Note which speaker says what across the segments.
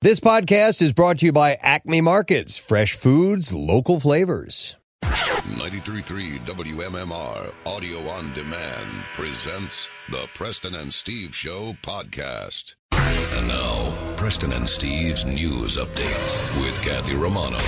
Speaker 1: This podcast is brought to you by Acme Markets, fresh foods, local flavors.
Speaker 2: 933 WMMR Audio on Demand presents the Preston and Steve Show podcast. And now, Preston and Steve's news update with Kathy Romano.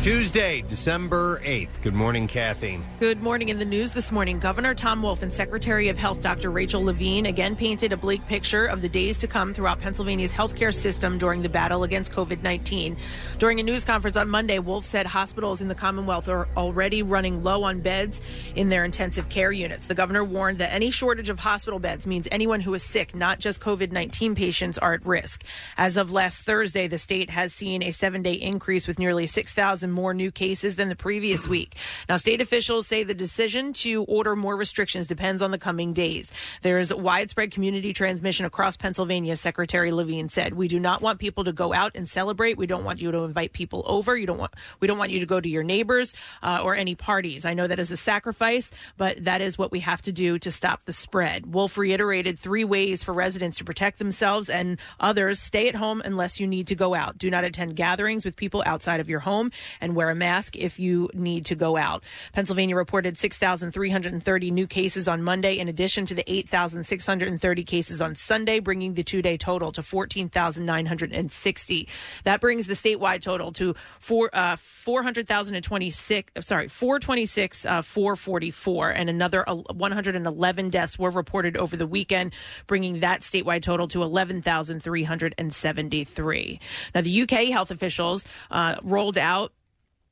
Speaker 3: Tuesday, December 8th. Good morning, Kathy.
Speaker 4: Good morning. In the news this morning, Governor Tom Wolf and Secretary of Health Dr. Rachel Levine again painted a bleak picture of the days to come throughout Pennsylvania's healthcare system during the battle against COVID 19. During a news conference on Monday, Wolf said hospitals in the Commonwealth are already running low on beds in their intensive care units. The governor warned that any shortage of hospital beds means anyone who is sick, not just COVID 19 patients, are at risk. As of last Thursday, the state has seen a seven day increase with nearly 6,000 more new cases than the previous week. Now, state officials say the decision to order more restrictions depends on the coming days. There is widespread community transmission across Pennsylvania, Secretary Levine said. We do not want people to go out and celebrate. We don't want you to invite people over. You don't want we don't want you to go to your neighbors uh, or any parties. I know that is a sacrifice, but that is what we have to do to stop the spread. Wolf reiterated three ways for residents to protect themselves and others: stay at home unless you need to go out. Do not attend gatherings with people outside of your home, and wear a mask if you need to go out. Pennsylvania reported 6,330 new cases on Monday, in addition to the 8,630 cases on Sunday, bringing the two day total to 14,960. That brings the statewide total to four, uh, 400,026, uh, sorry, 426, uh, 444, and another uh, 111 deaths were reported over the weekend, bringing that statewide total to 11,373. Now, the UK health officials uh, rolled out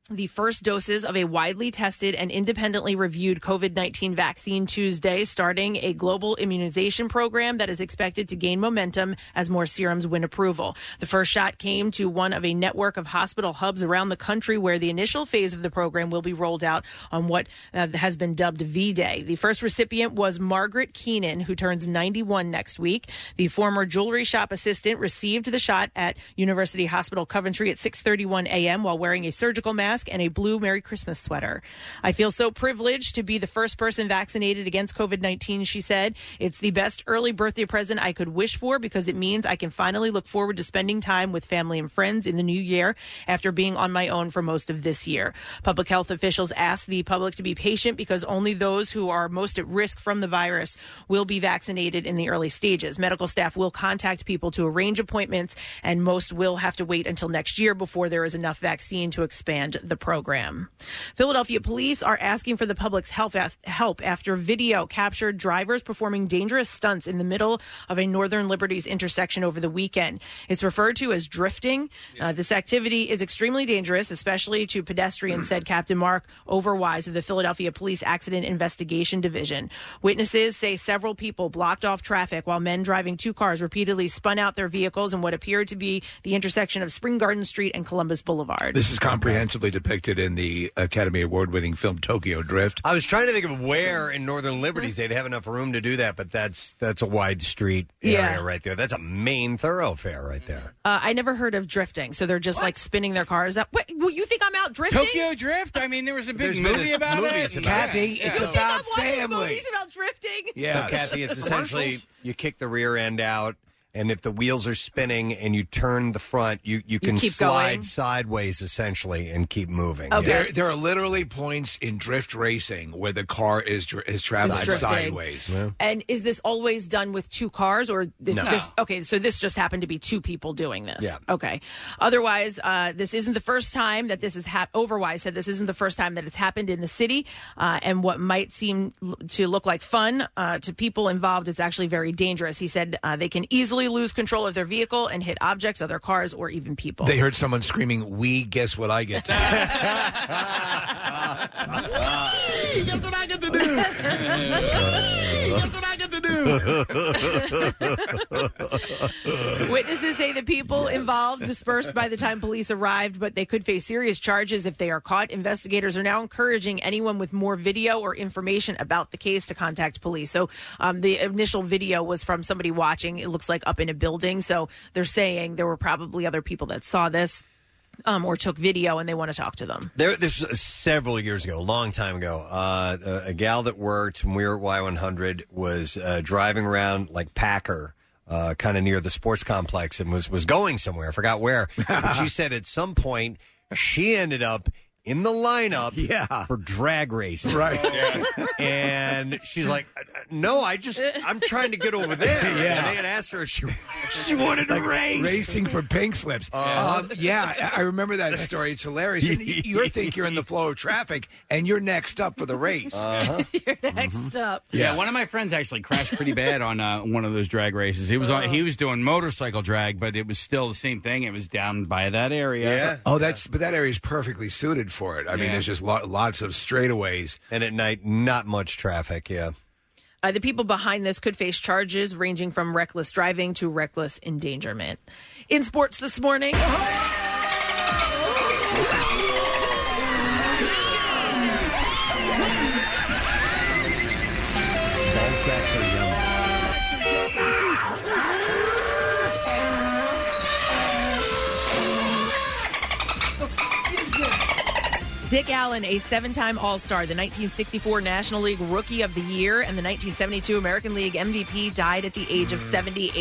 Speaker 4: the first doses of a widely tested and independently reviewed COVID 19 vaccine Tuesday, starting a global immunization program that is expected to gain momentum as more serums win approval. The first shot came to one of a network of hospital hubs around the country where the initial phase of the program will be rolled out on what uh, has been dubbed V Day. The first recipient was Margaret Keenan, who turns 91 next week. The former jewelry shop assistant received the shot at University Hospital Coventry at 6:31 a.m. while wearing a surgical mask and a blue Merry Christmas sweater. I feel so privileged to be the first person vaccinated against COVID-19, she said. It's the best early birthday present I could wish for because it means I can finally look forward to spending time with family and friends in the new year after being on my own for most of this year. Public health officials asked the public to be patient because only those who are most at risk from the virus will be vaccinated in the early stages. Medical staff will contact people to arrange appointments, and most will have to wait until next year before there is enough vaccine to expand the program. Philadelphia police are asking for the public's health af- help after video captured drivers performing dangerous stunts in the middle of a Northern Liberties intersection over the weekend. It's referred to as drifting. Uh, this activity is extremely dangerous, especially to pedestrians, said Captain Mark Overwise of the Philadelphia Police Accident Investigation Division. Witnesses say several people blocked off traffic while men driving two cars repeatedly spun out their vehicles in what appeared to be the intersection of Spring Garden Street and Columbus Boulevard.
Speaker 5: This is comprehensively depicted in the Academy Award winning film Tokyo Drift.
Speaker 3: I was trying to think of where in Northern Liberties they'd have enough room to do that, but that's that's a wide street area
Speaker 4: Yeah.
Speaker 3: right there. That's a main thoroughfare right there.
Speaker 4: Uh, I never heard of drifting, so they're just like spinning their cars up. Wait, well, you think I'm out drifting?
Speaker 6: Tokyo Drift. I mean, there was a big
Speaker 3: There's been
Speaker 6: movie
Speaker 3: a-
Speaker 6: about
Speaker 3: movies
Speaker 6: it.
Speaker 3: about it. Kathy,
Speaker 6: Yeah.
Speaker 5: it's
Speaker 6: Yeah.
Speaker 4: You think I'm
Speaker 5: about
Speaker 4: watching
Speaker 5: family.
Speaker 4: Movies about drifting.
Speaker 5: Yeah.
Speaker 3: But Kathy, it's essentially
Speaker 5: Commercials?
Speaker 3: you kick the rear end out, and if the wheels are spinning and you turn the front, you you can
Speaker 4: keep
Speaker 3: slide
Speaker 4: going?
Speaker 3: sideways essentially and keep moving.
Speaker 4: Okay.
Speaker 5: There, there are literally points in drift racing where the car is dr- is traveling
Speaker 4: drifting.
Speaker 5: sideways.
Speaker 4: And is this always done with two cars or th-
Speaker 3: No.
Speaker 4: this, okay, so this just happened to be two people doing this.
Speaker 3: Yeah.
Speaker 4: Okay. Otherwise, uh, this isn't the first time that this has happened. Overwise said this isn't the first time that it's happened in the city. Uh, and what might seem l- to look like fun uh, to people involved is actually very dangerous. He said uh, they can easily lose control of their vehicle and hit objects, other cars, or even people.
Speaker 5: They heard someone screaming, "We guess what I get to do."
Speaker 7: Guess what I get to do? Guess what I get to do?
Speaker 4: Witnesses say the people involved dispersed by the time police arrived, but they could face serious charges if they are caught. Investigators are now encouraging anyone with more video or information about the case to contact police. So um, the initial video was from somebody watching. It looks like up in a building. So they're saying there were probably other people that saw this um, or took video and they want to talk to them.
Speaker 3: There, this was several years ago, a long time ago. Uh, a, a gal that worked when we were at Y100 was uh, driving around like Packer uh, kind of near the sports complex and was was going somewhere. I forgot where. But she said at some point she ended up in the lineup for drag racing. Right. And she's like, "Uh, "No, I just I'm trying to get over there."
Speaker 5: Yeah.
Speaker 3: And they had asked her if she she wanted to
Speaker 5: Like
Speaker 3: race.
Speaker 5: Racing for pink slips.
Speaker 3: Uh-huh.
Speaker 5: Um, yeah, I I remember that story. It's hilarious. And you, you think you're in the flow of traffic, and you're next up for the race.
Speaker 3: Uh-huh.
Speaker 4: You're next up.
Speaker 6: Yeah. one of my friends actually crashed pretty bad on uh, one of those drag races. He was on,
Speaker 4: Oh.
Speaker 6: he was doing motorcycle drag, but it was still the same thing. It was down by that area.
Speaker 5: Oh, that's but that area is perfectly suited for it. I mean,
Speaker 6: Yeah.
Speaker 5: there's just lo- lots of straightaways,
Speaker 3: and at night, not much traffic. Yeah.
Speaker 4: Uh, the people behind this could face charges ranging from reckless driving to reckless endangerment. In sports this morning. Dick Allen, a seven time All Star, the 1964 National League Rookie of the Year, and the 1972 American League MVP, died at the age of 78.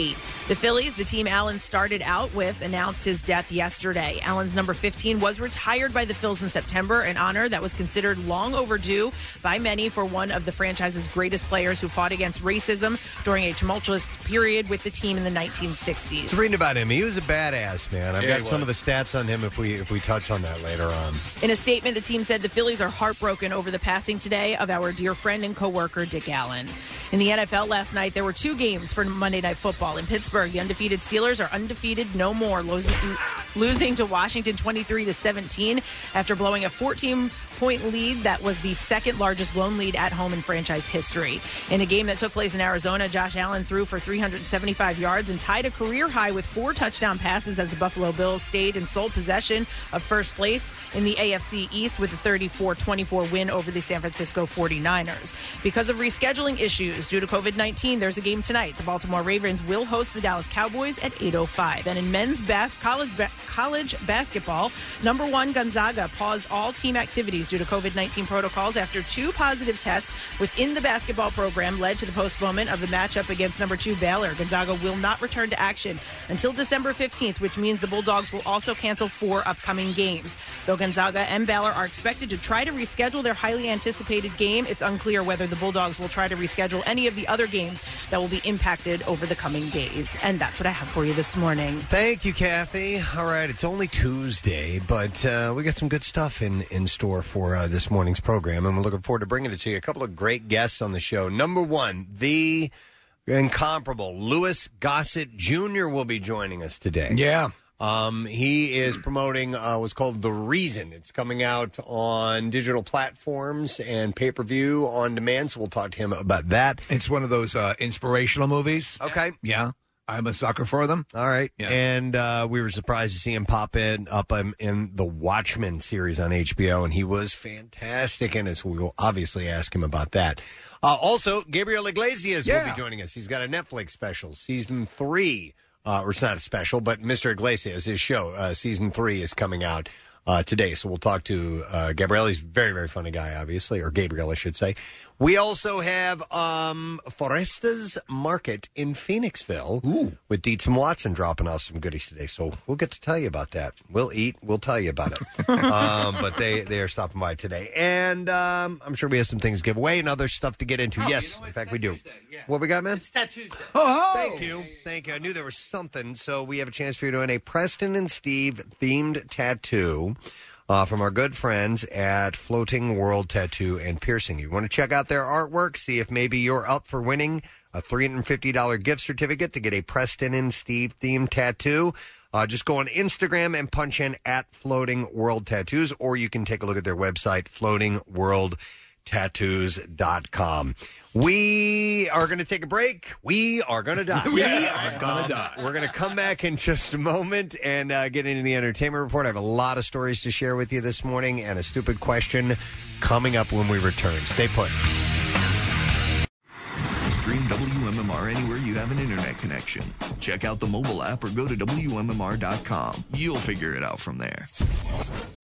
Speaker 4: The Phillies, the team Allen started out with, announced his death yesterday. Allen's number 15 was retired by the Phils in September, an honor that was considered long overdue by many for one of the franchise's greatest players who fought against racism during a tumultuous period with the team in the 1960s.
Speaker 3: I was reading about him. He was a badass man. I've
Speaker 5: Yeah,
Speaker 3: got
Speaker 5: he
Speaker 3: some of the stats on him if we if we touch on that later on.
Speaker 4: In a statement, the team said the Phillies are heartbroken over the passing today of our dear friend and coworker Dick Allen. In the NFL last night, there were two games for Monday Night Football. In Pittsburgh, the undefeated Steelers are undefeated no more, losing, losing to Washington 23 to 17 after blowing a 14 point lead that was the second largest blown lead at home in franchise history. In a game that took place in Arizona, Josh Allen threw for 375 yards and tied a career high with four touchdown passes as the Buffalo Bills stayed in sole possession of first place in the AFC East with a 34 24 win over the San Francisco 49ers. Because of rescheduling issues due to COVID 19, there's a game tonight. The Baltimore Ravens will host the Dallas Cowboys at 8.05. And in men's bas- college, ba- college basketball, number one Gonzaga paused all team activities due to COVID 19 protocols after two positive tests within the basketball program led to the postponement of the matchup against number two Baylor. Gonzaga will not return to action until December 15th, which means the Bulldogs will also cancel four upcoming games. Though Gonzaga and Baylor are expected to try to reschedule their highly anticipated game, it's unclear whether the Bulldogs will try to reschedule any of the other games that will be impacted over the coming days. And that's what I have for you this morning.
Speaker 3: Thank you, Kathy. All right, it's only Tuesday, but uh, we got some good stuff in, in store for uh, this morning's program, and we're looking forward to bringing it to you. A couple of great guests on the show. Number one, the incomparable Lewis Gossett Jr. will be joining us today.
Speaker 5: Yeah.
Speaker 3: Um, he is promoting uh, what's called The Reason. It's coming out on digital platforms and pay per view on demand, so we'll talk to him about that.
Speaker 5: It's one of those uh, inspirational movies.
Speaker 3: Okay.
Speaker 5: Yeah, I'm a sucker for them.
Speaker 3: All right.
Speaker 5: Yeah.
Speaker 3: And uh, we were surprised to see him pop in up um, in the Watchmen series on HBO, and he was fantastic in it. So we will obviously ask him about that. Uh, also, Gabriel Iglesias will
Speaker 5: Yeah.
Speaker 3: be joining us. He's got a Netflix special, season three, uh, or it's not a special, but Mr. Iglesias, his show, uh, season three is coming out. Uh, today, so we'll talk to uh, Gabriel. He's a very, very funny guy, obviously, or Gabriel, I should say. We also have um, Foresta's Market in Phoenixville with Dietz and Watson dropping off some goodies today. So we'll get to tell you about that. We'll eat. We'll tell you about it. um, but they they are stopping by today, and um, I'm sure we have some things to give away and other stuff to get into. yes, in fact, we do. What we got, man?
Speaker 8: Oh,
Speaker 3: Thank you. Thank you. I knew there was something. So we have a chance for you to win a Preston and Steve themed tattoo uh, from our good friends at Floating World Tattoo and Piercing. You want to check out their artwork, see if maybe you're up for winning a $350 gift certificate to get a Preston and Steve themed tattoo. Uh, just go on Instagram and punch in at Floating World Tattoos, or you can take a look at their website, Floating World tattoos.com. We are going to take a break. We are going to die. we are going to die. We're going to come back in just a moment and uh, get into the entertainment report. I have a lot of stories to share with you this morning and a stupid question coming up when we return. Stay put.
Speaker 9: Stream WMMR anywhere you have an internet connection. Check out the mobile app or go to WMMR.com. You'll figure it out from there.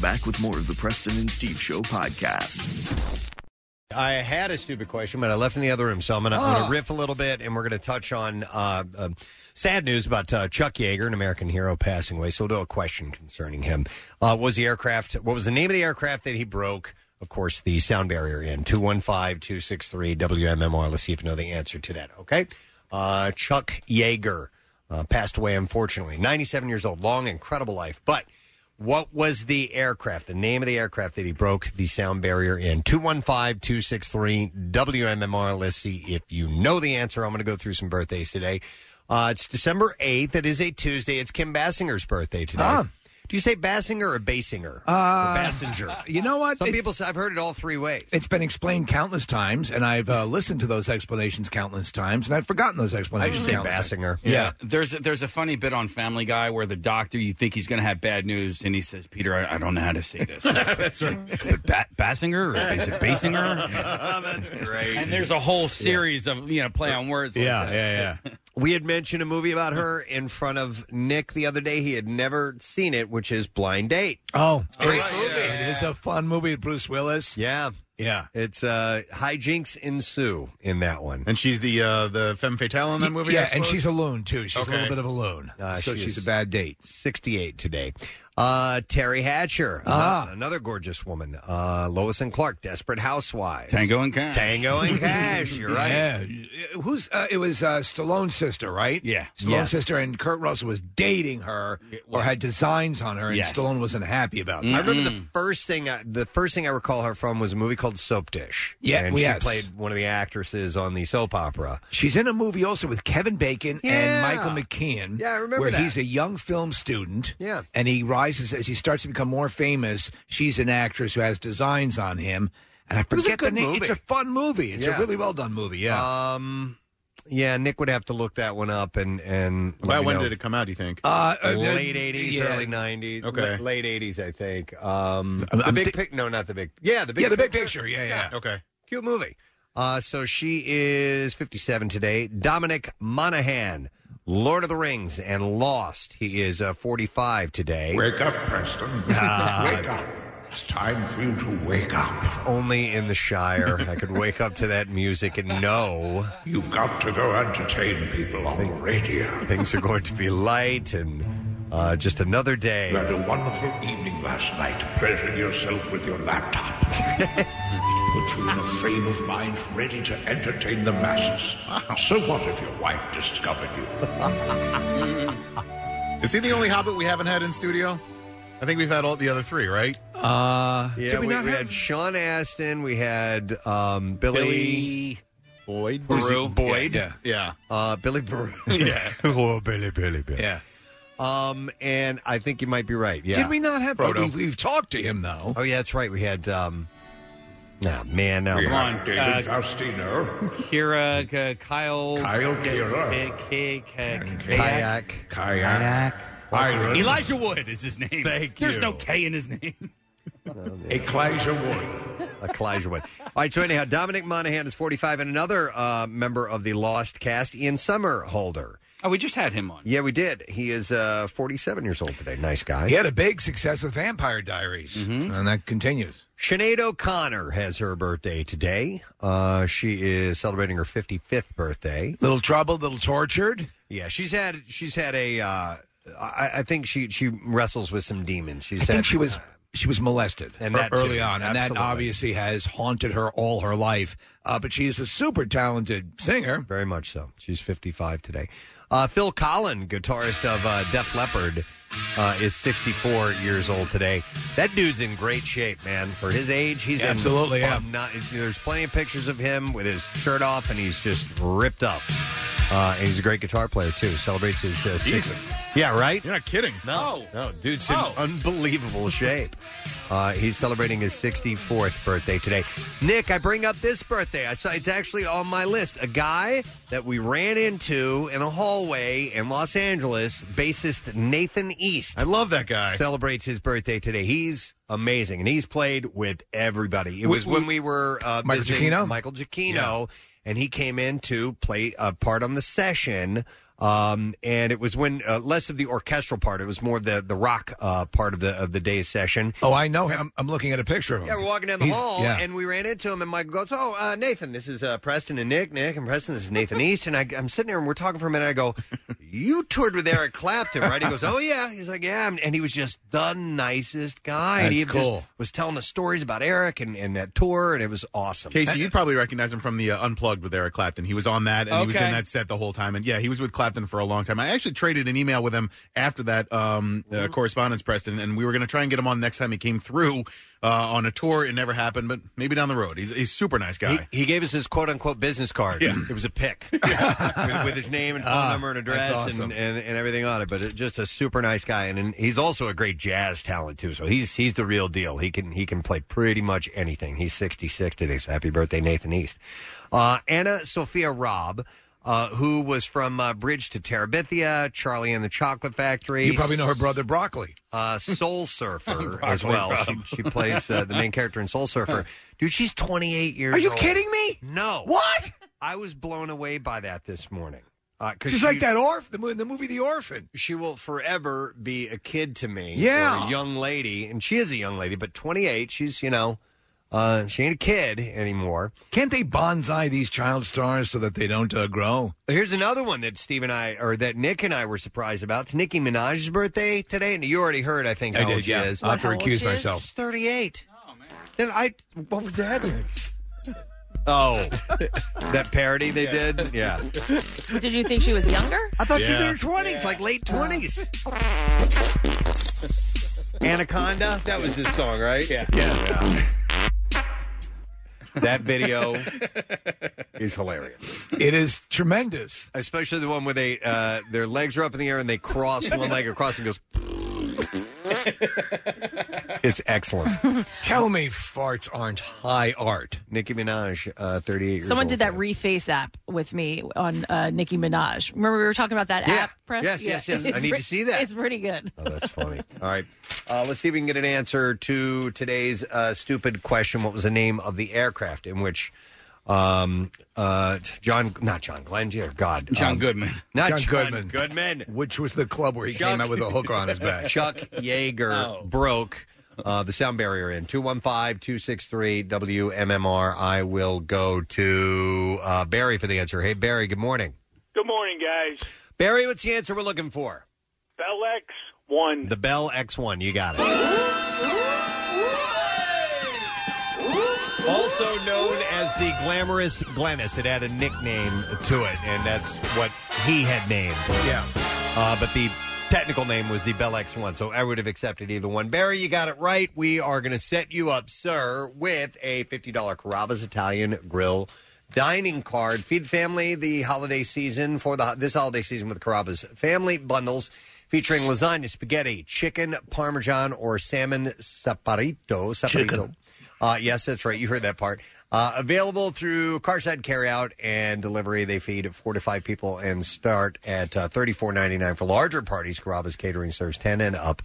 Speaker 7: Back with more of the Preston and Steve Show podcast.
Speaker 3: I had a stupid question, but I left it in the other room, so I'm going
Speaker 7: Ah.
Speaker 3: to riff a little bit, and we're going to touch on uh, uh, sad news about uh, Chuck Yeager, an American hero, passing away. So we'll do a question concerning him. Uh, was the aircraft? What was the name of the aircraft that he broke? Of course, the sound barrier in 215-263 WMMR. Let's see if you know the answer to that. Okay, uh, Chuck Yeager uh, passed away unfortunately, 97 years old, long, incredible life, but. What was the aircraft, the name of the aircraft that he broke the sound barrier in? 215 263 WMMR. Let's see if you know the answer. I'm going to go through some birthdays today. Uh, it's December 8th. It is a Tuesday. It's Kim Bassinger's birthday today. Do you say Bassinger or Basinger?
Speaker 8: Uh,
Speaker 3: or Bassinger.
Speaker 8: You know what?
Speaker 3: Some people say, I've heard it all three ways.
Speaker 8: It's been explained countless times, and I've uh, listened to those explanations countless times, and I've forgotten those explanations.
Speaker 6: just say
Speaker 8: countless times.
Speaker 3: Bassinger.
Speaker 8: Yeah.
Speaker 6: there's a, there's a funny bit on Family Guy where the doctor you think he's going to have bad news, and he says, "Peter, I, I don't know how to say this."
Speaker 10: That's right.
Speaker 6: ba- Bassinger or is it Basinger?
Speaker 3: That's great.
Speaker 6: And there's a whole series of you know play on words. like that.
Speaker 3: yeah. We had mentioned a movie about her in front of Nick the other day. He had never seen it, which is Blind Date.
Speaker 8: Oh, it's- it is a fun movie with Bruce Willis.
Speaker 3: Yeah.
Speaker 8: Yeah.
Speaker 3: It's uh hijinks ensue in that one.
Speaker 11: And she's the uh, the femme fatale in that movie. I
Speaker 8: yeah, and
Speaker 11: suppose?
Speaker 8: she's a loon too. She's a
Speaker 11: Okay.
Speaker 8: little bit of a loon,
Speaker 3: Uh,
Speaker 8: so
Speaker 3: she
Speaker 8: she's
Speaker 3: is
Speaker 8: a bad date.
Speaker 3: 68 today. Uh, Terry Hatcher,
Speaker 8: Ah.
Speaker 3: ano- another gorgeous woman. Uh, Lois and Clark, Desperate Housewives.
Speaker 6: Tango and Cash.
Speaker 3: Tango and Cash, you're right.
Speaker 8: Yeah. Who's uh, it was uh, Stallone's sister, right?
Speaker 6: Yeah.
Speaker 8: Stallone's
Speaker 6: Yes.
Speaker 8: sister and Kurt Russell was dating her or had designs on her, and
Speaker 3: Yes.
Speaker 8: Stallone wasn't happy about that.
Speaker 3: I remember the first thing I, the first thing I recall her from was a movie called Soap Dish.
Speaker 8: Yeah,
Speaker 3: and
Speaker 8: well,
Speaker 3: she
Speaker 8: yes.
Speaker 3: played one of the actresses on the soap opera.
Speaker 8: She's in a movie also with Kevin Bacon
Speaker 3: Yeah.
Speaker 8: and Michael McKean.
Speaker 3: Yeah, I remember
Speaker 8: Mm-hmm. where
Speaker 3: that.
Speaker 8: he's a young film student.
Speaker 3: Yeah.
Speaker 8: and he rises as he starts to become more famous. She's an actress who has designs on him, and I
Speaker 3: It was a
Speaker 8: forget the
Speaker 3: good
Speaker 8: name.
Speaker 3: movie.
Speaker 8: It's a fun movie. It's
Speaker 3: Yeah.
Speaker 8: a really well done movie. Yeah.
Speaker 3: Um, yeah, Nick would have to look that one up and and let
Speaker 11: About
Speaker 3: me
Speaker 11: when
Speaker 3: know.
Speaker 11: did it come out? Do you think?
Speaker 8: Uh, uh,
Speaker 3: late eighties,
Speaker 8: yeah.
Speaker 3: early nineties.
Speaker 11: Okay.
Speaker 3: late eighties, I think. Um,
Speaker 8: I'm-
Speaker 3: the
Speaker 8: I'm
Speaker 3: big
Speaker 8: thi-
Speaker 3: pic. No, not the big. Yeah, the big.
Speaker 8: yeah, the big picture. Yeah, yeah.
Speaker 11: Okay.
Speaker 3: Cute movie. Uh, so she is fifty-seven today. Dominic Monaghan, Lord of the Rings and Lost. He is uh, forty-five today.
Speaker 8: Wake up, Preston.
Speaker 3: Ah.
Speaker 8: wake up. It's time for you to wake up.
Speaker 3: Only in the Shire, I could wake up to that music and know
Speaker 8: You've got to go entertain people on the radio.
Speaker 3: things are going to be light and uh, just another
Speaker 8: You had
Speaker 3: day.
Speaker 8: a wonderful evening last night, pleasuring yourself with your laptop. Put you in a frame of mind ready to entertain the masses. So what if your wife discovered you?
Speaker 11: Is he the only Hobbit we haven't had in studio? I think we've had all the other three, right?
Speaker 8: Uh,
Speaker 3: Yeah, we, we had Sean Astin, we had um, Billy,
Speaker 11: Boyd.
Speaker 6: Baru.
Speaker 3: Boyd,
Speaker 8: Yeah.
Speaker 11: Yeah.
Speaker 3: Uh, Billy Baru.
Speaker 11: Yeah.
Speaker 3: oh, Billy, Billy, Billy. Um, and I think you might be right. Yeah.
Speaker 8: Did we not have?
Speaker 11: Frodo.
Speaker 8: We, we've talked to him though.
Speaker 3: Oh, yeah, that's right. We had. Um, ah, man, now.
Speaker 6: Come on, uh,
Speaker 8: Faustino,
Speaker 6: Kira,
Speaker 3: uh,
Speaker 6: K- Kyle,
Speaker 8: Kyle
Speaker 6: K-
Speaker 8: Kira.
Speaker 6: K- K- K- Kayak,
Speaker 3: Kayak.
Speaker 8: Kayak, Byron,
Speaker 6: Elijah Wood is his name.
Speaker 3: Thank
Speaker 6: There's
Speaker 3: you.
Speaker 6: no K in his name.
Speaker 8: Elijah Wood.
Speaker 3: A Kalijah one. All right, so anyhow, Dominic Monaghan is 45, and another uh, member of the Lost cast, Ian Somerhalder.
Speaker 6: Oh, we just had him on.
Speaker 3: Yeah, we did. He is uh, 47 years old today. Nice guy.
Speaker 8: He had a big success with Vampire Diaries, and that continues.
Speaker 3: Mm-hmm. Sinead O'Connor has her birthday today. Uh, she is celebrating her 55th birthday.
Speaker 8: Little troubled, little tortured.
Speaker 3: Yeah, she's had she's had a. Uh, I, I think she she wrestles with some demons. She's had,
Speaker 8: I think she was she was molested
Speaker 3: And
Speaker 8: ear-
Speaker 3: that too,
Speaker 8: early on, and that
Speaker 3: absolutely.
Speaker 8: obviously has haunted her all her life. Uh, but she is a super talented singer.
Speaker 3: very much so. She's 55 today. Uh, Phil Collin, guitarist of uh, Def Leppard, uh, is 64 years old today. That dude's in great shape, man. For his age, he's in
Speaker 8: Absolutely, yeah.
Speaker 3: fun- Not, there's plenty of pictures of him with his shirt off, and he's just ripped up. Uh, and he's a great guitar player too. Celebrates his uh, 60th.
Speaker 11: Jesus.
Speaker 3: Yeah, right.
Speaker 11: You're not kidding.
Speaker 3: No, no, dude's in
Speaker 11: Oh.
Speaker 3: unbelievable shape. Uh, he's celebrating his 64th birthday today. Nick, I bring up this birthday. I saw it's actually on my list. A guy that we ran into in a hallway in Los Angeles, bassist Nathan East. I
Speaker 11: love that guy.
Speaker 3: Celebrates his birthday today. He's amazing, and he's played with everybody. It
Speaker 8: We-
Speaker 3: was when we were uh,
Speaker 8: Michael
Speaker 3: visiting
Speaker 8: Giacchino?
Speaker 3: Michael Giacchino, and he came in to play a part on the session. Um, and it was when uh, less of the orchestral part; it was more the the rock uh, part of the of the day's session.
Speaker 8: Oh, I know him. I'm looking at a picture of him.
Speaker 3: Yeah, we're walking down the
Speaker 8: He's-
Speaker 3: hall,
Speaker 8: yeah.
Speaker 3: and we ran into him, and Michael goes, "Oh, uh, Nathan, this is uh, Preston and Nick. Nick and Preston, this is Nathan East." And I, I'm sitting there, and we're talking for a minute. I go, "You toured with Eric Clapton, right?" He goes, "Oh yeah." He's like, "Yeah," and he was just the nicest guy. and
Speaker 11: That's
Speaker 3: he
Speaker 11: cool.
Speaker 3: just was telling us stories about Eric and, and that tour, and it was awesome.
Speaker 11: Casey, you'd probably recognize him from the uh, Unplugged with Eric Clapton. He was on that, and he was in
Speaker 3: Okay.
Speaker 11: that set the whole time. And yeah, he was with Clapton for a long time. I actually traded an email with him after that um, uh, correspondence, Preston, and we were going to try and get him on next time he came through uh, on a tour. It never happened, but maybe down the road. He's, he's a super nice guy.
Speaker 3: He, he gave us his quote unquote business card.
Speaker 11: Yeah.
Speaker 3: It was a pic with, with his name and phone
Speaker 11: Ah,
Speaker 3: number and
Speaker 11: that's
Speaker 3: address
Speaker 11: awesome.
Speaker 3: and, and, and everything on it. But it, just a super nice guy, and, and he's also a great jazz talent too. So he's he's the real deal. He can he can play pretty much anything. He's 66 today. So happy birthday, Nathan East. Uh, Anna Sophia Robb. Uh, who was from uh, Bridge to Terabithia, Charlie and the Chocolate Factory.
Speaker 8: You probably know her brother Broccoli.
Speaker 3: Uh, Soul Surfer as
Speaker 8: Broccoli
Speaker 3: well. She,
Speaker 8: Rob.
Speaker 3: she plays uh, the main character in Soul Surfer. Dude, she's 28 years
Speaker 8: Are you
Speaker 3: old.
Speaker 8: kidding me?
Speaker 3: No.
Speaker 8: What?
Speaker 3: I was blown away by that this morning. Uh, 'cause
Speaker 8: She's
Speaker 3: she-
Speaker 8: like that orph, the, mo- the movie The Orphan.
Speaker 3: She will forever be a kid to me.
Speaker 8: Yeah.
Speaker 3: Or a young lady. And she is a young lady, but 28, she's, you know, uh, she ain't a kid anymore.
Speaker 8: Can't they bonsai these child stars so that they don't uh, grow?
Speaker 3: Here's another one that Steve and I, or that Nick and I were surprised about. It's Nicki Minaj's birthday today. And you already heard, I think,
Speaker 8: I
Speaker 3: how
Speaker 8: did,
Speaker 3: old she
Speaker 8: yeah.
Speaker 3: is.
Speaker 8: I'll have to How old recuse she is? myself.
Speaker 3: She's 38. Oh, man. Then I, what was that? oh, that parody they did? Yeah.
Speaker 4: Did you think she was younger?
Speaker 3: I thought she was in her 20s, like late 20s. Anaconda? That was this song, right? Yeah. yeah. That video is hilarious.
Speaker 8: It is tremendous.
Speaker 3: Especially the one where they uh, their legs are up in the air and they cross one leg across and goes. it's excellent.
Speaker 8: Tell me farts aren't high art.
Speaker 3: Nicki Minaj, uh, 38 years
Speaker 4: Someone
Speaker 3: old.
Speaker 4: did that reface app with me on uh, Nicki Minaj. Remember we were talking about that
Speaker 3: Yeah.
Speaker 4: app? Press?
Speaker 3: Yes, yes, yes. I
Speaker 4: It's
Speaker 3: need to see that.
Speaker 4: It's pretty good.
Speaker 3: Oh, that's funny. All right. Uh, let's see if we can get an answer to today's uh, stupid question. What was the name of the aircraft in which um, uh, John, not John Glenn, dear God.
Speaker 8: John
Speaker 3: um,
Speaker 8: Goodman.
Speaker 3: Not
Speaker 8: John
Speaker 3: John,
Speaker 8: Goodman.
Speaker 3: Goodman.
Speaker 8: Which was the club where he came out with a hooker on his back. Oh.
Speaker 3: Chuck Yeager broke uh, the sound barrier in 215 263 WMMR. I will go to uh, Barry for the answer. Hey, Barry, good morning.
Speaker 12: Good morning, guys.
Speaker 3: Barry, what's the answer we're looking for?
Speaker 12: Bell X one.
Speaker 3: The Bell X1. You got it. Also known as the glamorous Glennis. It had a nickname to it, and that's what he had named.
Speaker 8: Yeah.
Speaker 3: Uh, but the technical name was the Bell X1, so I would have accepted either one. Barry, you got it right. We are going to set you up, sir, with a $50 Carrabba's Italian Grill dining card. Feed the family the holiday season for the this holiday season with Carrabba's family bundles featuring lasagna, spaghetti, chicken parmesan, or salmon saparito. saparito. Uh, yes, that's right. You heard that part. Uh, available through carside carryout and delivery. They feed four to five people and start at uh, thirty four ninety nine for larger parties. Carrabba's Catering serves ten and up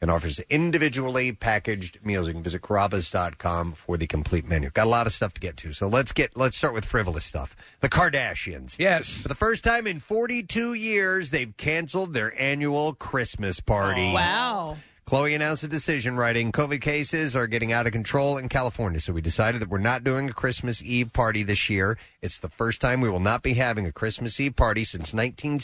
Speaker 3: and offers individually packaged meals. You can visit carrabba's.com for the complete menu. Got a lot of stuff to get to, so let's get let's start with frivolous stuff. The Kardashians.
Speaker 8: Yes.
Speaker 3: For the first time in 42 years, they've canceled their annual Christmas party.
Speaker 4: Wow.
Speaker 3: Chloe announced a decision, writing, COVID cases are getting out of control in California, so we decided that we're not doing a Christmas Eve party this year. It's the first time we will not be having a Christmas Eve party since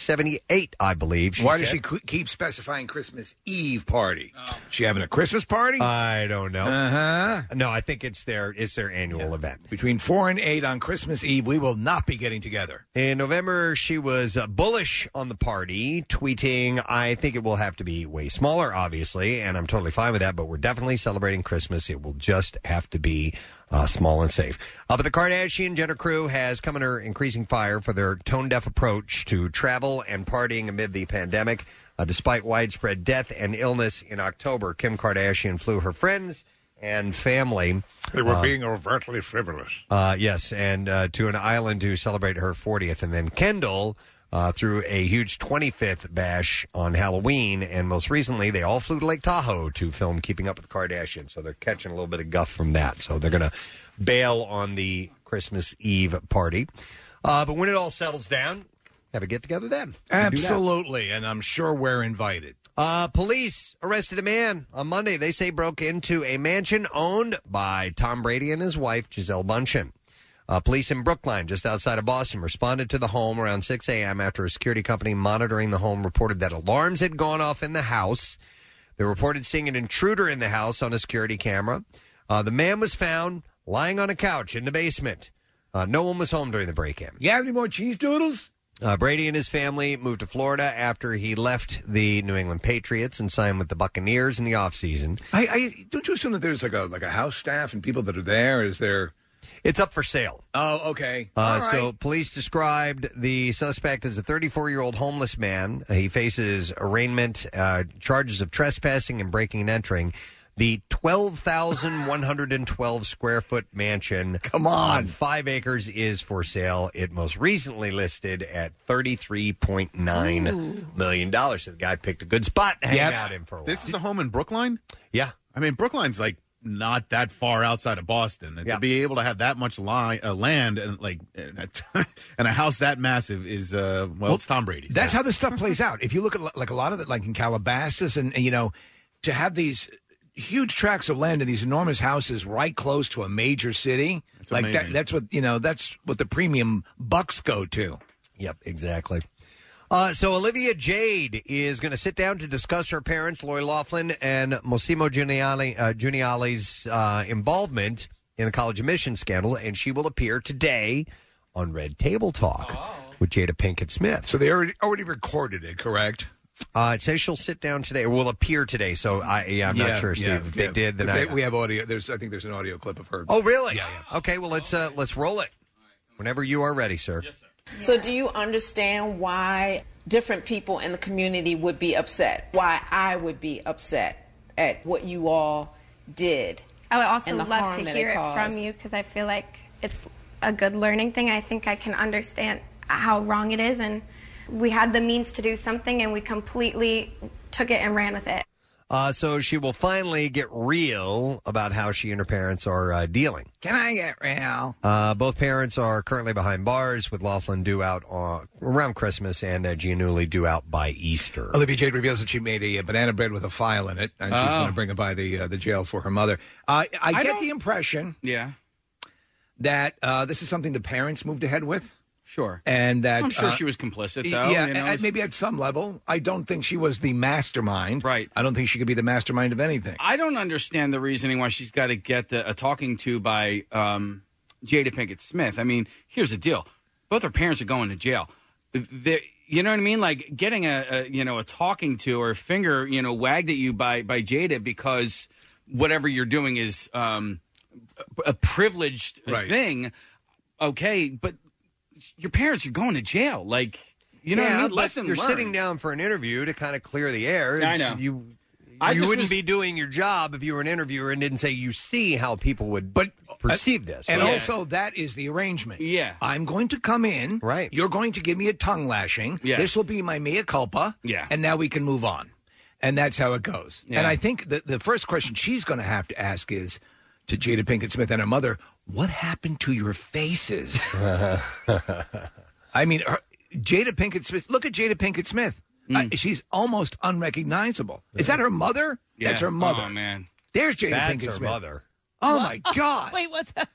Speaker 3: 1978, I believe.
Speaker 8: Why does
Speaker 3: said.
Speaker 8: she qu- keep specifying Christmas Eve party? She having a Christmas party?
Speaker 3: I don't know.
Speaker 8: Uh huh.
Speaker 3: No, I think it's their it's their annual event.
Speaker 8: Between four and eight on Christmas Eve, we will not be getting together.
Speaker 3: In November, she was uh, bullish on the party, tweeting, I think it will have to be way smaller, obviously, day, and I'm totally fine with that. But we're definitely celebrating Christmas. It will just have to be uh, small and safe. Uh, but the Kardashian Jenner crew has come under increasing fire for their tone deaf approach to travel and partying amid the pandemic. Uh, despite widespread death and illness in October, Kim Kardashian flew her friends and family.
Speaker 5: They were
Speaker 3: uh,
Speaker 5: being overtly frivolous.
Speaker 3: uh, yes, and uh, to an island to celebrate her 40th. And then Kendall uh, through a huge 25th bash on Halloween. And most recently, they all flew to Lake Tahoe to film Keeping Up with the Kardashians. So they're catching a little bit of guff from that. So they're going to bail on the Christmas Eve party. Uh, but when it all settles down, have a get together then. We can do that.
Speaker 8: Absolutely, and I'm sure we're invited.
Speaker 3: Uh, police arrested a man on Monday. They say broke into a mansion owned by Tom Brady and his wife Giselle Bundchen. Uh, police in Brookline, just outside of Boston, responded to the home around 6 a.m. after a security company monitoring the home reported that alarms had gone off in the house. They reported seeing an intruder in the house on a security camera. Uh, the man was found lying on a couch in the basement. Uh, no one was home during the break-in.
Speaker 8: You have any more cheese doodles?
Speaker 3: Uh, Brady and his family moved to Florida after he left the New England Patriots and signed with the Buccaneers in the offseason.
Speaker 8: I, I don't you assume that there's like a like a house staff and people that are there? Is there?
Speaker 3: It's up for sale.
Speaker 8: Oh, okay.
Speaker 3: Uh,
Speaker 8: All right.
Speaker 3: So, police described the suspect as a 34 year old homeless man. He faces arraignment, uh, charges of trespassing and breaking and entering. The 12,112 square foot mansion. Come on. five acres is for sale. It most recently listed at $33.9 million. dollars. So the guy picked a good spot to hang out in for a while.
Speaker 11: This is a home in Brookline?
Speaker 3: Yeah.
Speaker 11: I mean, Brookline's like not that far outside of Boston. And
Speaker 3: Yeah.
Speaker 11: To be able to have that much li- uh, land and like and a, and a house that massive is, uh, well, it's Tom Brady's.
Speaker 8: That's how this stuff plays out. If you look at li- like a lot of it, like in Calabasas, and, and, you know, to have these huge tracts of land and these enormous houses right close to a major city, like
Speaker 3: amazing.
Speaker 8: that, that's what you know, that's what the premium bucks go to.
Speaker 3: Yep, exactly. Uh, so Olivia Jade is going to sit down to discuss her parents, Lori Laughlin and Massimo Giuliani, uh, Giuliani's uh, involvement in the college admission scandal, and she will appear today on Red Table Talk with Jada Pinkett Smith.
Speaker 8: Oh. So they already already recorded it, correct?
Speaker 3: Uh, it says she'll sit down today, or will appear today. So I, yeah, I'm not sure, Steve. if they
Speaker 8: yeah.
Speaker 3: did, then
Speaker 8: Because
Speaker 3: I,
Speaker 8: they- we have audio. There's, I think, there's an audio clip of her.
Speaker 3: Oh, really?
Speaker 8: Yeah,
Speaker 3: Okay, well let's uh, let's roll it. Whenever you are ready, sir.
Speaker 13: So, do you understand why different people in the community would be upset? Why I would be upset at what you all did?
Speaker 14: I would also
Speaker 13: and the
Speaker 14: love
Speaker 13: harm
Speaker 14: to
Speaker 13: that
Speaker 14: hear it
Speaker 13: caused.
Speaker 14: from you because I feel like it's a good learning thing. I think I can understand how wrong it is, and we had the means to do something, and we completely took it and ran with it.
Speaker 3: Uh, so she will finally get real about how she and her parents are uh, dealing.
Speaker 8: Can I get real?
Speaker 3: Uh, both parents are currently behind bars, with Laughlin due out uh, around Christmas and uh, Gianulli due out by Easter.
Speaker 6: Oh,
Speaker 8: Olivia Jade reveals that she made a, uh, banana bread with a file in it, and she's
Speaker 3: Oh.
Speaker 8: going to bring it by the uh, the jail for her mother. Uh, I,
Speaker 6: I
Speaker 8: get
Speaker 6: don't-
Speaker 8: the impression
Speaker 6: Yeah,
Speaker 8: that uh, this is something the parents moved ahead with,
Speaker 6: sure.
Speaker 8: and that
Speaker 6: I'm sure
Speaker 8: uh,
Speaker 6: she was complicit, though.
Speaker 8: yeah,
Speaker 6: you know,
Speaker 8: at- maybe at some level. I don't think she was the mastermind. Right. I don't think she could be the mastermind of anything.
Speaker 6: I don't understand the reasoning why she's got to get the, a talking to by um, Jada Pinkett Smith. I mean, here's the deal: both her parents are going to jail. they you know what I mean? Like getting a, a you know a talking to or a finger you know wagged at you by by Jada because whatever you're doing is um, a a privileged
Speaker 8: Right.
Speaker 6: thing. Okay, but your parents are going to jail. Like you know, what I
Speaker 3: Yeah,
Speaker 6: mean?
Speaker 3: but
Speaker 6: lesson
Speaker 3: you're
Speaker 6: learned.
Speaker 3: sitting down for an interview to kind of clear the air.
Speaker 6: I
Speaker 3: It's-
Speaker 6: know.
Speaker 3: You,
Speaker 6: I
Speaker 3: you
Speaker 6: just
Speaker 3: wouldn't
Speaker 6: was-
Speaker 3: be doing your job if you were an interviewer and didn't say you see how people would but, perceive this.
Speaker 8: and
Speaker 3: right?
Speaker 8: also, that is the arrangement.
Speaker 6: Yeah.
Speaker 8: I'm going to come in. Right. You're going to give me a tongue lashing.
Speaker 6: Yes.
Speaker 8: This will be my mea culpa.
Speaker 6: Yeah.
Speaker 8: And now we can move on. And that's how it goes. And
Speaker 6: Yeah.
Speaker 8: I think the, the first question she's going to have to ask is to Jada Pinkett Smith and her mother, what happened to your faces? I mean, her, Jada Pinkett Smith. Look at Jada Pinkett Smith. Uh, she's almost unrecognizable. Is that her mother?
Speaker 6: Yeah.
Speaker 8: That's her mother.
Speaker 6: Oh man,
Speaker 8: There's Jada
Speaker 3: That's
Speaker 8: Pinkett
Speaker 3: her
Speaker 8: Smith.
Speaker 3: mother.
Speaker 8: Oh my God.
Speaker 4: Wait, what's that?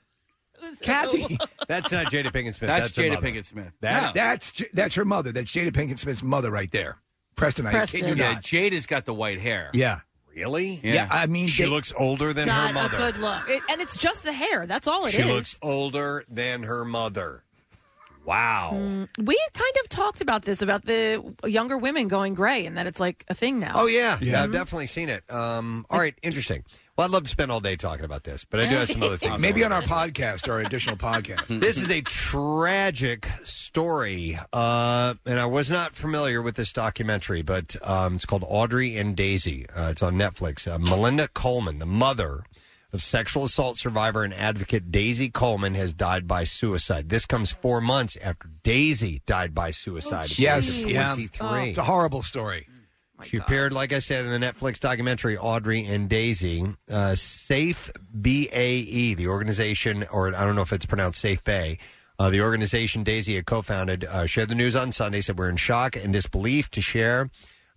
Speaker 4: Who's that? Oh,
Speaker 8: Kathy.
Speaker 3: That's not Jada Pinkett Smith.
Speaker 8: That's,
Speaker 3: That's, her
Speaker 8: Jada
Speaker 3: mother.
Speaker 8: Pinkett Smith.
Speaker 3: That-
Speaker 8: That's J- that's her mother. That's Jada Pinkett Smith's mother right there. Preston, I kid you
Speaker 6: yeah,
Speaker 8: not.
Speaker 6: Jada's got the white hair.
Speaker 8: Yeah.
Speaker 3: Really?
Speaker 8: Yeah. I mean,
Speaker 3: She
Speaker 8: they-
Speaker 3: looks older than
Speaker 4: Not
Speaker 3: her
Speaker 4: a
Speaker 3: mother.
Speaker 4: good look. It- and it's just the hair. That's all it is.
Speaker 3: she looks older than her mother. Wow.
Speaker 4: Mm, we kind of talked about this about the younger women going gray and that it's like a thing now.
Speaker 3: Oh yeah, yeah, I've definitely seen it. Um, all right, interesting. Well, I'd love to spend all day talking about this, but I do have some other things.
Speaker 8: Maybe
Speaker 3: I
Speaker 8: on
Speaker 3: wanna-
Speaker 8: our podcast, our additional podcast.
Speaker 3: This is a tragic story, uh, and I was not familiar with this documentary, but um, it's called Audrey and Daisy. Uh, it's on Netflix. Uh, Melinda Coleman, the mother of sexual assault survivor and advocate Daisy Coleman, has died by suicide. This comes four months after Daisy died by suicide. at the age of
Speaker 8: Oh, yes, yeah.
Speaker 3: 23.
Speaker 8: It's a horrible story.
Speaker 3: She appeared, like I said, in the Netflix documentary Audrey and Daisy. Uh, Safe BAE, the organization, or I don't know if it's pronounced Safe Bay, uh, the organization Daisy had co founded, uh, shared the news on Sunday, said, We're in shock and disbelief to share.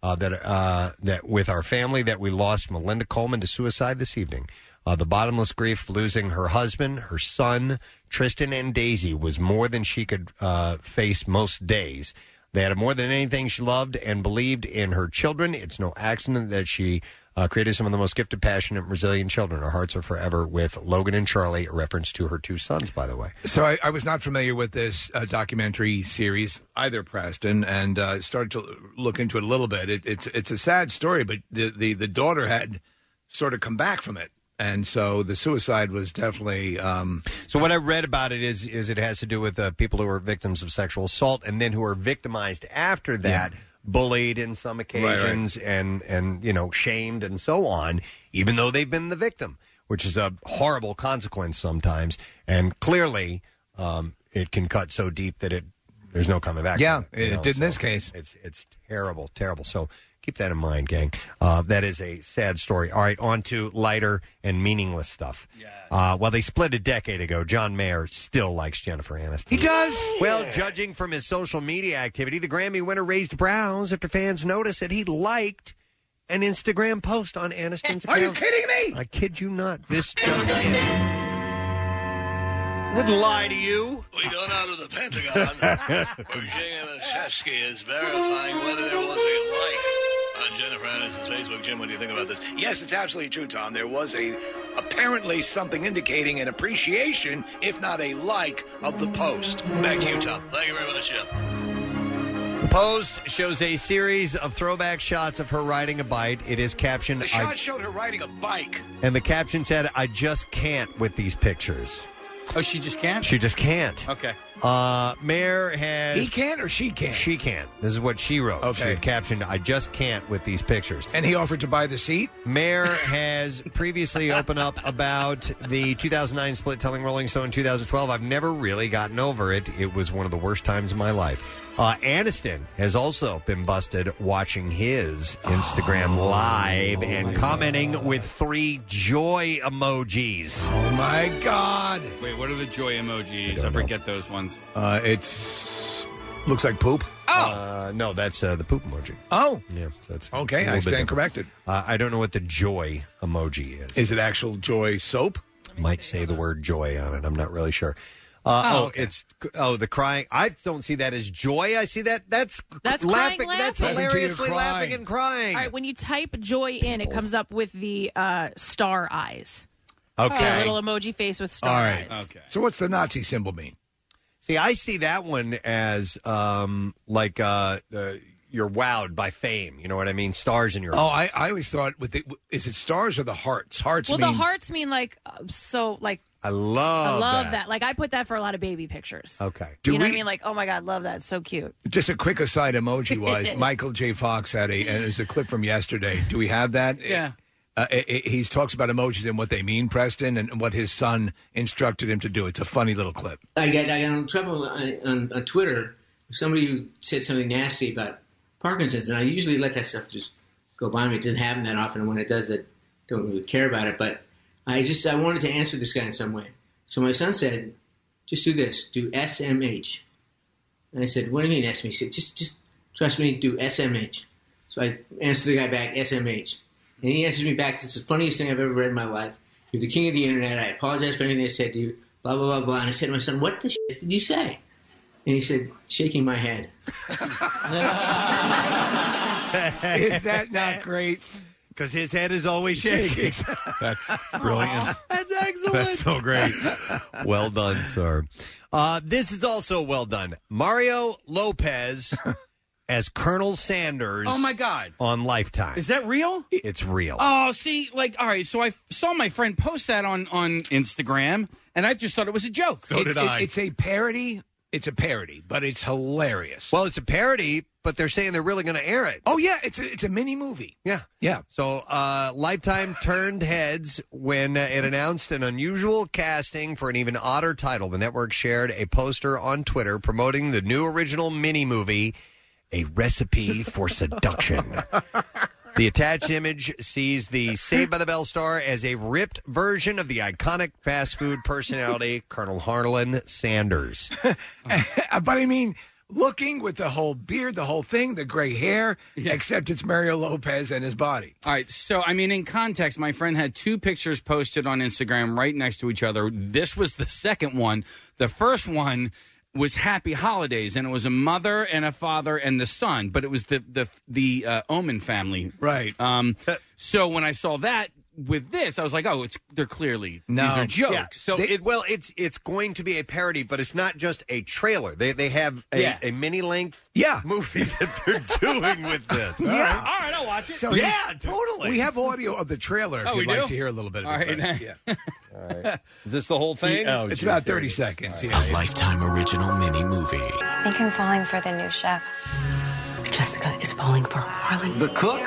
Speaker 3: Uh, that uh, that with our family that we lost Melinda Coleman to suicide this evening. Uh, the bottomless grief of losing her husband, her son, Tristan, and Daisy was more than she could uh, face most days. They had more than anything she loved and believed in her children. It's no accident that she uh, created some of the most gifted, passionate, and resilient children. Our hearts are forever with Logan and Charlie, a reference to her two sons, by the way.
Speaker 8: So I, I was not familiar with this uh, documentary series either, Preston, and uh, started to look into it a little bit. It, it's it's a sad story, but the, the the daughter had sort of come back from it, and so the suicide was definitely. Um,
Speaker 3: So what I read about it is is it has to do with uh, people who are victims of sexual assault and then who are victimized after that, bullied in some
Speaker 1: right.
Speaker 3: occasions and and you know shamed and so on, even though they've been the victim, which is a horrible consequence sometimes. And clearly, um, it can cut so deep that it there's no coming back.
Speaker 8: yeah,
Speaker 3: from
Speaker 8: it,
Speaker 3: you know,
Speaker 8: did in
Speaker 3: so
Speaker 8: this case.
Speaker 3: It's it's terrible, terrible. So keep that in mind, gang. Uh, that is a sad story. All right, on to lighter and meaningless stuff. Uh, while they split a decade ago, John Mayer still likes Jennifer Aniston. He
Speaker 8: does.
Speaker 3: Well, judging from his social media activity, the Grammy winner raised brows after fans noticed that he liked an Instagram post on Aniston's
Speaker 8: Are you
Speaker 3: account.
Speaker 8: kidding
Speaker 3: me? I kid you not. This just in. Would lie to you.
Speaker 15: We don't out of the Pentagon. Virginia Mishevsky is verifying whether there was a like on Jennifer Aniston's Facebook. Jim, what do you think about this?
Speaker 8: Yes, it's absolutely true, Tom. There was a apparently something indicating an appreciation, if not a like, of the post.
Speaker 15: Back to you, Tom. Thank you very much, Jim.
Speaker 3: The post shows a series of throwback shots of her riding a bike. It is captioned,
Speaker 8: The
Speaker 3: I,
Speaker 8: shot showed her riding a bike.
Speaker 3: and the caption said, "I just can't with these pictures."
Speaker 6: Oh, she just can't.
Speaker 3: She just can't.
Speaker 6: Okay.
Speaker 3: Uh, Mayor has
Speaker 8: He can't or she can't?
Speaker 3: She can't. This is what she wrote. She
Speaker 8: Okay.
Speaker 3: had captioned, "I just can't with these pictures."
Speaker 8: And he offered to buy the seat.
Speaker 3: Mayer has previously opened up about the 2009 split, telling Rolling Stone in 2012, I've never really gotten over it. It was one of the worst times of my life. Uh, Aniston has also been busted watching his Instagram
Speaker 8: Oh,
Speaker 3: live and commenting with three joy emojis.
Speaker 8: Oh, my God.
Speaker 6: Wait, what are the joy emojis? I, forget those ones.
Speaker 8: Uh, it's looks like poop.
Speaker 3: Oh. Uh, no, that's uh, the poop emoji.
Speaker 8: Oh,
Speaker 3: Yeah, so that's
Speaker 8: Okay, I stand corrected.
Speaker 3: Uh, I don't know what the joy emoji is.
Speaker 8: Is it actual joy soap?
Speaker 3: Might say the word joy on it. I'm not really sure. Uh,
Speaker 8: Oh,
Speaker 3: oh, it's oh the crying. I don't see that as joy. I see that that's
Speaker 4: That's
Speaker 3: laughing.
Speaker 4: Crying,
Speaker 3: That's
Speaker 4: laughing.
Speaker 3: hilariously laughing and crying.
Speaker 4: All right, when you type joy in, it comes up with the uh, star eyes.
Speaker 3: Okay.
Speaker 4: A little emoji face with star
Speaker 8: All right. Uh,
Speaker 4: eyes.
Speaker 8: So what's the Nazi symbol mean?
Speaker 3: See, I see that one as um like uh, uh you're wowed by fame. You know what I mean? Stars in your
Speaker 8: Oh, I, I always thought with the is it stars or the hearts? Hearts.
Speaker 4: Well,
Speaker 8: mean,
Speaker 4: the hearts mean like uh, so like
Speaker 3: I love
Speaker 4: I love that. Like I put that for a lot of baby pictures.
Speaker 3: Okay.
Speaker 8: Do
Speaker 4: you know
Speaker 8: we-
Speaker 4: what I mean? Like oh my god, love that, so cute.
Speaker 8: Just a quick aside, emoji wise, Michael J. Fox had a and it was a clip from yesterday. Do we have that?
Speaker 6: Yeah.
Speaker 8: Uh, it, it, he talks about emojis and what they mean, Preston, and what his son instructed him to do. It's a funny little clip.
Speaker 16: I got I got in trouble on, on, on Twitter. Somebody said something nasty about Parkinson's, and I usually let that stuff just go by me. It doesn't happen that often, and when it does, I don't really care about it. But I just I wanted to answer this guy in some way. So my son said, "Just do this. Do SMH." And I said, "What do you mean SMH?" He said, "Just just trust me. Do SMH." So I answered the guy back, SMH. And he answers me back, this is the funniest thing I've ever read in my life. You're the king of the internet. I apologize for anything I said to you. Blah, blah, blah, blah. And I said to my son, what the shit did you say? And he said, shaking my head.
Speaker 8: Is that not great?
Speaker 17: because his head is always shaking.
Speaker 11: That's brilliant.
Speaker 17: That's excellent.
Speaker 11: That's so great.
Speaker 3: well done, sir.
Speaker 18: Uh, this is also well done.
Speaker 3: Mario Lopez as Colonel Sanders.
Speaker 6: Oh my God.
Speaker 3: On Lifetime.
Speaker 6: Is that real?
Speaker 3: It's real.
Speaker 6: Oh, see, like, all right. So I f- saw my friend post that on on Instagram, and I just thought it was a joke.
Speaker 8: It- it- it's a parody. It's a parody, but it's hilarious.
Speaker 3: Well, it's a parody, but they're saying they're really going to air it.
Speaker 8: Oh yeah, it's a, it's a mini movie.
Speaker 3: Yeah.
Speaker 8: Yeah.
Speaker 3: So uh, Lifetime turned heads when uh, it announced an unusual casting for an even odder title. The network shared a poster on Twitter promoting the new original mini movie, A Recipe for Seduction. The attached image sees the Saved by the Bell star as a ripped version of the iconic fast food personality, Colonel Harlan Sanders.
Speaker 8: but I mean, looking with the whole beard, the whole thing, the gray hair, except it's Mario Lopez and his body.
Speaker 6: All right. So, I mean, in context, my friend had two pictures posted on Instagram right next to each other. This was the second one. The first one was Happy Holidays, and it was a mother and a father and the son, but it was the the the uh, Omen family,
Speaker 8: right? Uh,
Speaker 6: Um. So when I saw that with this, I was like, oh, it's they're clearly these are jokes.
Speaker 3: Yeah, so it well, it's it's going to be a parody, but it's not just a trailer. They they have a,
Speaker 6: Yeah.
Speaker 3: a mini length
Speaker 8: yeah.
Speaker 3: movie that they're doing with this.
Speaker 8: Yeah.
Speaker 6: All right, I'll watch it.
Speaker 8: So
Speaker 3: yeah,
Speaker 8: he's-
Speaker 3: totally.
Speaker 8: We have audio of the trailer if
Speaker 3: Oh,
Speaker 8: you'd
Speaker 3: we
Speaker 8: like
Speaker 3: do?
Speaker 8: to hear a little bit of
Speaker 3: All
Speaker 8: it.
Speaker 3: right.
Speaker 8: first. Yeah.
Speaker 3: All right. Is this the whole thing?
Speaker 8: Oh, It's geez, about there it 30 is. seconds,
Speaker 5: A lifetime original mini movie.
Speaker 19: I think I'm falling for the new chef. Jessica is falling for Harlan.
Speaker 5: The cook?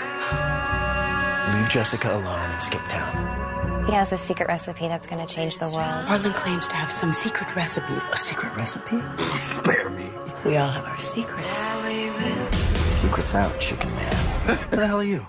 Speaker 5: Leave Jessica alone and skip town.
Speaker 19: He has a secret recipe that's going to change the world.
Speaker 5: Harlan claims to have some secret recipe. A secret recipe? Spare me. We all have our secrets. Secrets out, chicken man. Who the hell are you?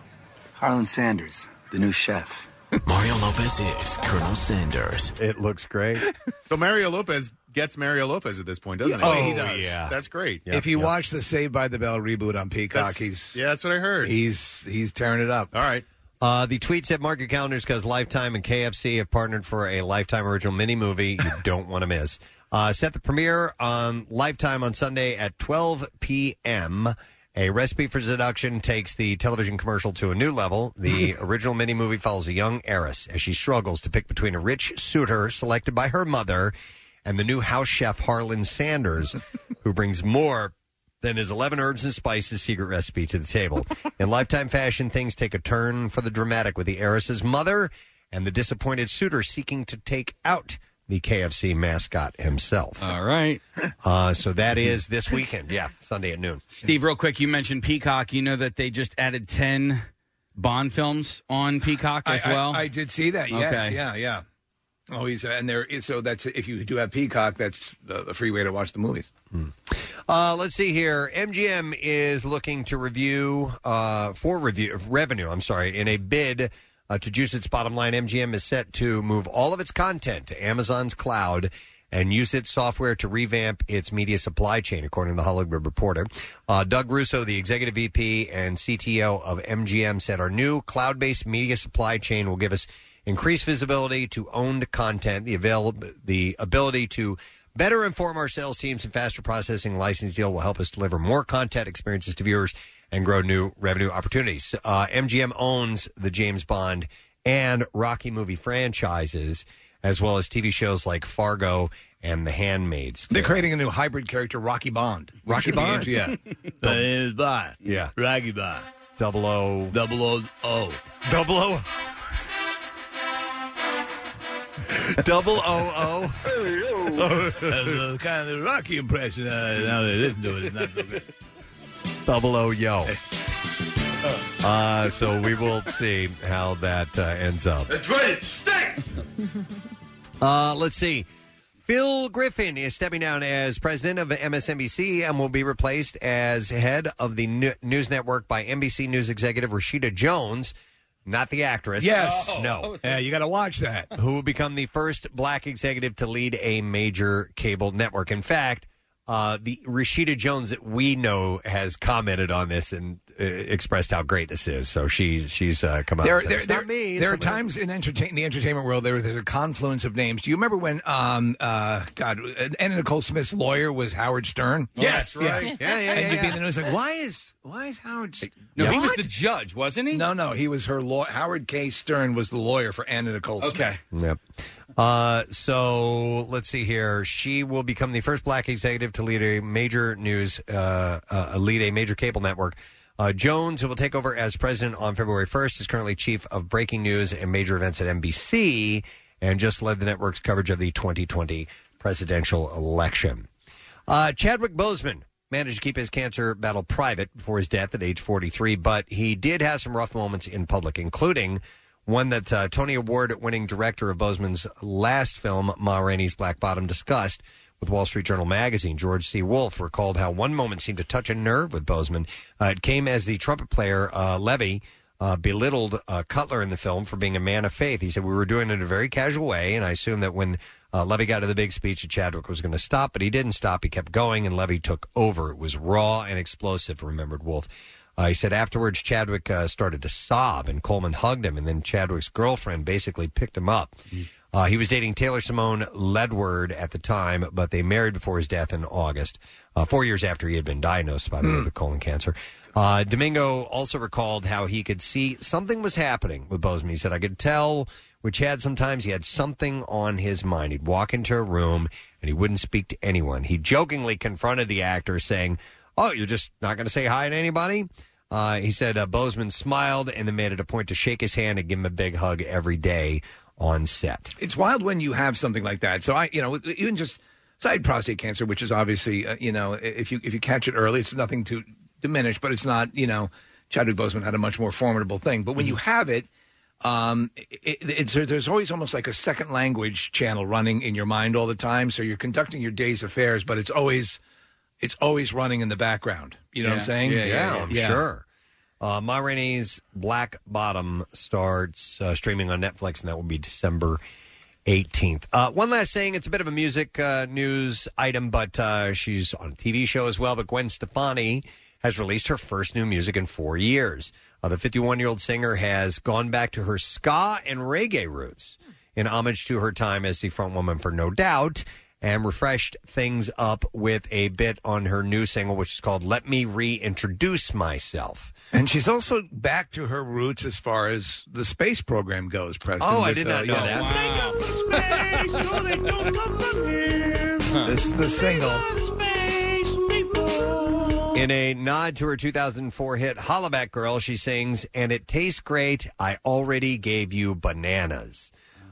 Speaker 20: Harlan Sanders, the new chef.
Speaker 5: Mario Lopez is Colonel Sanders.
Speaker 3: It looks great.
Speaker 11: So Mario Lopez gets Mario Lopez at this point, doesn't
Speaker 8: Yeah.
Speaker 11: it?
Speaker 8: Oh, he does. yeah.
Speaker 11: That's great.
Speaker 8: if you watch the Saved by the Bell reboot on Peacock,
Speaker 11: That's-
Speaker 8: he's
Speaker 11: yeah, that's what I heard.
Speaker 8: he's he's tearing it up.
Speaker 11: All right.
Speaker 3: Uh, the tweet said, mark your calendars because Lifetime and KFC have partnered for a Lifetime original mini movie you don't want to miss. Uh, set the premiere on Lifetime on Sunday at 12 p.m. A recipe for seduction takes the television commercial to a new level. The original mini movie follows a young heiress as she struggles to pick between a rich suitor selected by her mother and the new house chef Harlan Sanders, who brings more than his 11 herbs and spices secret recipe to the table. In lifetime fashion, things take a turn for the dramatic with the heiress's mother and the disappointed suitor seeking to take out the KFC mascot himself.
Speaker 6: All right.
Speaker 3: Uh, so that is this weekend. Yeah, Sunday at noon.
Speaker 6: Steve, real quick, you mentioned Peacock. You know that they just added 10 Bond films on Peacock as
Speaker 8: I- I-
Speaker 6: well?
Speaker 8: I, did see that. Yes.
Speaker 6: Okay.
Speaker 8: Yeah. Yeah. Oh, he's and there. is- So that's if you do have Peacock, that's uh, a free way to watch the movies.
Speaker 3: Uh, let's see here. MGM is looking to review uh, for review revenue. I'm sorry, in a bid uh, to juice its bottom line. MGM is set to move all of its content to Amazon's cloud and use its software to revamp its media supply chain, according to the Hollywood Reporter. Uh, Doug Russo, the executive VP and CTO of MGM, said our new cloud-based media supply chain will give us increased visibility to owned content, the avail- the ability to Better inform our sales teams and faster processing license deal will help us deliver more content experiences to viewers and grow new revenue opportunities. Uh, MGM owns the James Bond and Rocky movie franchises, as well as TV shows like Fargo and The Handmaid's.
Speaker 8: They're creating a new hybrid character, Rocky Bond.
Speaker 3: Rocky Bond?
Speaker 8: Yeah.
Speaker 3: My name
Speaker 17: is Bond.
Speaker 3: Yeah.
Speaker 17: Rocky Bond.
Speaker 3: Double O.
Speaker 17: Double O. O.
Speaker 3: Double O. Double O
Speaker 17: O. That's uh, kind of the Rocky impression. Uh, now that I listen to it, it's not so good.
Speaker 3: Double O Yo. Uh, so we will see how that uh, ends up.
Speaker 21: That's right, it
Speaker 3: Oh,
Speaker 21: stinks.
Speaker 3: Uh, let's see. Phil Griffin is stepping down as president of MSNBC and will be replaced as head of the nu- news network by NBC News executive Rashida Jones, not the actress.
Speaker 8: Yes. Oh, I
Speaker 3: no.
Speaker 8: was like- Yeah, you got to watch that.
Speaker 3: Who will become the first black executive to lead a major cable network? In fact, Uh, the Rashida Jones that we know has commented on this and uh, expressed how great this is. So she she's uh, come out.
Speaker 8: There,
Speaker 3: and said,
Speaker 8: there,
Speaker 3: "It's
Speaker 8: there,
Speaker 3: not me. it's
Speaker 8: there are
Speaker 3: somebody
Speaker 8: times in entertain the entertainment world there there's a confluence of names. Do you remember when um uh God Anna Nicole Smith's lawyer was Howard Stern?
Speaker 6: Oh, Yes, right. Yeah,
Speaker 8: and
Speaker 6: yeah, yeah,
Speaker 8: you'd be in
Speaker 6: yeah.
Speaker 8: the news like, why is why is Howard? St-
Speaker 6: No, he was
Speaker 8: What?
Speaker 6: the judge, wasn't he?
Speaker 8: No, no, he was her law. Howard K. Stern was the lawyer for Anna Nicole. Smith.
Speaker 6: Okay.
Speaker 3: Yep. Uh, so let's see here. She will become the first black executive to lead a major news, uh, uh, lead a major cable network. Uh, Jones, who will take over as president on February 1st, is currently chief of breaking news and major events at NBC and just led the network's coverage of the 2020 presidential election. Uh, Chadwick Boseman managed to keep his cancer battle private before his death at age 43, but he did have some rough moments in public, including one that uh, Tony Award winning director of Boseman's last film, Ma Rainey's Black Bottom, discussed with Wall Street Journal magazine. George C. Wolfe recalled how one moment seemed to touch a nerve with Boseman. Uh, it came as the trumpet player, uh, Levy, uh, belittled uh, Cutler in the film for being a man of faith. He said, We were doing it in a very casual way, and I assumed that when uh, Levy got to the big speech, that Chadwick was going to stop, but he didn't stop. He kept going, and Levy took over. It was raw and explosive, remembered Wolf. Uh, he said afterwards, Chadwick uh, started to sob, and Coleman hugged him, and then Chadwick's girlfriend basically picked him up. Uh, he was dating Taylor Simone Ledward at the time, but they married before his death in August, uh, four years after he had been diagnosed, by the way, with colon cancer. Uh, Domingo also recalled how he could see something was happening with Bozeman. He said, I could tell with Chad sometimes he had something on his mind. He'd walk into a room and he wouldn't speak to anyone. He jokingly confronted the actor, saying, Oh, you're just not going to say hi to anybody? Uh, he said uh, Bozeman smiled and then made it a point to shake his hand and give him a big hug every day on set.
Speaker 8: It's wild when you have something like that. So I, you know, even just side prostate cancer, which is obviously, uh, you know, if you if you catch it early, it's nothing to diminish, but it's not, you know, Chadwick Boseman had a much more formidable thing. But when you
Speaker 3: Mm-hmm.
Speaker 8: have it, um, it, it's there's always almost like a second language channel running in your mind all the time. So you're conducting your day's affairs, but it's always it's always running in the background. You know what I'm saying?
Speaker 3: Yeah, I'm sure. Uh, Ma Rainey's Black Bottom starts uh, streaming on Netflix, and that will be December 18th. Uh, one last thing it's a bit of a music uh, news item, but uh, she's on a TV show as well. But Gwen Stefani has released her first new music in four years. Uh, the 51 year old singer has gone back to her ska and reggae roots in homage to her time as the frontwoman for No Doubt and refreshed things up with a bit on her new single, which is called Let Me Reintroduce Myself.
Speaker 8: And she's also back to her roots as far as the space program goes, Preston.
Speaker 3: Oh, I
Speaker 8: with,
Speaker 3: did
Speaker 8: uh,
Speaker 3: not know
Speaker 8: yeah.
Speaker 3: that.
Speaker 8: This the single.
Speaker 3: In a nod to her 2004 hit Hollaback Girl, she sings, And it tastes great. I already gave you bananas.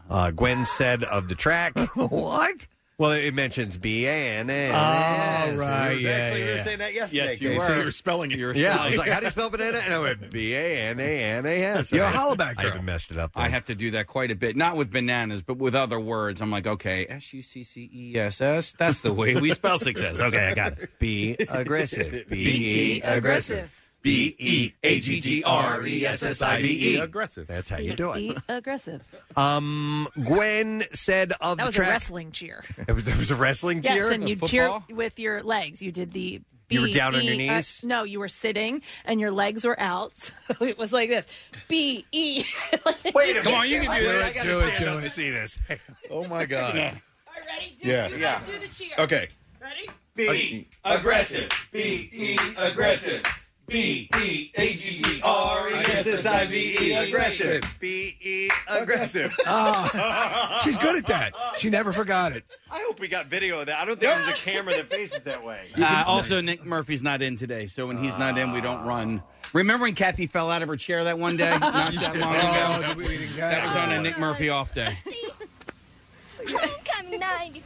Speaker 3: Uh, Gwen said of the track.
Speaker 8: what?
Speaker 3: Well, it mentions bananas.
Speaker 7: Oh,
Speaker 3: And
Speaker 7: right,
Speaker 3: we were-
Speaker 7: yeah,
Speaker 3: actually, we were
Speaker 7: yeah.
Speaker 3: saying that yesterday.
Speaker 7: Yes, you
Speaker 3: Casey.
Speaker 7: were. So you were spelling it. You were
Speaker 3: yeah, I
Speaker 7: spelling
Speaker 3: was like,
Speaker 7: it.
Speaker 3: how do you spell banana? And I went, B-A-N-A-N-A-S.
Speaker 6: You're a
Speaker 3: And I-
Speaker 6: Hollaback
Speaker 3: I
Speaker 6: girl.
Speaker 3: even messed it up.
Speaker 6: I have to do that quite a bit, not with bananas, but with other words. I'm like, okay, S U C C E S S. That's the way we spell success. Okay, I got it.
Speaker 3: Be aggressive.
Speaker 5: E,
Speaker 6: Be aggressive.
Speaker 3: B E
Speaker 6: A G G R E S S I V E.
Speaker 11: Aggressive.
Speaker 3: That's how you do it.
Speaker 4: Be aggressive.
Speaker 3: Um, Gwen said
Speaker 4: That
Speaker 3: of the
Speaker 4: was a
Speaker 3: track.
Speaker 4: wrestling cheer.
Speaker 3: It was, it was a wrestling
Speaker 4: Yes,
Speaker 3: cheer.
Speaker 4: and you cheer with your legs. You did the.
Speaker 3: You were down on your
Speaker 4: B E- uh,
Speaker 3: knees?
Speaker 4: no, you were sitting and your legs were out. So it was like this. B E.
Speaker 3: Wait a Come on, you can do
Speaker 11: Let's do it. Do it.
Speaker 3: See this.
Speaker 11: Oh my God.
Speaker 4: Ready?
Speaker 11: Do- Yeah. you guys
Speaker 4: do the cheer.
Speaker 11: Okay.
Speaker 4: Ready?
Speaker 3: E
Speaker 11: Be
Speaker 7: aggressive. B E aggressive. B E A G G R E S S I V E aggressive.
Speaker 3: B E aggressive.
Speaker 4: Oh.
Speaker 8: Ah, she's good at that. She never forgot it.
Speaker 3: I hope we got video of that. I don't think there's a camera that faces that way.
Speaker 6: Uh, also, Nick Murphy's not in today, so when he's not in, we don't run. Remember when Kathy fell out of her chair that one day, not that long
Speaker 7: Oh,
Speaker 6: ago?
Speaker 7: we didn't get
Speaker 6: that was
Speaker 7: it.
Speaker 6: on a Nick Murphy off day.
Speaker 22: Homecoming 95.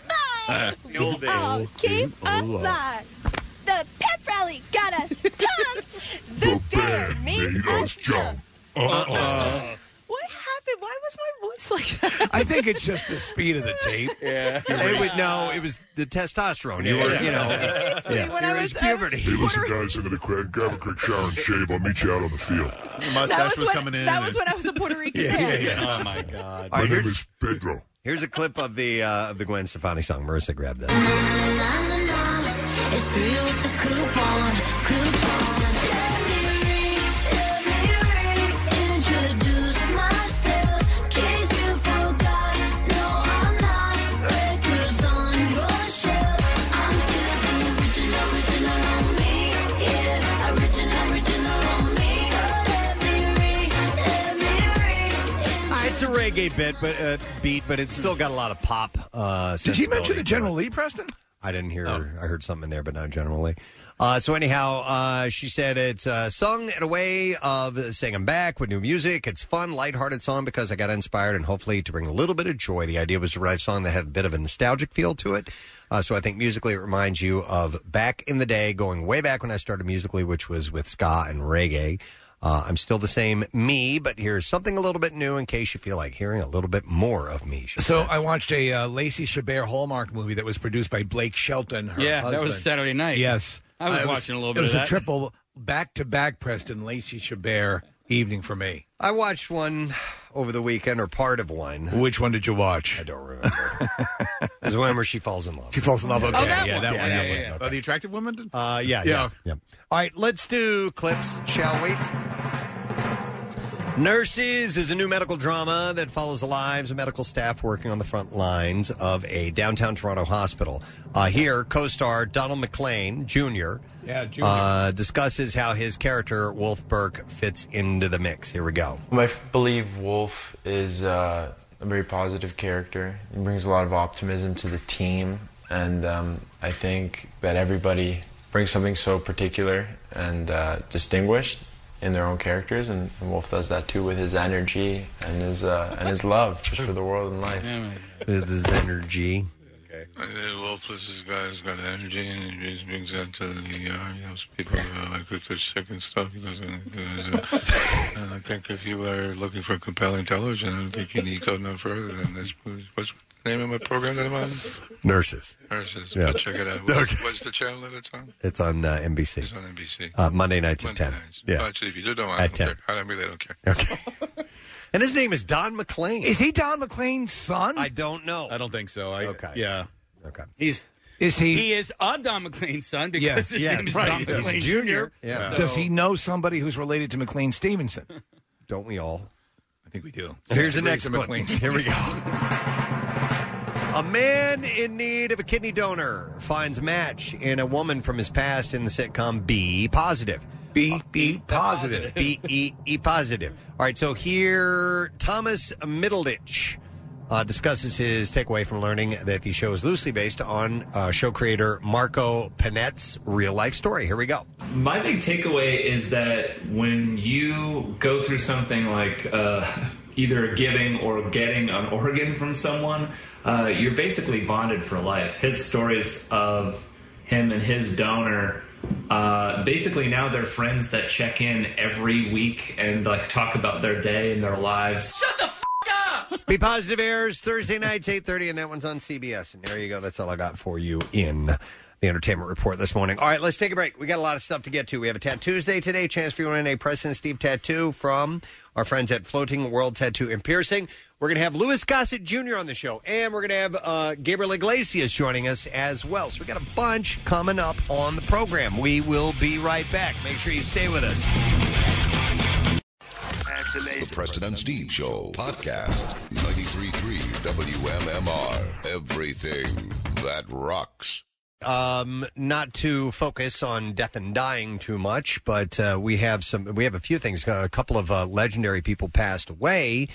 Speaker 6: Uh,
Speaker 4: Oh,
Speaker 22: All came alive. The pep rally got us pumped. The bear made us jump.
Speaker 8: Uh-uh.
Speaker 4: What happened? Why was my voice like that?
Speaker 8: I think it's just the speed of the tape.
Speaker 6: Yeah.
Speaker 3: It would, no, it was the testosterone. You were, you know.
Speaker 4: Yeah. when I was- uh,
Speaker 3: puberty.
Speaker 23: Hey, listen, guys, I'm gonna grab, grab a quick shower and shave. I'll meet you out on the field.
Speaker 11: The mustache was,
Speaker 4: when,
Speaker 11: coming in.
Speaker 4: That was when I was a Puerto Rican. kid.
Speaker 6: Oh my god.
Speaker 3: My name is Pedro. Here's a clip of the uh, of the Gwen Stefani song. Marissa, grab that.
Speaker 5: It's free with the coupon, coupon. Let me read, let me read. Introduce myself, case you forgot. No, I'm not. Records on your shelf. I'm still the original, original on me. Yeah, original, original on me. So let me read, let me read.
Speaker 3: Ah, it's a reggae bit, but uh, beat, but it's still got a lot of pop. Uh,
Speaker 8: Did you
Speaker 3: sensibility
Speaker 8: mention the
Speaker 3: to it.
Speaker 8: General Lee, Preston? Oh.
Speaker 3: I didn't hear. I heard something there, but not generally. Uh, so anyhow, uh, she said it's uh, sung in a way of singing back with new music. It's fun, lighthearted song because I got inspired and hopefully to bring a little bit of joy. The idea was to write a song that had a bit of a nostalgic feel to it. Uh, so I think musically it reminds you of back in the day, going way back when I started musically, which was with ska and reggae. Uh, I'm still the same me, but here's something a little bit new in case you feel like hearing a little bit more of me.
Speaker 8: So I watched a uh, Lacey Chabert Hallmark movie that was produced by Blake Shelton. Her
Speaker 6: Yeah, that
Speaker 8: husband.
Speaker 6: was Saturday night.
Speaker 8: Yes,
Speaker 6: I was watching a little
Speaker 8: It
Speaker 6: bit
Speaker 8: was a
Speaker 6: of that.
Speaker 8: triple back to back Preston Lacey Chabert evening for me.
Speaker 3: I watched one over the weekend or part of one.
Speaker 8: Which one did you watch? I
Speaker 3: don't remember. There's one where she falls in love.
Speaker 8: She falls in love. Okay, yeah, Oh, that one. Yeah,
Speaker 3: Oh, yeah.
Speaker 11: Uh, the attractive woman. did-
Speaker 3: Uh, yeah, yeah,
Speaker 11: Yeah.
Speaker 3: yeah, All right, let's do clips, shall we? Nurses is a new medical drama that follows the lives of medical staff working on the front lines of a downtown Toronto hospital. Uh, here, co-star Donald McLean Jr.
Speaker 8: Yeah, Junior.
Speaker 3: Uh, discusses how his character Wolf Burke fits into the mix. Here we go.
Speaker 24: I f- believe Wolf is uh, a very positive character. He brings a lot of optimism to the team, and um, I think that everybody brings something so particular and uh, distinguished in their own characters, and, and Wolf does that too with his energy and his uh, and his love just for the world and life.
Speaker 3: With his energy.
Speaker 24: Okay.
Speaker 25: The Wolf plus this guy who's got energy and he just brings that to the ER. He helps people uh, like with their sick and stuff. He goes and does it. And I think if you are looking for compelling television, I don't think you need go no further than this. What's the name of my program that I'm on?
Speaker 3: Nurses.
Speaker 25: Nurses.
Speaker 3: Yeah.
Speaker 25: But check it out. What's,
Speaker 3: Okay.
Speaker 25: what's the channel that it's on?
Speaker 3: It's on uh, NBC.
Speaker 25: It's on NBC.
Speaker 3: Uh, Monday nights
Speaker 25: Monday
Speaker 3: at ten.
Speaker 25: nights.
Speaker 3: Yeah.
Speaker 25: Oh, actually, if you do, don't mind.
Speaker 3: At
Speaker 25: I don't
Speaker 3: 10.
Speaker 25: care. I don't really don't care.
Speaker 3: Okay. and his name is Don McLean.
Speaker 8: Is he Don McLean's son?
Speaker 3: I don't know.
Speaker 6: I don't think so. I, okay. Yeah.
Speaker 3: Okay.
Speaker 6: He's
Speaker 8: Is he-
Speaker 6: He is a Don McLean's son because
Speaker 8: Yes,
Speaker 6: his name is
Speaker 8: right.
Speaker 6: Don McLean Jr. So-
Speaker 8: Does he know somebody who's related to McLean Stevenson?
Speaker 3: Don't we all?
Speaker 8: I think we do.
Speaker 3: So here's
Speaker 8: Six
Speaker 3: the
Speaker 8: degrees
Speaker 3: next
Speaker 8: of
Speaker 3: clip.
Speaker 8: McLean
Speaker 3: Here we go.
Speaker 8: Stevenson.
Speaker 3: A man in need of a kidney donor finds a match in a woman from his past in the sitcom B Positive. Uh, E
Speaker 8: B B Positive.
Speaker 3: B E E Positive. All right, so here Thomas Middleditch uh, discusses his takeaway from learning that the show is loosely based on uh, show creator Marco Panett's real life story. Here we go.
Speaker 26: My big takeaway is that when you go through something like uh, either giving or getting an organ from someone, uh, you're basically bonded for life. His stories of him and his donor. Uh, basically, now they're friends that check in every week and like talk about their day and their lives.
Speaker 3: Shut the f- up! Be positive airs Thursday nights eight thirty, and that one's on CBS. And there you go. That's all I got for you in the entertainment report this morning. All right, let's take a break. We got a lot of stuff to get to. We have a Tattoos Day today. Chance for you to win a President Steve tattoo from our friends at Floating World Tattoo and Piercing. We're going to have Louis Gossett Jr. on the show, and we're going to have uh, Gabriel Iglesias joining us as well. So we got a bunch coming up on the program. We will be right back. Make sure you stay with us.
Speaker 27: The Preston and Steve Show podcast. 93.3 WMMR. Everything that rocks.
Speaker 3: um, not to focus on death and dying too much, but uh, we have some. We have a few things. A couple of uh, legendary people passed away,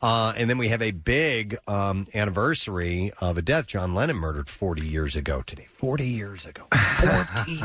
Speaker 3: uh, and then we have a big um, anniversary of a death. John Lennon murdered forty years ago today. Forty years ago. Forty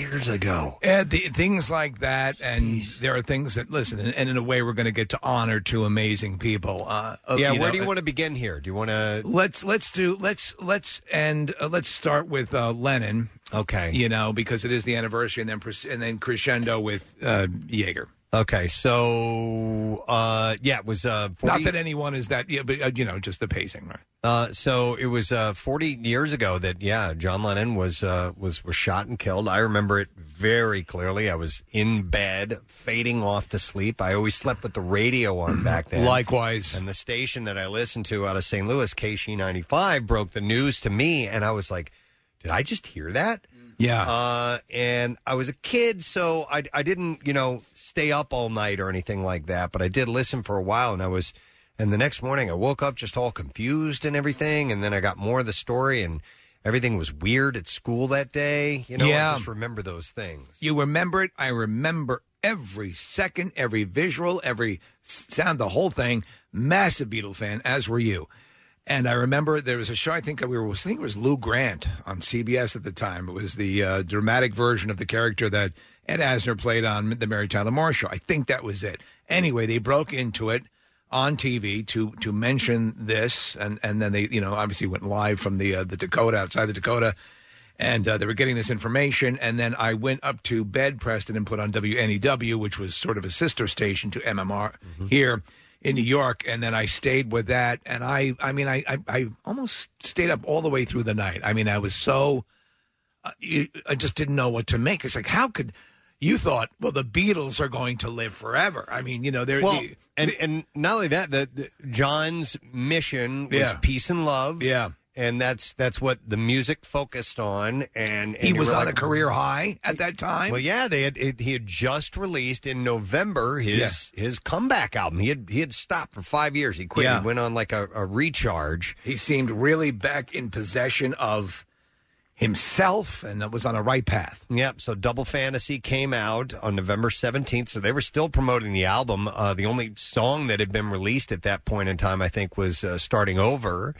Speaker 3: years ago.
Speaker 8: And the, things like that, and there are things that listen, and, and in a way, we're going to get to honor two amazing people. Uh, uh,
Speaker 3: yeah. Where
Speaker 8: know,
Speaker 3: do you
Speaker 8: uh,
Speaker 3: want to begin here? Do you want to?
Speaker 8: Let's let's do let's let's and uh, let's start with uh, Lennon.
Speaker 3: Okay,
Speaker 8: you know because it is the anniversary, and then pres- and then crescendo with uh, Jaeger.
Speaker 3: Okay, so uh, yeah, it was uh, 40,
Speaker 8: Not that anyone is that, yeah, but uh, you know, just the pacing, right?
Speaker 3: Uh, so it was uh, 40 years ago that yeah, John Lennon was uh, was was shot and killed. I remember it very clearly. I was in bed, fading off to sleep. I always slept with the radio on back then.
Speaker 8: Likewise,
Speaker 3: and the station that I listened to out of St. Louis, KC ninety five, broke the news to me, and I was like, "Did I just hear that?"
Speaker 8: Yeah.
Speaker 3: Uh, and I was a kid, so I, I didn't, you know, stay up all night or anything like that, but I did listen for a while and I was, and the next morning I woke up just all confused and everything. And then I got more of the story and everything was weird at school that day. You know,
Speaker 8: Yeah.
Speaker 3: I just remember those things.
Speaker 8: You remember it. I remember every second, every visual, every s- sound, the whole thing. Massive Beatle fan, as were you. And I remember there was a show. I think we were. I think it was Lou Grant on CBS at the time. It was the uh, dramatic version of the character that Ed Asner played on the Mary Tyler Moore Show. I think that was it. Anyway, they broke into it on TV to to mention this, and and then they you know obviously went live from the uh, the Dakota outside the Dakota, and uh, they were getting this information. And then I went up to bed, Preston, and put on WNEW, which was sort of a sister station to MMR
Speaker 3: Mm-hmm.
Speaker 8: here in New York. And then I stayed with that. And I, I mean, I, I, I almost stayed up all the way through the night. I mean, I was so, uh, you- I just didn't know what to make. It's like, how could you thought? Well, the Beatles are going to live forever. I mean, you know, they're
Speaker 3: Well,
Speaker 8: the-
Speaker 3: and and not only that, the, the John's mission was
Speaker 8: Yeah.
Speaker 3: peace and love.
Speaker 8: Yeah.
Speaker 3: and that's that's what the music focused on. And, and
Speaker 8: he
Speaker 3: they
Speaker 8: was
Speaker 3: were
Speaker 8: on
Speaker 3: like-
Speaker 8: a career high at that time.
Speaker 3: Well, yeah, they had it, he had just released in November his his comeback album. He had he had stopped for five years. He quit.
Speaker 8: Yeah.
Speaker 3: He went on like a, a recharge.
Speaker 8: He seemed really back in possession of himself and was on a right path.
Speaker 3: Yep. So Double Fantasy came out on November 17th. So they were still promoting the album. Uh, the only song that had been released at that point in time, I think, was uh, Starting Over.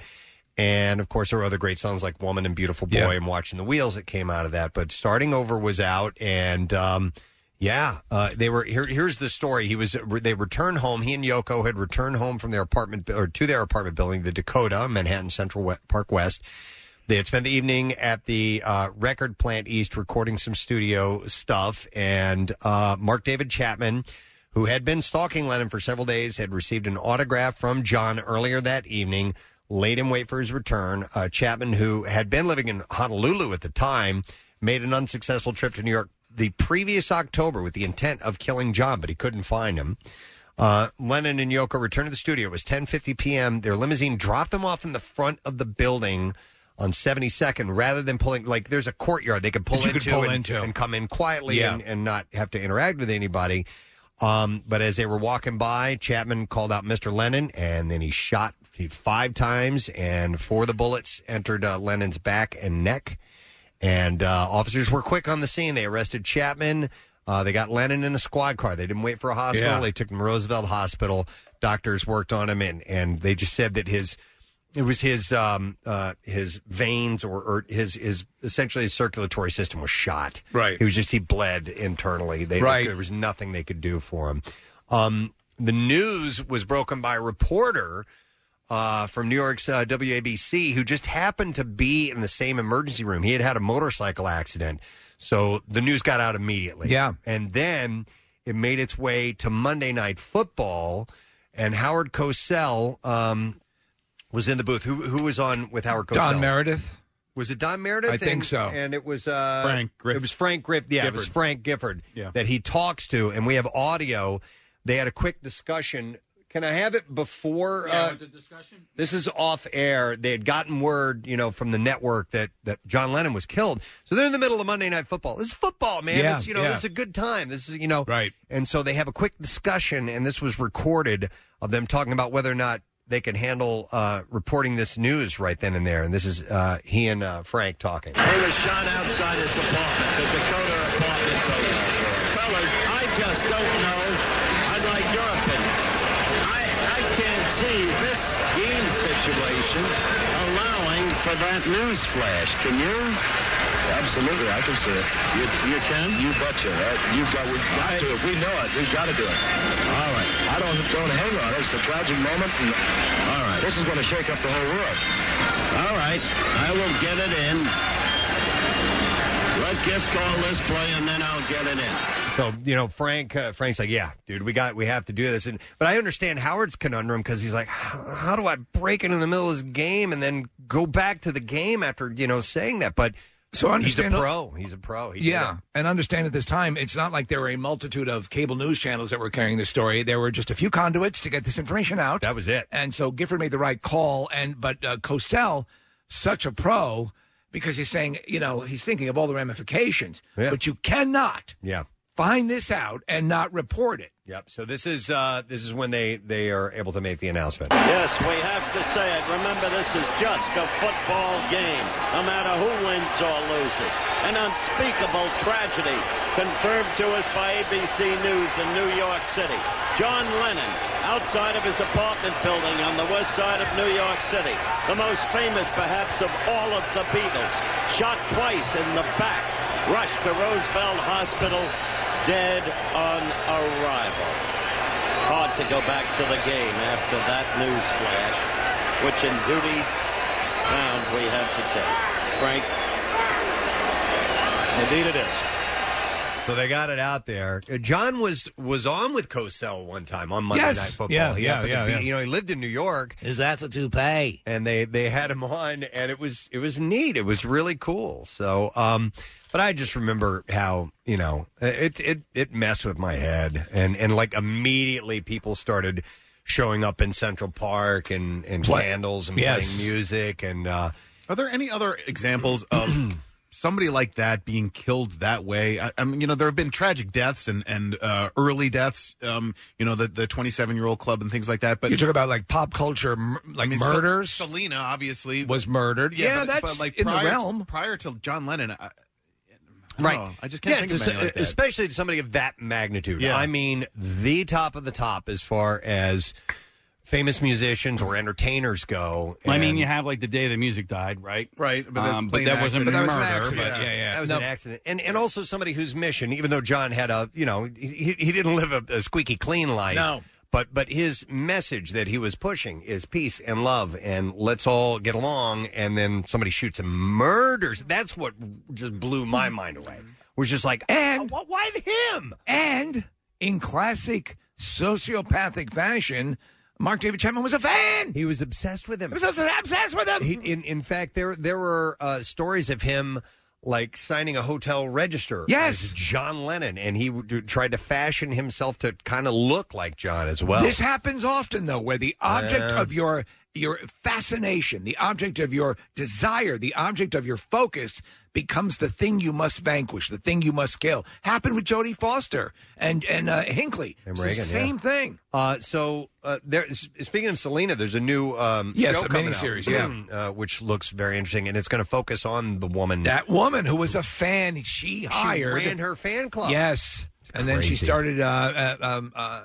Speaker 3: And of course, there were other great songs like Woman and Beautiful Boy and Watching the Wheels that came out of that. But Starting Over was out. And um, yeah, uh, they were here. Here's the story. He was they returned home. He and Yoko had returned home from their apartment or to their apartment building, the Dakota, Manhattan Central We- Park West. They had spent the evening at the uh, Record Plant East recording some studio stuff, and uh, Mark David Chapman, who had been stalking Lennon for several days, had received an autograph from John earlier that evening, laid in wait for his return. Uh, Chapman, who had been living in Honolulu at the time, made an unsuccessful trip to New York the previous October with the intent of killing John, but he couldn't find him. Uh, Lennon and Yoko returned to the studio. It was 10:50 p.m. Their limousine dropped them off in the front of the building on 72nd, rather than pulling like there's a courtyard they could pull,
Speaker 8: That you could
Speaker 3: into,
Speaker 8: pull
Speaker 3: and,
Speaker 8: into.
Speaker 3: and come in quietly
Speaker 8: Yeah.
Speaker 3: and, and not have to interact with anybody. Um, but as they were walking by, Chapman called out Mr. Lennon, and then he shot five times, and four of the bullets entered uh, Lennon's back and neck. And uh, officers were quick on the scene. They arrested Chapman. Uh, they got Lennon in a squad car. They didn't wait for a hospital.
Speaker 1: Yeah.
Speaker 3: They took him to Roosevelt Hospital. Doctors worked on him, and, and they just said that his it was his um, uh, his veins or, or his his essentially his circulatory system was shot.
Speaker 8: Right.
Speaker 3: He was just he bled internally. They,
Speaker 8: Right.
Speaker 3: There was nothing they could do for him. Um, the news was broken by a reporter uh, from New York's uh, WABC who just happened to be in the same emergency room. He had had a motorcycle accident, so the news got out immediately.
Speaker 8: Yeah.
Speaker 3: and then it made its way to Monday Night Football, and Howard Cosell um, was in the booth. Who who was on with Howard Cosell?
Speaker 8: Don Meredith.
Speaker 3: Was it Don Meredith?
Speaker 8: I think
Speaker 3: And-
Speaker 8: so.
Speaker 3: And it was uh,
Speaker 8: Frank Griff-
Speaker 3: It was Frank Griff. Yeah, it was
Speaker 8: Gifford.
Speaker 3: Frank Gifford
Speaker 8: Yeah.
Speaker 3: that he talks to, and we have audio. They had a quick discussion. Can I have it before? uh, this is off air. They had gotten word, you know, from the network that that John Lennon was killed. So they're in the middle of Monday Night Football. This is football, man.
Speaker 1: Yeah,
Speaker 3: it's you know,
Speaker 1: yeah.
Speaker 3: this is a good time. This is you know, right. And so they have a quick discussion, and this was recorded of them talking about whether or not they could handle uh, reporting this news right then and there. And this is uh, he and uh, Frank talking.
Speaker 5: He was shot outside his apartment, the Dakota apartment building. Fellas, I just don't know. I'd like your opinion. I, I can't see this game situation allowing for that news flash. Can you? Absolutely, I can see it. You, you can? You betcha. Right? You've got, we've got to. If we know it, we've got to do it. All right. I don't, don't hang on. It's a tragic moment. And, all right. This is going to shake up the whole world. All right. I will get it in. Let Giff call this play, and then I'll get it in.
Speaker 3: So you know, Frank. Uh, Frank's like, yeah, dude, we got, we have to do this. And but I understand Howard's conundrum because he's like, how how do I break it in the middle of this game and then go back to the game after you know saying that? But
Speaker 8: So I
Speaker 3: he's a
Speaker 8: understand-
Speaker 3: pro. He's a
Speaker 11: Oh,
Speaker 3: pro. He did
Speaker 8: yeah, and understand at this time, it's not like there were a multitude of cable news channels that were carrying this story. There were just a few conduits to get this information out. That
Speaker 3: was it.
Speaker 8: And so Gifford made the right call, and but uh, Cosell, such a pro, because he's saying, you know, he's thinking of all the ramifications.
Speaker 3: Yeah.
Speaker 8: But you cannot
Speaker 3: Yeah.
Speaker 8: find this out and not report it.
Speaker 3: Yep. So this is uh, this is when they they are able to make the announcement.
Speaker 9: Yes, we have to say it. Remember, this is just a football game, no matter who wins or loses. An unspeakable tragedy confirmed to us by ABC News in New York City. John Lennon, outside of his apartment building on the west side of New York City, the most famous perhaps of all of the Beatles, shot twice in the back, rushed to Roosevelt Hospital, dead on arrival. Hard to go back to the game after that news flash, which in duty bound we have to take. Frank, indeed it is.
Speaker 3: So they got it out there. Uh, John was was on with Cosell one time on Monday
Speaker 12: Yes.
Speaker 3: Night Football.
Speaker 12: Yeah,
Speaker 3: He
Speaker 12: yeah,
Speaker 3: happened to
Speaker 12: yeah,
Speaker 3: be-
Speaker 12: yeah.
Speaker 3: You know, he lived in New York. Is that a toupee? And they they had him on, and it was it was neat. It was really cool. So, um, but I just remember how you know it it it messed with my head, and and like immediately people started showing up in Central Park and and
Speaker 11: Play-
Speaker 3: candles and
Speaker 11: Yes.
Speaker 3: playing music and. uh
Speaker 11: Are there any other examples of somebody like that being killed that way? I, I mean, you know, there have been tragic deaths and and uh, early deaths. Um, you know, the the twenty seven year old club and things like that. But
Speaker 8: you talk about like pop culture, m- like
Speaker 11: I mean, Sel-
Speaker 8: murders.
Speaker 11: Selena obviously
Speaker 8: was murdered. Yeah,
Speaker 11: but-
Speaker 8: that's
Speaker 11: but, like
Speaker 8: in the
Speaker 11: prior to-
Speaker 8: realm.
Speaker 11: prior to John Lennon. I, I
Speaker 3: Right.
Speaker 11: don't know. Oh, I just can't
Speaker 3: Yeah,
Speaker 11: think of
Speaker 3: to-
Speaker 11: anything like that.
Speaker 3: Especially to somebody of that magnitude.
Speaker 11: Yeah.
Speaker 3: I mean, the top of the top as far as famous musicians or entertainers go.
Speaker 6: I mean,
Speaker 3: And-
Speaker 6: you have like the day the music died, right?
Speaker 11: Right,
Speaker 3: but that-
Speaker 6: um,
Speaker 3: plain
Speaker 6: but that wasn't
Speaker 3: accident. But that
Speaker 6: murder.
Speaker 3: was an accident.
Speaker 6: but yeah, yeah,
Speaker 3: That was an accident. And and also somebody whose mission, even though John had a, you know, he, he didn't live a, a squeaky clean life.
Speaker 8: No.
Speaker 3: But but his message that he was pushing is peace and love and let's all get along. And then somebody shoots and murders. That's what just blew my mind away. Was just like,
Speaker 8: and
Speaker 3: why him?
Speaker 8: And in classic sociopathic fashion, Mark David Chapman was a fan.
Speaker 3: He was obsessed with him.
Speaker 8: was obs- obsessed with him.
Speaker 3: He, in in fact, there there were uh, stories of him like signing a hotel register.
Speaker 8: Yes.
Speaker 3: as John Lennon, and he would- tried to fashion himself to kind of look like John as well.
Speaker 8: This happens often, though, where the object
Speaker 3: Yeah.
Speaker 8: of your your fascination, the object of your desire, the object of your focus becomes the thing you must vanquish, the thing you must kill. Happened with Jodie Foster and and uh, Hinkley.
Speaker 3: And
Speaker 8: It's
Speaker 3: Reagan,
Speaker 8: the same
Speaker 3: yeah.
Speaker 8: thing.
Speaker 3: Uh, so uh, there. s- Speaking of Selena, there's a new um,
Speaker 8: Yes,
Speaker 3: show
Speaker 8: a
Speaker 3: coming out,
Speaker 8: miniseries, yeah.
Speaker 3: uh, which looks very interesting, and it's going to focus on the woman.
Speaker 8: That woman who was a fan, she hired
Speaker 3: ran her fan club.
Speaker 8: Yes, and then she
Speaker 3: Crazy.
Speaker 8: started uh, uh, um, uh,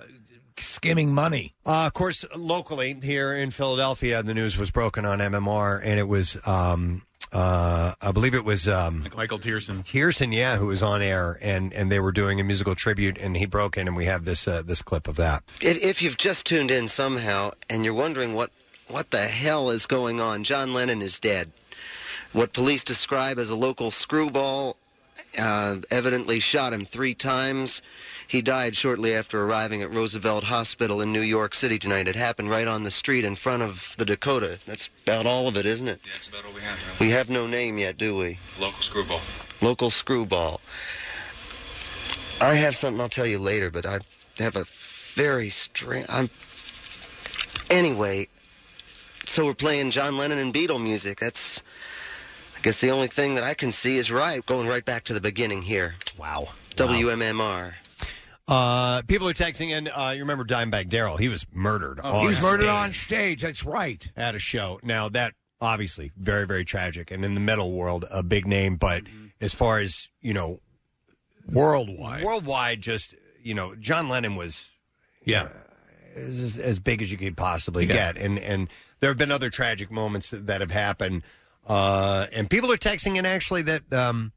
Speaker 8: skimming money.
Speaker 3: Uh, of course, locally here in Philadelphia, the news was broken on MMR, and it was, um, uh, I believe it was um,
Speaker 11: Michael Pearson.
Speaker 3: Pearson, yeah, who was on air, and and they were doing a musical tribute, and he broke in, and we have this uh, this clip of that.
Speaker 13: If, if you've just tuned in somehow and you're wondering what, what the hell is going on, John Lennon is dead. What police describe as a local screwball uh, evidently shot him three times. He died shortly after arriving at Roosevelt Hospital in New York City tonight. It happened right on the street in front of the Dakota. That's about all of it, isn't it?
Speaker 28: That's about all we have.
Speaker 13: We have no name yet, do we?
Speaker 28: Local screwball.
Speaker 13: Local screwball. I have something I'll tell you later, but I have a very strange. I'm. Anyway, so we're playing John Lennon and Beatle music. That's. I guess the only thing that I can see is right, going right back to the beginning here.
Speaker 3: Wow.
Speaker 13: WMMR.
Speaker 3: Uh, people are texting in. Uh, you remember Dimebag Daryl? He was murdered. on
Speaker 8: Oh, he was murdered
Speaker 3: stage
Speaker 8: on stage. That's right.
Speaker 3: at a show. Now that obviously very very tragic, and in the metal world, a big name, but as far as you know,
Speaker 8: Mm-hmm. worldwide,
Speaker 3: worldwide, just you know, John Lennon was uh,
Speaker 8: yeah.
Speaker 3: as, as- as big as you could possibly
Speaker 8: Yeah.
Speaker 3: get. And and there have been other tragic moments that, that have happened. Uh, and people are texting in actually that um,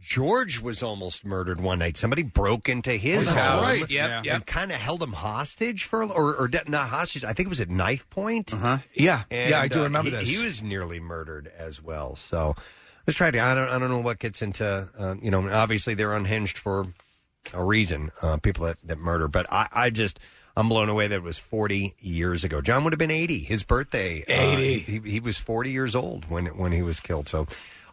Speaker 3: George was almost murdered one night. Somebody broke into his
Speaker 8: Oh, that's
Speaker 3: house
Speaker 8: right. Yep,
Speaker 3: and
Speaker 8: yep.
Speaker 3: kind of held him hostage for a- or or de- not hostage. I think it was at knife point. Uh-huh.
Speaker 8: Yeah, yeah, I do remember
Speaker 3: uh, he,
Speaker 8: this.
Speaker 3: He was nearly murdered as well. So let's try to. I don't. I don't know what gets into. Uh, you know, obviously they're unhinged for a reason. Uh, people that that murder, but I, I just. I'm blown away that it was 40 years ago. John would have been 80. His birthday. uh,
Speaker 8: 80.
Speaker 3: he, he was 40 years old when when he was killed. So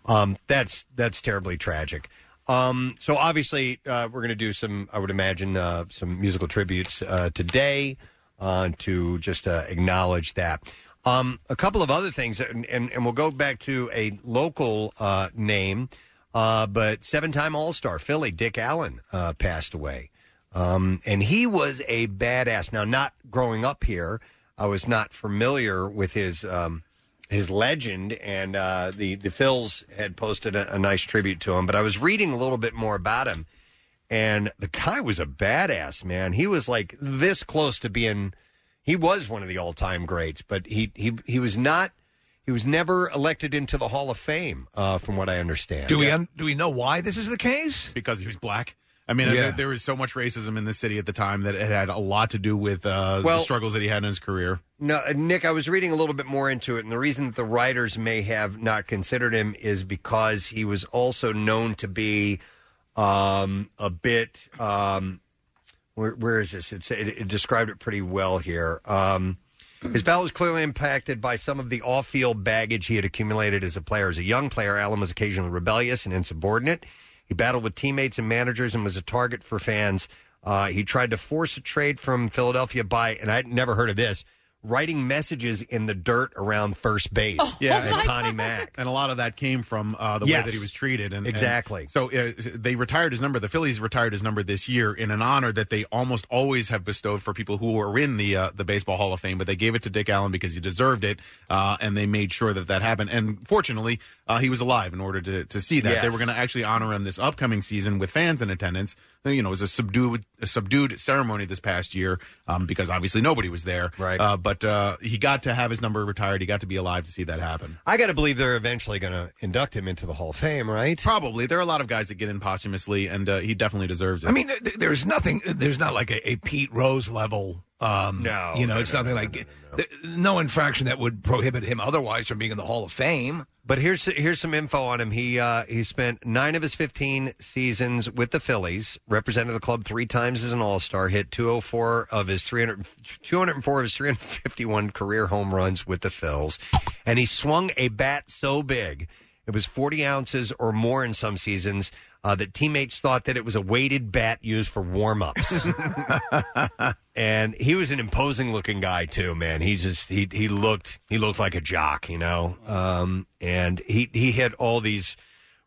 Speaker 3: um, that's that's terribly tragic. Um, so obviously uh, we're going to do some. I would imagine uh, some musical tributes uh, today uh, to just uh, acknowledge that. Um, a couple of other things, and, and, and we'll go back to a local uh, name, uh, but seven time All Star Philly, Dick Allen, uh, passed away. Um, and he was a badass. Now, not growing up here, I was not familiar with his. Um, his legend, and uh, the the Phils had posted a, a nice tribute to him. But I was reading a little bit more about him, and the guy was a badass man. He was like this close to being. He was one of the all time greats, but he he he was not. He was never elected into the Hall of Fame, uh, from what I understand.
Speaker 8: Do we un- do we know why this is the case?
Speaker 11: Because he was black. I mean, uh,
Speaker 8: Yeah.
Speaker 11: there, there was so much racism in the city at the time that it had a lot to do with uh,
Speaker 3: Well-
Speaker 11: the struggles that he had in his career.
Speaker 3: No, uh, Nick, I was reading a little bit more into it, and the reason that the writers may have not considered him is because he was also known to be um, a bit. Um, where, where is this? It's, it, it described it pretty well here. Um, his battle was clearly impacted by some of the off field baggage he had accumulated as a player. As a young player, Allen was occasionally rebellious and insubordinate. He battled with teammates and managers and was a target for fans. Uh, he tried to force a trade from Philadelphia by, and I'd never heard of this, writing messages in the dirt around first base. and Connie Mack.
Speaker 11: And a lot of that came from uh, the
Speaker 3: Yes.
Speaker 11: way that he was treated. And,
Speaker 3: Exactly.
Speaker 11: and so uh, they retired his number. The Phillies retired his number this year in an honor that they almost always have bestowed for people who were in the uh, the Baseball Hall of Fame. But they gave it to Dick Allen because he deserved it, uh, and they made sure that that happened. And fortunately, uh, he was alive in order to, to see that. They
Speaker 12: Yes.
Speaker 11: were going to actually honor him this upcoming season with fans in attendance. You know, it was a subdued a subdued ceremony this past year um, because obviously nobody was there. Right. Uh, but uh, he got to have his number retired. He got to be alive to see that happen.
Speaker 3: I got to believe they're eventually going to induct him into the Hall of Fame, right?
Speaker 11: Probably. There are a lot of guys that get in posthumously, and uh, he definitely deserves it.
Speaker 8: I mean, there, there- there's nothing. There's not like a, a Pete Rose level. Um,
Speaker 11: No,
Speaker 8: you know,
Speaker 11: no,
Speaker 8: it's
Speaker 11: no,
Speaker 8: nothing like there- no, infraction that would prohibit him otherwise from being in the Hall of Fame.
Speaker 3: But here's here's some info on him. He uh, he spent nine of his 15 seasons with the Phillies. Represented the club three times as an All Star. Hit 204 of his 300, 204 of his 351 career home runs with the Phils, and he swung a bat so big it was 40 ounces or more in some seasons. Uh, that teammates thought that it was a weighted bat used for warm ups. and he was an imposing looking guy too man he just he he looked he looked like a jock you know um and he he hit all these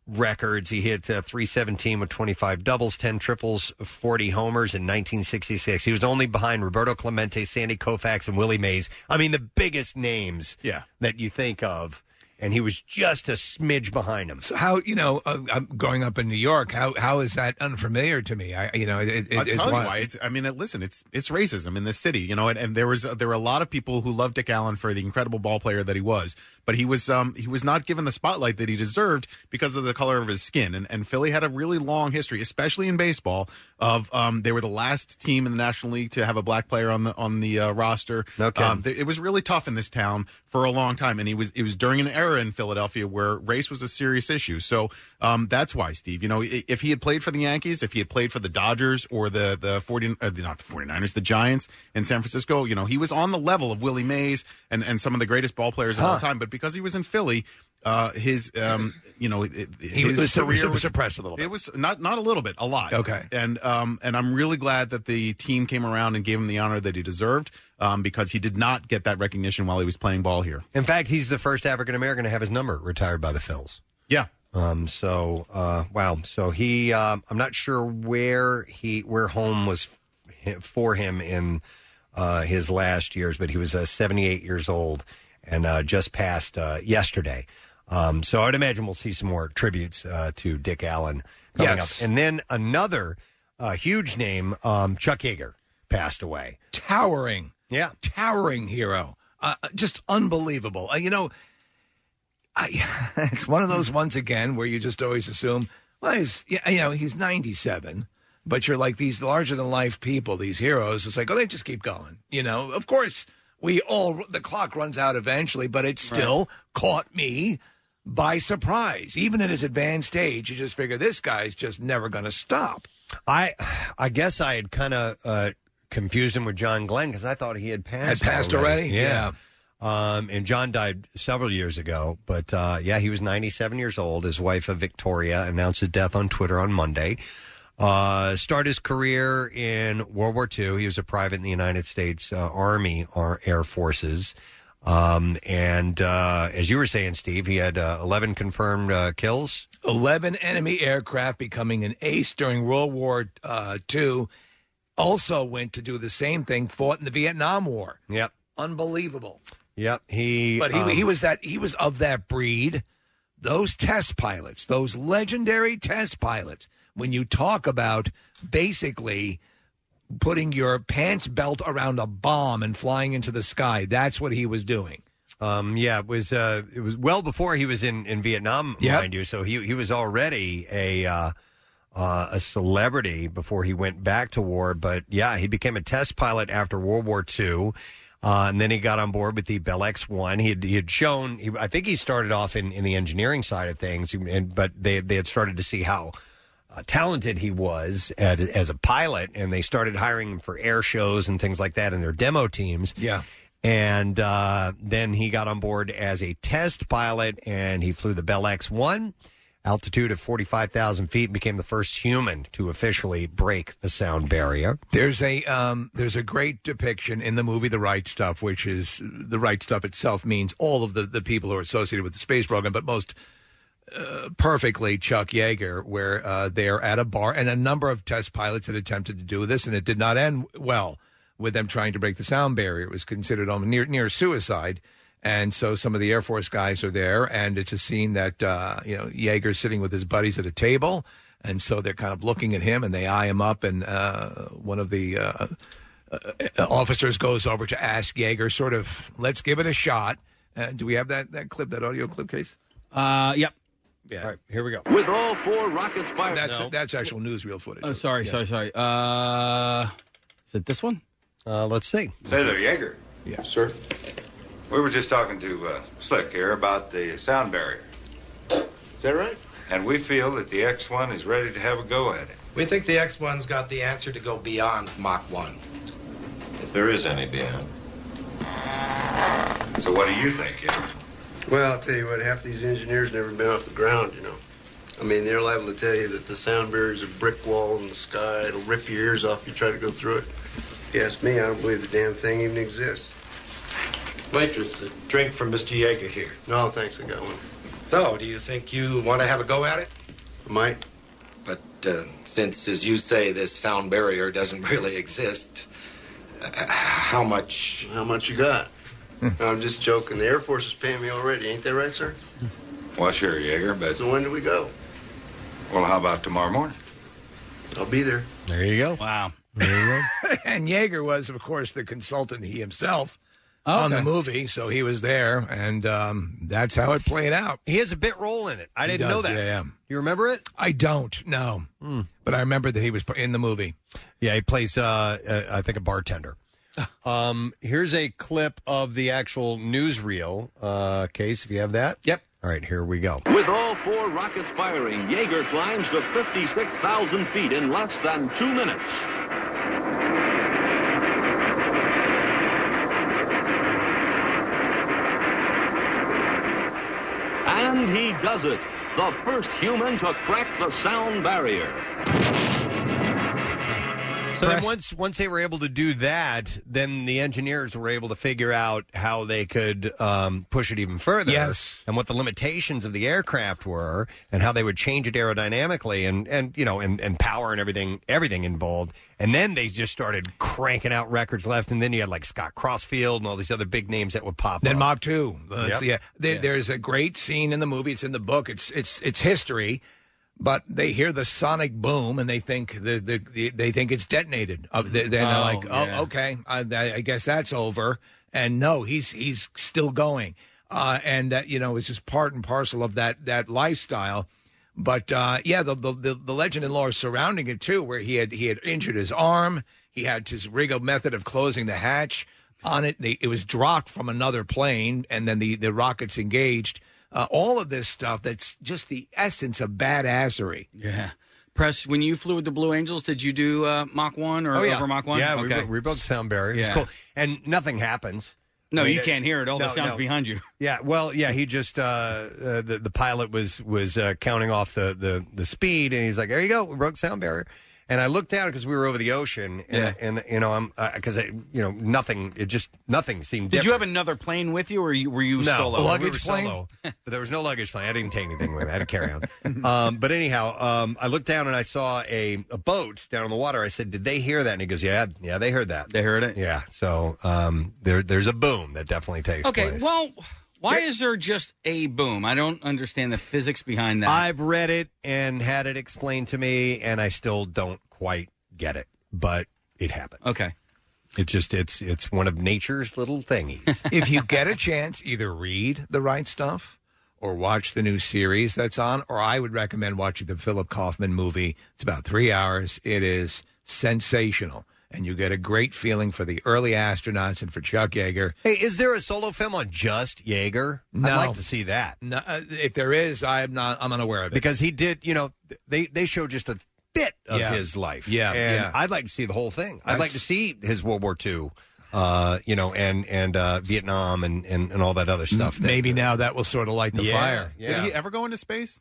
Speaker 3: records he hit uh, 317 with 25 doubles 10 triples 40 homers in 1966 he was only behind roberto clemente sandy koufax and willie mays i mean the biggest names
Speaker 11: yeah.
Speaker 3: that you think of and he was just a smidge behind him
Speaker 8: So how you know? Uh, I'm growing up in New York. How how is that unfamiliar to me? I you know, it, it,
Speaker 11: I'll
Speaker 8: it's
Speaker 11: tell you
Speaker 8: wild.
Speaker 11: why. It's, I mean, uh, listen, it's it's racism in this city, you know. And, and there was there were a lot of people who loved Dick Allen for the incredible ball player that he was, but he was um he was not given the spotlight that he deserved because of the color of his skin. And and Philly had a really long history, especially in baseball, of um they were the last team in the National League to have a black player on the on the uh, roster.
Speaker 3: Okay.
Speaker 11: Um, th- it was really tough in this town for a long time, and he was it was during an era in Philadelphia where race was a serious issue. So um, that's why, Steve. You know, i- if he had played for the Yankees, if he had played for the Dodgers or the the forty uh, the- not the 49ers, the Giants in San Francisco, you know, he was on the level of Willie Mays and and some of the greatest ball players of all
Speaker 8: Huh.
Speaker 11: time. But because he was in Philly. Uh, his, um, you know, it, it-
Speaker 8: He
Speaker 11: his
Speaker 8: was- was-
Speaker 11: career
Speaker 8: was suppressed a little bit.
Speaker 11: It was not not a little bit, a lot.
Speaker 8: Okay.
Speaker 11: And um and I'm really glad that the team came around and gave him the honor that he deserved um because he did not get that recognition while he was playing ball here.
Speaker 3: in fact he's the first african american to have his number retired by the phils
Speaker 11: Yeah.
Speaker 3: Um, so uh, wow. So he, um, I'm not sure where he, where home was f- for him in uh, his last years, but he was uh, 78 years old and uh, just passed uh, yesterday. Um, so I'd imagine we'll see some more tributes uh, to Dick Allen coming
Speaker 8: Yes.
Speaker 3: up, and then another uh, huge name, um, Chuck Yeager, passed away.
Speaker 8: towering,
Speaker 3: yeah,
Speaker 8: towering hero, uh, just unbelievable. Uh, you know, I, it's one of those
Speaker 3: Mm-hmm.
Speaker 8: ones again where you just always assume, well, he's yeah, you know he's ninety seven, but you're like these larger than life people, these heroes. It's like, oh, they just keep going. You know, of course we all the clock runs out eventually, but it still caught me by surprise. Even at his advanced age, you just figure this guy's just never going to stop.
Speaker 3: I, I guess I had kind of uh, confused him with John Glenn because I thought he had passed.
Speaker 8: Had passed already?
Speaker 3: Yeah. Um, and John died several years ago, but uh, yeah, he was 97 years old. His wife, uh, Victoria, announced his death on Twitter on Monday. Uh, started his career in World War II. He was a private in the United States uh, Army or Air Forces. Um, and uh, as you were saying, Steve, he had uh, 11 confirmed uh, kills.
Speaker 8: 11 enemy aircraft becoming an ace during World War uh, II. Also went to do the same thing, fought in the Vietnam War.
Speaker 3: Yep.
Speaker 8: Unbelievable.
Speaker 3: Yep. He.
Speaker 8: But he,
Speaker 3: um,
Speaker 8: he was that he was of that breed. Those test pilots, those legendary test pilots, when you talk about basically putting your pants belt around a bomb and flying into the sky, that's what he was doing.
Speaker 3: Um, yeah, it was uh, it was well before he was in, in Vietnam, mind you. So he he was already a uh, uh, a celebrity before he went back to war. But yeah, he became a test pilot after World War II. Uh, and then he got on board with the Bell X One. He had, he had shown, he, I think he started off in, in the engineering side of things, he- and, but they they had started to see how uh, talented he was at, as a pilot, and they started hiring him for air shows and things like that in their demo teams.
Speaker 8: Yeah.
Speaker 3: And uh, then he got on board as a test pilot, and he flew the Bell X 1, altitude of 45,000 feet, and became the first human to officially break the sound barrier.
Speaker 8: There's a um, there's a great depiction in the movie The Right Stuff, which is the right stuff itself means all of the, the people who are associated with the space program, but most uh, perfectly Chuck Yeager, where uh, they are at a bar, and a number of test pilots had attempted to do this, and it did not end well with them trying to break the sound barrier. It was considered almost near near suicide. And so some of the Air Force guys are there, and it's a scene that uh, you know Yeager's sitting with his buddies at a table, and so they're kind of looking at him, and they eye him up, and uh, one of the uh, uh, officers goes over to ask Yeager, sort of, let's give it a shot. Uh, do we have that that clip, that audio clip case?
Speaker 6: Uh, yep.
Speaker 8: Yeah. All right, here we go.
Speaker 9: With all four rockets fired.
Speaker 8: That's that's actual newsreel footage.
Speaker 6: Oh, sorry,
Speaker 8: Yeah.
Speaker 6: sorry, sorry. Uh, is it this one?
Speaker 3: Uh, let's see.
Speaker 12: Hey there, Jaeger.
Speaker 8: Yeah,
Speaker 12: sir. We were just talking to uh, Slick here about the sound barrier,
Speaker 14: Is that right?
Speaker 12: and we feel that the X1 is ready to have a go at it.
Speaker 14: We think the X1's got the answer to go beyond Mach 1.
Speaker 12: If there is any beyond. So what do you think, Jaeger?
Speaker 14: Well, I'll tell you what, half these engineers never been off the ground, you know. I mean, they're liable to tell you that the sound barrier's a brick wall in the sky. It'll rip your ears off if you try to go through it. If you ask me, I don't believe the damn thing even exists. Waitress, a drink from Mr. Yeager here. No, thanks, I got one. So, do you think you want to have a go at it? I might. But uh, since, as you say, this sound barrier doesn't really exist, uh, how much? How much you got? I'm just joking. The Air Force is paying me already. Ain't that right, sir?
Speaker 12: Well, sure, Jaeger, but
Speaker 14: So when do we go?
Speaker 12: well, how about tomorrow morning?
Speaker 14: I'll be there.
Speaker 3: There you go.
Speaker 6: Wow.
Speaker 8: and Yeager was, of course, the consultant he himself
Speaker 3: Oh,
Speaker 8: on the
Speaker 3: okay.
Speaker 8: movie, so he was there, and um, that's how it played out.
Speaker 3: He has a bit role in it. I
Speaker 8: He
Speaker 3: didn't
Speaker 8: does,
Speaker 3: know that.
Speaker 8: yeah, yeah.
Speaker 3: You remember it? Hmm.
Speaker 8: I don't, no. But I remember that he was in the movie.
Speaker 3: Yeah, he plays, uh, uh, I think, a bartender. um, here's a clip of the actual newsreel uh, case, if you have that.
Speaker 6: Yep.
Speaker 3: All right, here we go.
Speaker 9: With all four rockets firing, Jaeger climbs to 56,000 feet in less than two minutes. And he does it. The first human to crack the sound barrier.
Speaker 3: So then once once they were able to do that, then the engineers were able to figure out how they could um, push it even further. Yes, and what the limitations of the aircraft were, and how they would change it aerodynamically, and and you know, and, and power and everything everything involved. And then they just started cranking out records left, and then you had like Scott Crossfield and all these other big names that would pop.
Speaker 8: Then
Speaker 3: up.
Speaker 8: Mach Two. Let's
Speaker 3: Yep.
Speaker 8: see, yeah. There, There's a great scene in the movie. It's in the book. It's it's it's history, but they hear the sonic boom and they think the, the, the they think it's detonated. Uh, they, they're
Speaker 6: Oh,
Speaker 8: like, oh,
Speaker 6: yeah.
Speaker 8: okay, I, I guess that's over. And no, he's he's still going. Uh, and that you know is just part and parcel of that that lifestyle. But uh, yeah, the, the the the legend and lore surrounding it too, where he had he had injured his arm, he had his Rigo method of closing the hatch on it. They, it was dropped from another plane, and then the the rockets engaged. Uh, all of this stuff that's just the essence of badassery.
Speaker 6: Yeah. Press, when you flew with the Blue Angels, did you do uh, Mach 1 or
Speaker 3: oh, yeah.
Speaker 6: over Mach 1?
Speaker 3: Yeah,
Speaker 6: okay.
Speaker 3: we, we built sound barrier. It's
Speaker 6: Yeah.
Speaker 3: cool, and nothing happens.
Speaker 6: no,
Speaker 3: I mean,
Speaker 6: you
Speaker 3: it-
Speaker 6: can't hear it. All
Speaker 3: no,
Speaker 6: the sounds
Speaker 3: no.
Speaker 6: behind you.
Speaker 3: Yeah, well, yeah, he just uh, uh the the pilot was was uh, counting off the the the speed, and he's like, "There you go, we broke sound barrier," And I looked down because we were over the ocean, and,
Speaker 6: Yeah.
Speaker 3: and you know, I'm because I you know nothing. It just nothing seemed.
Speaker 6: Did
Speaker 3: different.
Speaker 6: you have another plane with you, or you- were you
Speaker 3: no,
Speaker 6: solo?
Speaker 3: we were solo, but there was no luggage plane. I didn't take anything with me. I had a carry on. um, but anyhow, um, I looked down and I saw a, a boat down on the water. I said, "Did they hear that?" And he goes, "Yeah, yeah, they heard that.
Speaker 6: They heard it.
Speaker 3: Yeah." So um, there, there's a boom that definitely takes
Speaker 6: Okay,
Speaker 3: place.
Speaker 6: well, why is there just a boom? I don't understand the physics behind that.
Speaker 3: I've read it and had it explained to me, and I still don't quite get it, but it happens.
Speaker 6: Okay.
Speaker 3: It just it's it's one of nature's little thingies.
Speaker 8: if you get a chance, either read the right stuff or watch the new series that's on, or I would recommend watching the Philip Kaufman movie. It's about three hours. It is sensational. And you get a great feeling for the early astronauts and for Chuck Yeager.
Speaker 3: hey, is there a solo film on just Jaeger?
Speaker 8: No.
Speaker 3: I'd like to see that.
Speaker 8: No, uh, if there is, I'm not. I'm unaware of it
Speaker 3: because he did. You know, th- they they show just a bit of
Speaker 8: Yeah.
Speaker 3: his life.
Speaker 8: Yeah,
Speaker 3: and
Speaker 8: yeah.
Speaker 3: I'd like to see the whole thing. I'd like
Speaker 8: That's-
Speaker 3: to see his World War II. Uh, you know, and and uh, Vietnam and, and and all that other stuff. that-
Speaker 8: Maybe now that will sort of light the
Speaker 3: Yeah,
Speaker 8: fire.
Speaker 3: yeah.
Speaker 11: Did he ever go into space?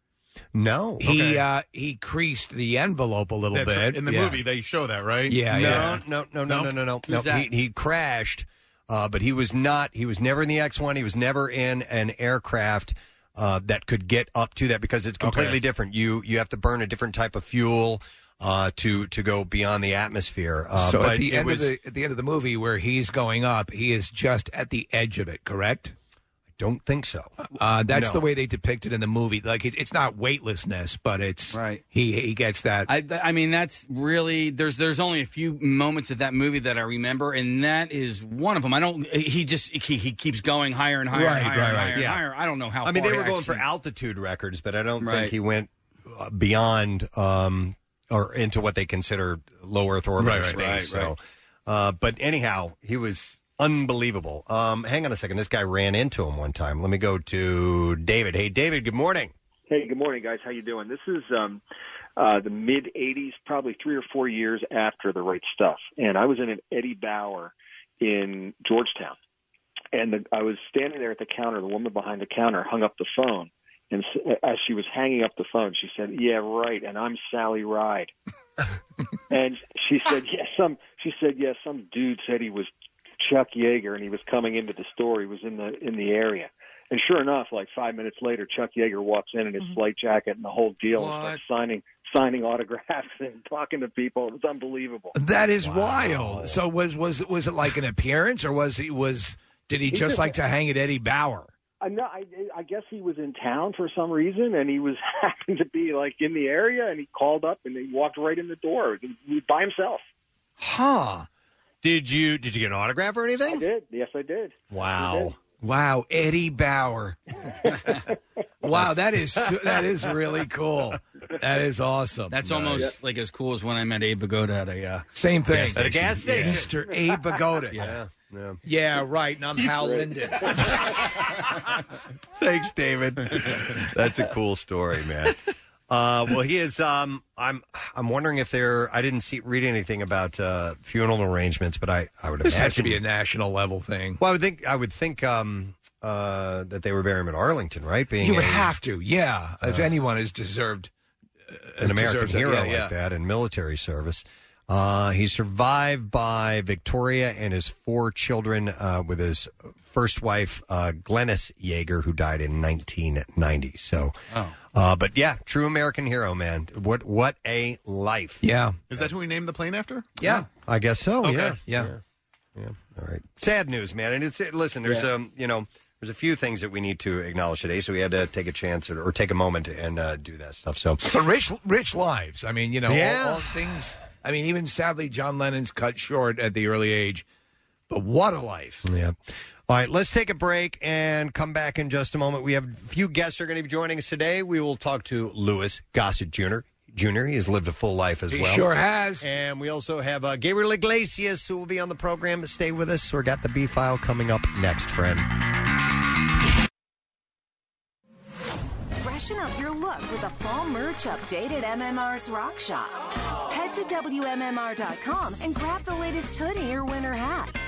Speaker 3: No,
Speaker 8: He uh, he creased the envelope a little
Speaker 11: That's
Speaker 8: bit
Speaker 11: right. In the
Speaker 8: Yeah.
Speaker 11: movie, they show that, right?
Speaker 8: Yeah,
Speaker 3: no,
Speaker 8: yeah.
Speaker 3: no, no, no, no,
Speaker 11: Nope.
Speaker 3: no, no, no.
Speaker 11: Who's that?
Speaker 3: He, he crashed, uh, but he was not. He was never in the X one. He was never in an aircraft uh, that could get up to that because it's completely
Speaker 11: Okay.
Speaker 3: different. You you have to burn a different type of fuel uh, to to go beyond the atmosphere. Uh,
Speaker 8: so
Speaker 3: but
Speaker 8: at the
Speaker 3: it
Speaker 8: end
Speaker 3: was,
Speaker 8: of the at the end of the movie where he's going up, he is just at the edge of it. Correct? I
Speaker 3: don't think so.
Speaker 8: Uh, that's the
Speaker 6: No.
Speaker 8: way they depict it in the movie. Like it, it's not weightlessness, but it's
Speaker 6: Right.
Speaker 8: He he gets that.
Speaker 6: I, I mean, that's really there's there's only a few moments of that movie that I remember, and that is one of them. I don't. He just he, he keeps going higher and higher, and
Speaker 3: Right,
Speaker 6: higher,
Speaker 3: right,
Speaker 6: and
Speaker 3: right.
Speaker 6: higher, and
Speaker 3: Yeah.
Speaker 6: higher. I don't know how.
Speaker 3: I mean,
Speaker 6: far
Speaker 3: they
Speaker 6: he
Speaker 3: were going for
Speaker 6: actually-
Speaker 3: altitude records, but I don't
Speaker 6: Right.
Speaker 3: think he went uh, beyond um, or into what they consider low Earth orbit or
Speaker 11: Right,
Speaker 3: space.
Speaker 11: right,
Speaker 3: so,
Speaker 11: right,
Speaker 3: Uh, but anyhow, he was unbelievable. Um, hang on a second. This guy ran into him one time. Let me go to David. Hey, David. Good morning.
Speaker 15: Hey, good morning, guys. How you doing? This is um, uh, the mid '80s, probably three or four years after the right stuff, and I was in an Eddie Bauer in Georgetown, and the, I was standing there at the counter. The woman behind the counter hung up the phone, and s- as she was hanging up the phone, she said, "Yeah, right." And I'm Sally Ride, and she said, "Yes, some." She said, "Yes, some dude said he was Chuck Yeager, and he was coming into the store. He was in the in the area." And sure enough, like five minutes later, Chuck Yeager walks in in his flight jacket and the whole deal, and starts signing signing autographs and talking to people. It was unbelievable.
Speaker 8: that is wild. So was was was it like an appearance, or was he was did he
Speaker 15: He
Speaker 8: just
Speaker 15: just-
Speaker 8: like to hang at Eddie Bauer?
Speaker 15: I know. I, I guess he was in town for some reason, and he was happened to be like in the area, and he called up and he walked right in the door He was by himself.
Speaker 8: Huh?
Speaker 3: Did you did you get an autograph or anything? I
Speaker 15: did. Yes, I did.
Speaker 3: Wow.
Speaker 8: Wow, Eddie Bauer. wow, that is that is really cool. That is awesome.
Speaker 6: That's almost like as cool as when I met Abe Vigoda at a uh,
Speaker 8: Same thing.
Speaker 6: gas station. Yeah.
Speaker 8: Mr. Abe Vigoda.
Speaker 6: Yeah.
Speaker 3: Yeah.
Speaker 8: Yeah, right. And I'm Hal Linden.
Speaker 3: Thanks, David. That's a cool story, man. Uh, well, he is. Um, I'm. I'm wondering if there. I didn't see read anything about uh, funeral arrangements, but I. I would
Speaker 8: This
Speaker 3: imagine
Speaker 8: has to be a national level thing.
Speaker 3: Well, I would think I would think um, uh, that they were burying him in Arlington, right? Being
Speaker 8: You would
Speaker 3: a-
Speaker 8: have to, yeah. if
Speaker 3: uh,
Speaker 8: anyone is deserved uh,
Speaker 3: an American
Speaker 8: deserves it,
Speaker 3: hero
Speaker 8: yeah, yeah.
Speaker 3: like that in military service. Uh, he's survived by Victoria and his four children, uh, with his first wife uh, Glennis Yeager, who died in 1990. So, uh, but yeah, true American hero, man. What what a life.
Speaker 8: Yeah,
Speaker 11: Is that who he named the plane after?
Speaker 8: Yeah.
Speaker 3: I guess so.
Speaker 11: Okay.
Speaker 3: Oh, Yeah.
Speaker 8: yeah,
Speaker 3: yeah. All right. Sad news, man. And it's it, listen. There's
Speaker 11: Yeah.
Speaker 3: um, you know, there's a few things that we need to acknowledge today, so we had to take a chance or, or take a moment and uh, do that stuff. So,
Speaker 8: But rich, rich lives. I mean, you know, all-
Speaker 3: Yeah.
Speaker 8: all, things. I mean, even sadly, John Lennon's cut short at the early age. But what a life!
Speaker 3: Yeah. All right, let's take a break and come back in just a moment. We have a few guests who are going to be joining us today. We will talk to Lewis Gossett Jr. Jr. He has lived a full life as
Speaker 8: He
Speaker 3: well.
Speaker 8: sure has.
Speaker 3: And we also have uh, Gabriel Iglesias who will be on the program. Stay with us. We've got the B file coming up next, friend.
Speaker 16: Freshen up your look with a fall merch update at MMR's Rock Shop. Head to WMMR.com and grab the latest hoodie or winter hat.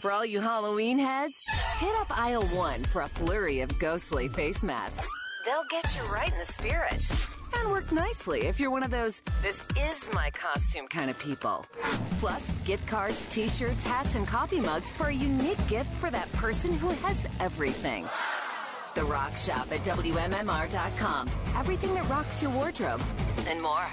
Speaker 16: For all you Halloween heads, hit up aisle one for a flurry of ghostly face masks. They'll get you right in the spirit. and work nicely if you're one of those this is my costume kind of people. Plus, gift cards, t-shirts, hats, and coffee mugs for a unique gift for that person who has everything. The Rock Shop at WMMR.com. Everything that rocks your wardrobe and more.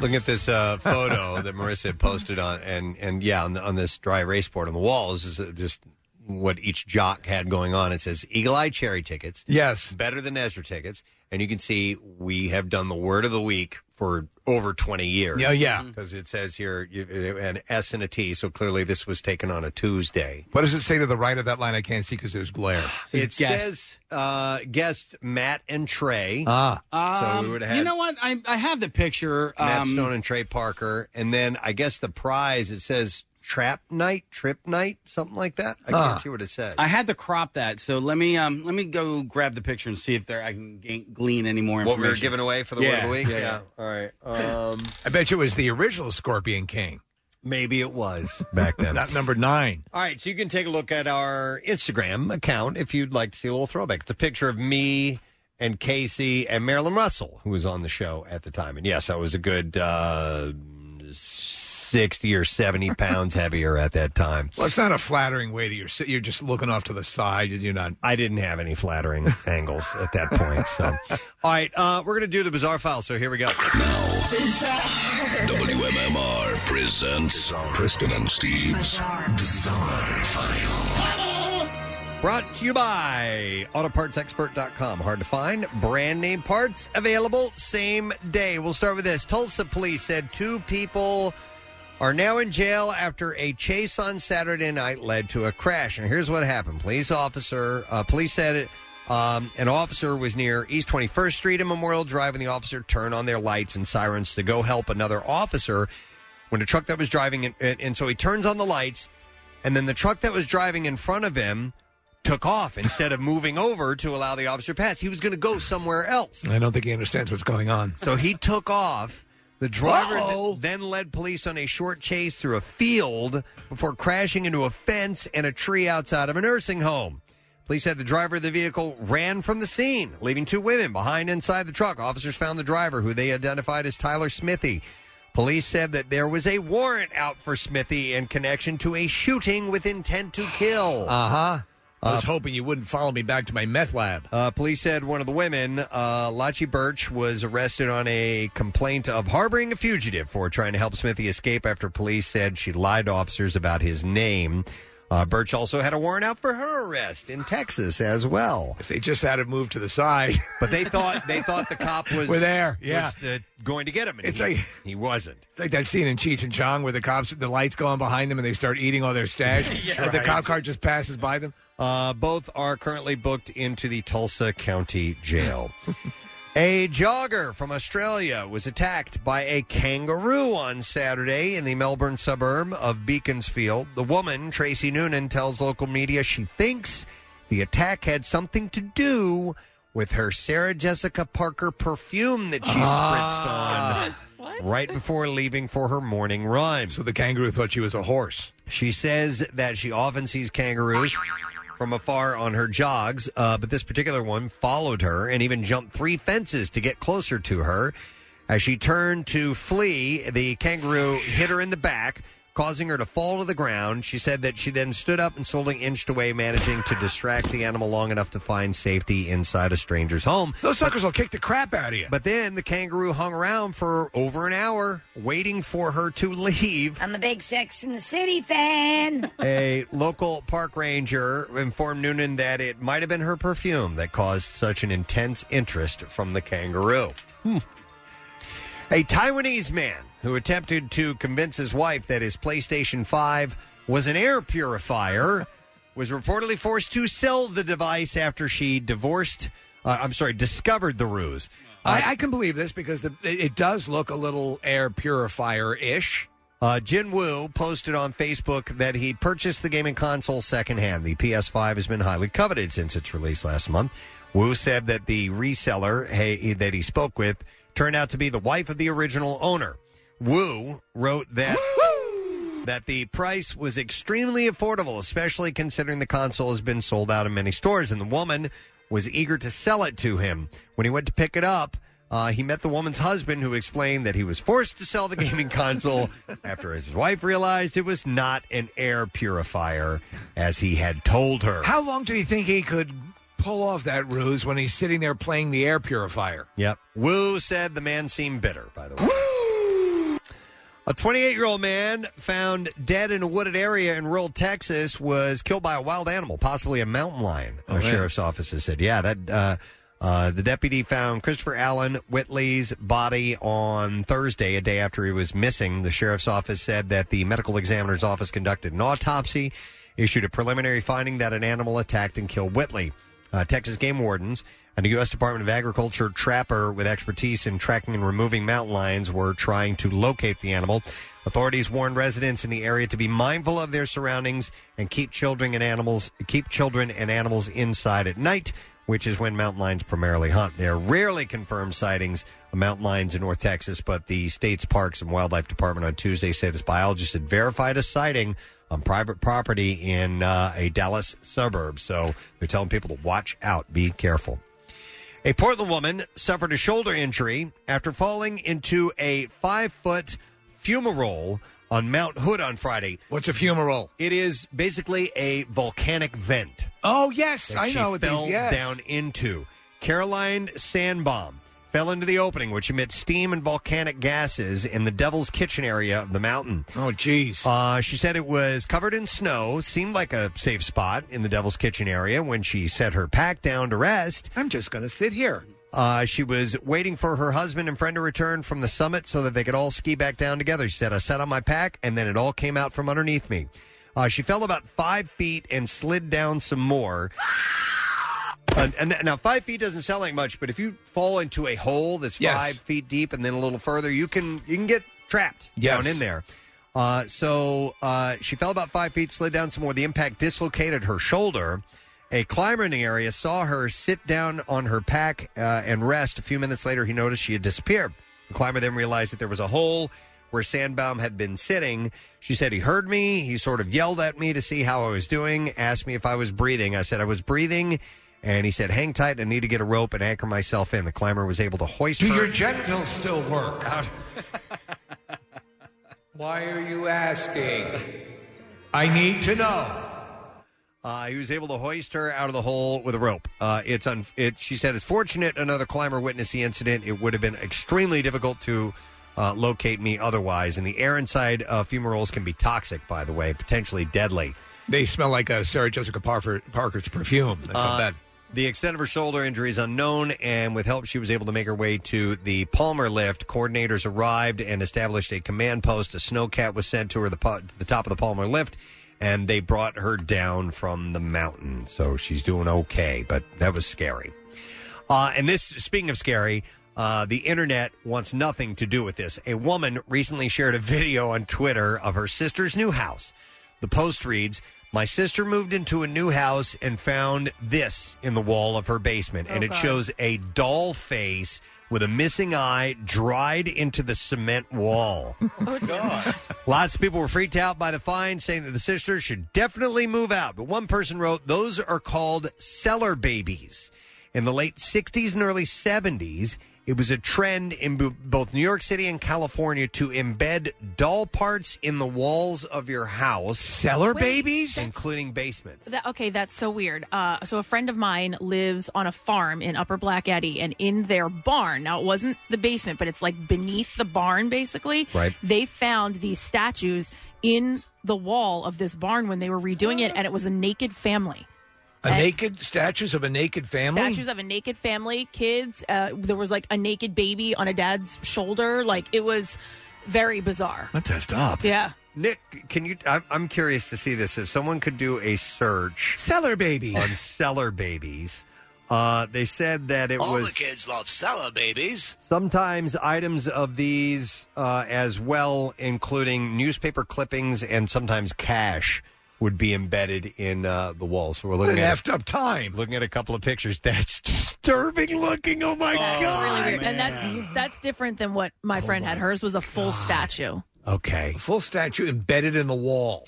Speaker 3: Looking at this uh, photo that Marissa had posted on, and and yeah, on, the, on this dry erase board on the walls is uh, just what each jock had going on. It says Eagle Eye Cherry tickets.
Speaker 8: Yes,
Speaker 3: better than Ezra tickets, and you can see we have done the word of the week for over twenty years.
Speaker 8: Yeah, Oh, yeah.
Speaker 6: Mm-hmm.
Speaker 3: because it says here you, uh, an S and a T, so clearly this was taken on a Tuesday.
Speaker 8: What does it say to the right of that line? I can't see because there's glare.
Speaker 3: It says uh, guest Matt and Trey.
Speaker 8: Ah.
Speaker 3: so we
Speaker 6: Um,
Speaker 3: would have had
Speaker 6: you know what? I, I have the picture.
Speaker 3: Matt
Speaker 6: um,
Speaker 3: Stone and Trey Parker, and then I guess the prize it says trap night, trip night, something like that. I
Speaker 6: Ah.
Speaker 3: can't see what it says.
Speaker 6: I had to crop that, so let me um, let me go grab the picture and see if there I can g- glean any more
Speaker 3: What
Speaker 6: information.
Speaker 3: we were giving away for the word of the week? Yeah. All right. Um,
Speaker 8: I bet you it was the original Scorpion King.
Speaker 3: Maybe it was back then.
Speaker 8: Not number nine.
Speaker 3: All right, so you can take a look at our Instagram account if you'd like to see a little throwback. It's a picture of me and Casey and Marilyn Russell, who was on the show at the time. And yes, I was a good uh, 60 or 70 pounds heavier at that time.
Speaker 8: Well, it's not a flattering way that you're sit- you're just looking off to the side. You're not.
Speaker 3: I didn't have any flattering angles at that point. So, all right, uh, we're going to do the bizarre file. So here we go.
Speaker 29: WMMR presents Kristen and Steve's Bizarre, File.
Speaker 3: Brought to you by AutoPartsExpert.com. Hard to find. Brand name parts available same day. We'll start with this. Tulsa police said two people are now in jail after a chase on Saturday night led to a crash. And here's what happened. Police officer, uh, police said it. Um, an officer was near East 21st Street and Memorial Drive, and the officer turned on their lights and sirens to go help another officer when a truck that was driving, in, and, and so he turns on the lights, and then the truck that was driving in front of him took off instead of moving over to allow the officer to pass. He was going to go somewhere else.
Speaker 8: I don't think he understands what's going on.
Speaker 3: So he took off. The driver th- then led police on a short chase through a field before crashing into a fence and a tree outside of a nursing home. Police said the driver of the vehicle ran from the scene, leaving two women behind inside the truck. Officers found the driver, who they identified as Tyler Smithy. Police said that there was a warrant out for Smithy in connection to a shooting with intent to kill.
Speaker 8: Uh-huh. I was
Speaker 3: Uh,
Speaker 8: hoping you wouldn't follow me back to my meth lab.
Speaker 3: Uh, police said one of the women, uh, Lachi Birch, was arrested on a complaint of harboring a fugitive for trying to help Smithy escape after police said she lied to officers about his name. Uh, Birch also had a warrant out for her arrest in Texas as well.
Speaker 8: If they just had it moved to the side,
Speaker 3: but they thought they thought the cop was
Speaker 8: We're there.
Speaker 3: was,
Speaker 8: Yeah,
Speaker 3: uh, going to get him. And
Speaker 8: It's
Speaker 3: he,
Speaker 8: like-
Speaker 3: he wasn't.
Speaker 8: It's like that scene in Cheech and Chong where the cops, the lights go on behind them and they start eating all their stash.
Speaker 3: That's
Speaker 8: and The
Speaker 3: right.
Speaker 8: cop car just passes by them.
Speaker 3: Uh, both are currently booked into the Tulsa County Jail. a jogger from Australia was attacked by a kangaroo on Saturday in the Melbourne suburb of Beaconsfield. The woman, Tracy Noonan, tells local media she thinks the attack had something to do with her Sarah Jessica Parker perfume that she
Speaker 8: Ah.
Speaker 3: spritzed on right before leaving for her morning run. So
Speaker 8: the kangaroo thought she was a horse.
Speaker 3: She says that she often sees kangaroos from afar on her jogs, uh, but this particular one followed her and even jumped three fences to get closer to her. As she turned to flee, the kangaroo hit her in the back, causing her to fall to the ground. She said that she then stood up and slowly inched away, managing to distract the animal long enough to find safety inside a stranger's home.
Speaker 8: Those suckers will kick the crap out of you.
Speaker 3: But then the kangaroo hung around for over an hour, waiting for her to leave.
Speaker 30: I'm a big Sex in the City fan.
Speaker 3: A local park ranger informed Noonan that it might have been her perfume that caused such an intense interest from the kangaroo. Hmm. A Taiwanese man who attempted to convince his wife that his PlayStation 5 was an air purifier was reportedly forced to sell the device after she divorced. Uh, I'm sorry, discovered the ruse.
Speaker 8: I, I can believe this because the, it it does look a little air purifier ish.
Speaker 3: Uh, Jin Woo posted on Facebook that he purchased the gaming console secondhand. The PS5 has been highly coveted since its release last month. Woo said that the reseller hey, that he spoke with turned out to be the wife of the original owner. Woo wrote that that the price was extremely affordable, especially considering the console has been sold out in many stores, and the woman was eager to sell it to him. When he went to pick it up, Uh, he met the woman's husband, who explained that he was forced to sell the gaming console after his wife realized it was not an air purifier, as he had told her.
Speaker 8: How long do you think he could pull off that ruse when he's sitting there playing the air purifier?
Speaker 3: Yep. Wu said the man seemed bitter, by the way. A 28 year old man found dead in a wooded area in rural Texas was killed by a wild animal, possibly a mountain lion.
Speaker 1: Oh,
Speaker 3: a
Speaker 1: man.
Speaker 3: sheriff's office has said, yeah, that. Uh, uh, the deputy found Christopher Allen Whitley's body on Thursday, a day after he was missing. The sheriff's office said that the medical examiner's office conducted an autopsy, issued a preliminary finding that an animal attacked and killed Whitley. Uh, Texas game wardens and a U.S. Department of Agriculture trapper with expertise in tracking and removing mountain lions were trying to locate the animal. Authorities warned residents in the area to be mindful of their surroundings and keep children and animals keep children and animals inside at night, which is when mountain lions primarily hunt. There are rarely confirmed sightings of mountain lions in North Texas, but the state's Parks and Wildlife Department on Tuesday said its biologists had verified a sighting on private property in uh, a Dallas suburb. So they're telling people to watch out, be careful. A Portland woman suffered a shoulder injury after falling into a five foot fumarole on Mount Hood on Friday.
Speaker 8: What's a fumarole?
Speaker 3: It is basically a volcanic vent.
Speaker 8: Oh, yes,
Speaker 3: that
Speaker 8: I
Speaker 3: she
Speaker 8: know what these-
Speaker 3: fell
Speaker 8: yes.
Speaker 3: down into. Caroline Sandbaum fell into the opening, which emits steam and volcanic gases in the Devil's Kitchen area of the mountain.
Speaker 8: Oh, jeez.
Speaker 3: Uh, she said it was covered in snow, seemed like a safe spot in the Devil's Kitchen area when she set her pack down to rest.
Speaker 8: I'm just going to sit here.
Speaker 3: Uh, she was waiting for her husband and friend to return from the summit so that they could all ski back down together. She said, I sat on my pack and then it all came out from underneath me. Uh, she fell about five feet and slid down some more. And, and now five feet doesn't sound like much, but if you fall into a hole that's
Speaker 8: Yes.
Speaker 3: five feet deep and then a little further, you can you can get trapped
Speaker 8: Yes.
Speaker 3: down in there. Uh, so uh, she fell about five feet, slid down some more. The impact dislocated her shoulder. A climber in the area saw her sit down on her pack uh, and rest. A few minutes later, he noticed she had disappeared. The climber then realized that there was a hole where Sandbaum had been sitting. She said he heard me. He sort of yelled at me to see how I was doing, asked me if I was breathing. I said I was breathing. And he said, hang tight. I need to get a rope and anchor myself in. The climber was able to hoist
Speaker 8: Do
Speaker 3: her.
Speaker 8: your genitals still work? Why are you asking? I need to know.
Speaker 3: Uh, he was able to hoist her out of the hole with a rope. Uh, it's un- it, she said it's fortunate another climber witnessed the incident. It would have been extremely difficult to uh, locate me otherwise. And the air inside uh, fumaroles can be toxic, by the way, potentially deadly.
Speaker 8: They smell like uh, Sarah Jessica Parker, Parker's perfume. That's
Speaker 3: Uh,
Speaker 8: not bad.
Speaker 3: The extent of her shoulder injury is unknown, and with help, she was able to make her way to the Palmer lift. Coordinators arrived and established a command post. A snowcat was sent to her the, po- to the top of the Palmer lift, and they brought her down from the mountain. So she's doing okay, but that was scary. Uh, and this, speaking of scary, uh, the internet wants nothing to do with this. A woman recently shared a video on Twitter of her sister's new house. The post reads My sister moved into a new house and found this in the wall of her basement. and it shows a doll face with a missing eye dried into the cement wall.
Speaker 5: Oh, God.
Speaker 3: Lots of people were freaked out by the find, saying that the sisters should definitely move out. But one person wrote, Those are called cellar babies. In the late 60s and early 70s, it was a trend in bo- both New York City and California to embed doll parts in the walls of your house.
Speaker 8: Cellar
Speaker 4: Wait, babies? that's-
Speaker 3: Including basements.
Speaker 4: That, okay, that's so weird. Uh, so a friend of mine lives on a farm in Upper Black Eddy, and in their barn, now it wasn't the basement, but it's like beneath the barn, basically.
Speaker 7: Right.
Speaker 4: They found these statues in the wall of this barn when they were redoing it, and it was a naked family.
Speaker 8: A naked statues of a naked family.
Speaker 4: Statues of a naked family, kids. Uh, there was like a naked baby on a dad's shoulder. Like it was very bizarre.
Speaker 8: That's effed up.
Speaker 4: Yeah.
Speaker 3: Nick, can you? I'm, I'm curious to see this. If someone could do a search,
Speaker 8: cellar babies
Speaker 3: on cellar babies, uh, they said that it was
Speaker 8: love cellar babies.
Speaker 3: sometimes items of these uh, as well, including newspaper clippings and sometimes cash, would be embedded in uh, the walls. So we're
Speaker 8: What
Speaker 3: looking
Speaker 8: an
Speaker 3: at
Speaker 8: effed up time.
Speaker 3: Looking at a couple of pictures. That's disturbing looking. Oh my
Speaker 4: That's
Speaker 3: god!
Speaker 4: really weird. And that's that's different than what my friend had. Hers was a full statue.
Speaker 3: Okay.
Speaker 8: A full statue embedded in the wall.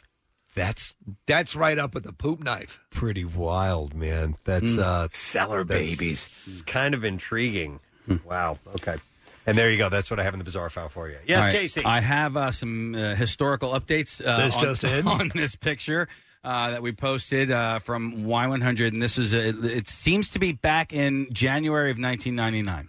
Speaker 3: That's
Speaker 8: that's right up with the poop knife.
Speaker 3: pretty wild, man. That's
Speaker 8: Mm.
Speaker 3: uh,
Speaker 8: cellar
Speaker 3: that's
Speaker 8: babies. Hmm.
Speaker 3: Kind of intriguing. Wow. Okay. And there you go. That's what I have in the bizarre file for you. Yes,
Speaker 6: All right.
Speaker 3: Casey.
Speaker 6: I have uh, some uh, historical updates uh,
Speaker 3: This
Speaker 6: on,
Speaker 3: just in.
Speaker 6: on this picture uh, that we posted uh, from Y100, and this was uh it seems to be back in January of 1999.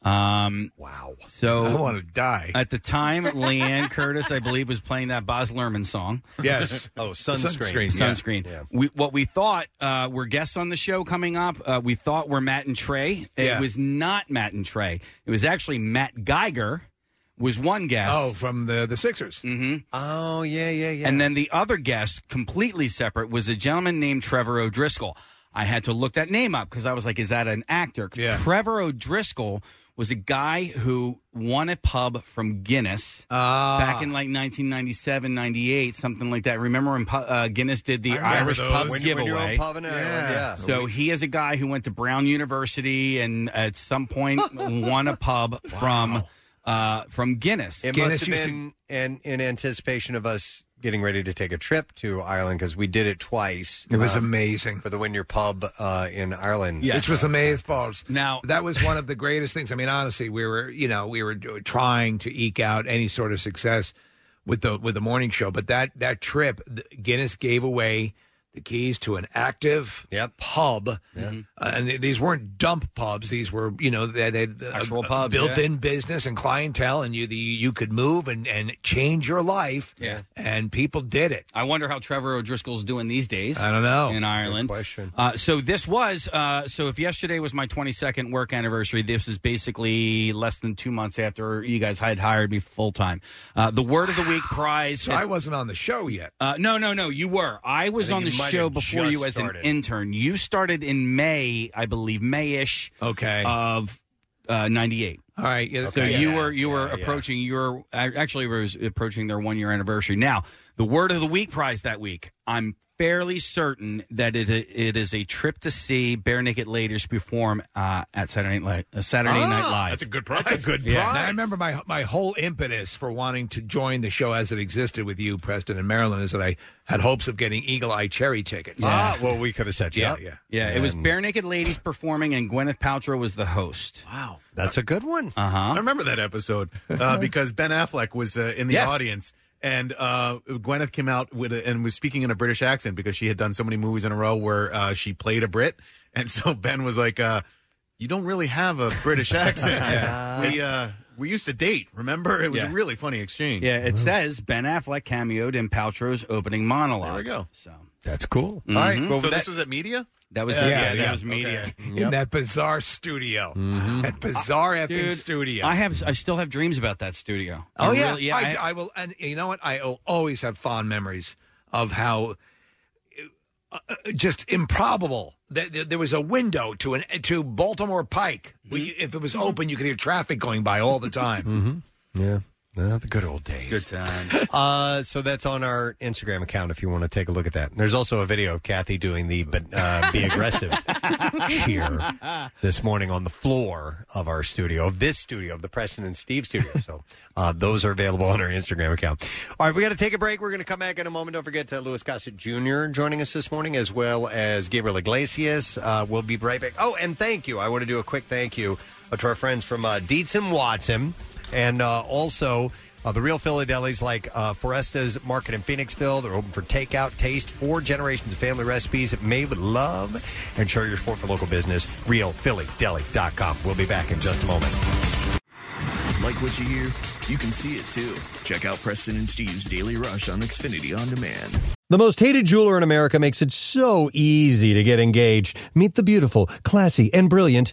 Speaker 6: Um,
Speaker 3: wow!
Speaker 6: So
Speaker 8: I wanna die.
Speaker 6: At the time, Leanne Curtis, I believe, was playing that Boz Lerman song.
Speaker 8: Yes. Oh, sunscreen. Sunscreen, yeah.
Speaker 6: Sunscreen.
Speaker 8: Yeah.
Speaker 6: We, what we thought uh, were guests on the show coming up. Uh, we thought were Matt and Trey. It
Speaker 8: Yeah.
Speaker 6: was not Matt and Trey. It was actually Matt Geiger was one guest.
Speaker 8: Oh, from the the Sixers.
Speaker 6: Mm-hmm.
Speaker 3: Oh yeah, yeah, yeah.
Speaker 6: And then the other guest, completely separate, was a gentleman named Trevor O'Driscoll. I had to look that name up because I was like, is that an actor? Trevor O'Driscoll was a guy who won a pub from Guinness
Speaker 3: Ah.
Speaker 6: back in like 1997, 98, something like that. Remember when pu- uh, Guinness did the
Speaker 3: remember
Speaker 6: Irish
Speaker 3: those.
Speaker 6: pub
Speaker 3: When you- when
Speaker 6: giveaway?
Speaker 3: you own pub in Ireland, yeah.
Speaker 6: So he is a guy who went to Brown University and at some point won a pub from uh, from Guinness.
Speaker 3: It must have been in, in anticipation of us getting ready to take a trip to Ireland because we did it twice.
Speaker 8: It was
Speaker 3: amazing for the Win Your Pub uh, in Ireland,
Speaker 8: Which was amazing balls.
Speaker 6: Now
Speaker 8: that was one of the greatest things. I mean, honestly, we were you know we were do- trying to eke out any sort of success with the with the morning show, but that that trip the- Guinness gave away the keys to an active pub,
Speaker 6: Mm-hmm.
Speaker 8: Uh, and th- these weren't dump pubs. These were you know they they had
Speaker 6: Actual pubs, yeah.
Speaker 8: built in business and clientele, and you the, you could move and and change your life.
Speaker 6: Yeah.
Speaker 8: and people did it.
Speaker 6: I wonder how Trevor O'Driscoll's doing these days.
Speaker 8: I don't know.
Speaker 6: In Ireland.
Speaker 3: question.
Speaker 6: Uh, so this was uh, so if yesterday was my 22nd work anniversary, this is basically less than two months after you guys had hired me full time. Uh, the word of the week prize.
Speaker 8: So I wasn't on the show yet.
Speaker 6: Uh, no, no, no. You were. I was
Speaker 8: I think
Speaker 6: on the
Speaker 8: you might
Speaker 6: show
Speaker 8: have
Speaker 6: before
Speaker 8: just
Speaker 6: you as
Speaker 8: started.
Speaker 6: an intern. You started in May, I believe, Mayish.
Speaker 8: Okay.
Speaker 6: Of uh, ninety eight.
Speaker 8: All right. Yeah,
Speaker 6: so
Speaker 8: yeah,
Speaker 6: you were you were approaching your actually it was approaching their one year anniversary. Now the word of the week prize that week. I'm fairly certain that it it is a trip to see Bare Naked Ladies perform uh, at Saturday Night Li- uh, Saturday Night Live.
Speaker 8: Ah, That's a good prize. Now, I remember my my whole impetus for wanting to join the show as it existed with you, Preston, and Maryland, is that I had hopes of getting Eagle Eye Cherry tickets.
Speaker 3: Ah, well, we could have set you
Speaker 8: yeah,
Speaker 3: up.
Speaker 8: Yeah,
Speaker 6: Yeah, it was Bare Naked Ladies performing, and Gwyneth Paltrow was the host.
Speaker 11: Wow,
Speaker 3: that's a good one.
Speaker 6: Uh huh.
Speaker 11: I remember that episode uh, because Ben Affleck was uh, in the
Speaker 6: Yes.
Speaker 11: audience. And uh, Gwyneth came out with a, and was speaking in a British accent because she had done so many movies in a row where uh, she played a Brit, and so Ben was like, uh, "You don't really have a British accent.
Speaker 6: Yeah.
Speaker 11: We uh, we used to date. Remember? It was
Speaker 6: Yeah.
Speaker 11: a really funny exchange.
Speaker 6: Yeah, it says Ben Affleck cameoed in Paltrow's opening monologue.
Speaker 11: There we go.
Speaker 6: So Mm-hmm.
Speaker 3: that's cool.
Speaker 11: All right. so this was at media.
Speaker 6: That was
Speaker 8: Yeah,
Speaker 6: yeah, yeah,
Speaker 8: yeah.
Speaker 6: that was media
Speaker 8: Okay. In Yep. that bizarre studio, that bizarre effing studio.
Speaker 6: Mm-hmm. I have, I still have dreams about that studio.
Speaker 8: Oh
Speaker 6: I
Speaker 8: yeah,
Speaker 6: really-
Speaker 8: I,
Speaker 6: I-
Speaker 8: I will. And you know what? I will always have fond memories of how uh, uh, just improbable that that there was a window to an to Baltimore Pike. Where you- If it was open, you could hear traffic going by all the time.
Speaker 3: Mm-hmm. Yeah. Uh, the good old days. Good
Speaker 6: time.
Speaker 3: uh, so that's on our Instagram account if you want to take a look at that. There's also a video of Kathy doing the but uh, be aggressive cheer this morning on the floor of our studio, of this studio, of the Preston and Steve studio. So uh, those are available on our Instagram account. All right, we got to take a break. We're going to come back in a moment. Don't forget uh, Louis Gossett Jr. joining us this morning, as well as Gabriel Iglesias. Uh, we'll be right back. Oh, and thank you. I want to do a quick thank you uh, to our friends from uh, Dietz and Watson, and uh, also. Uh, the real Philadelis like uh, Foresta's Market in Phoenixville. They're open for takeout, taste, four generations of family recipes made with love. And show your support for local business. RealPhillyDeli.com. We'll be back in just a moment.
Speaker 7: Like what you hear? You can see it too. Check out Preston and Steve's Daily Rush on Xfinity On Demand.
Speaker 1: The most hated jeweler in America makes it so easy to get engaged. Meet the beautiful, classy, and brilliant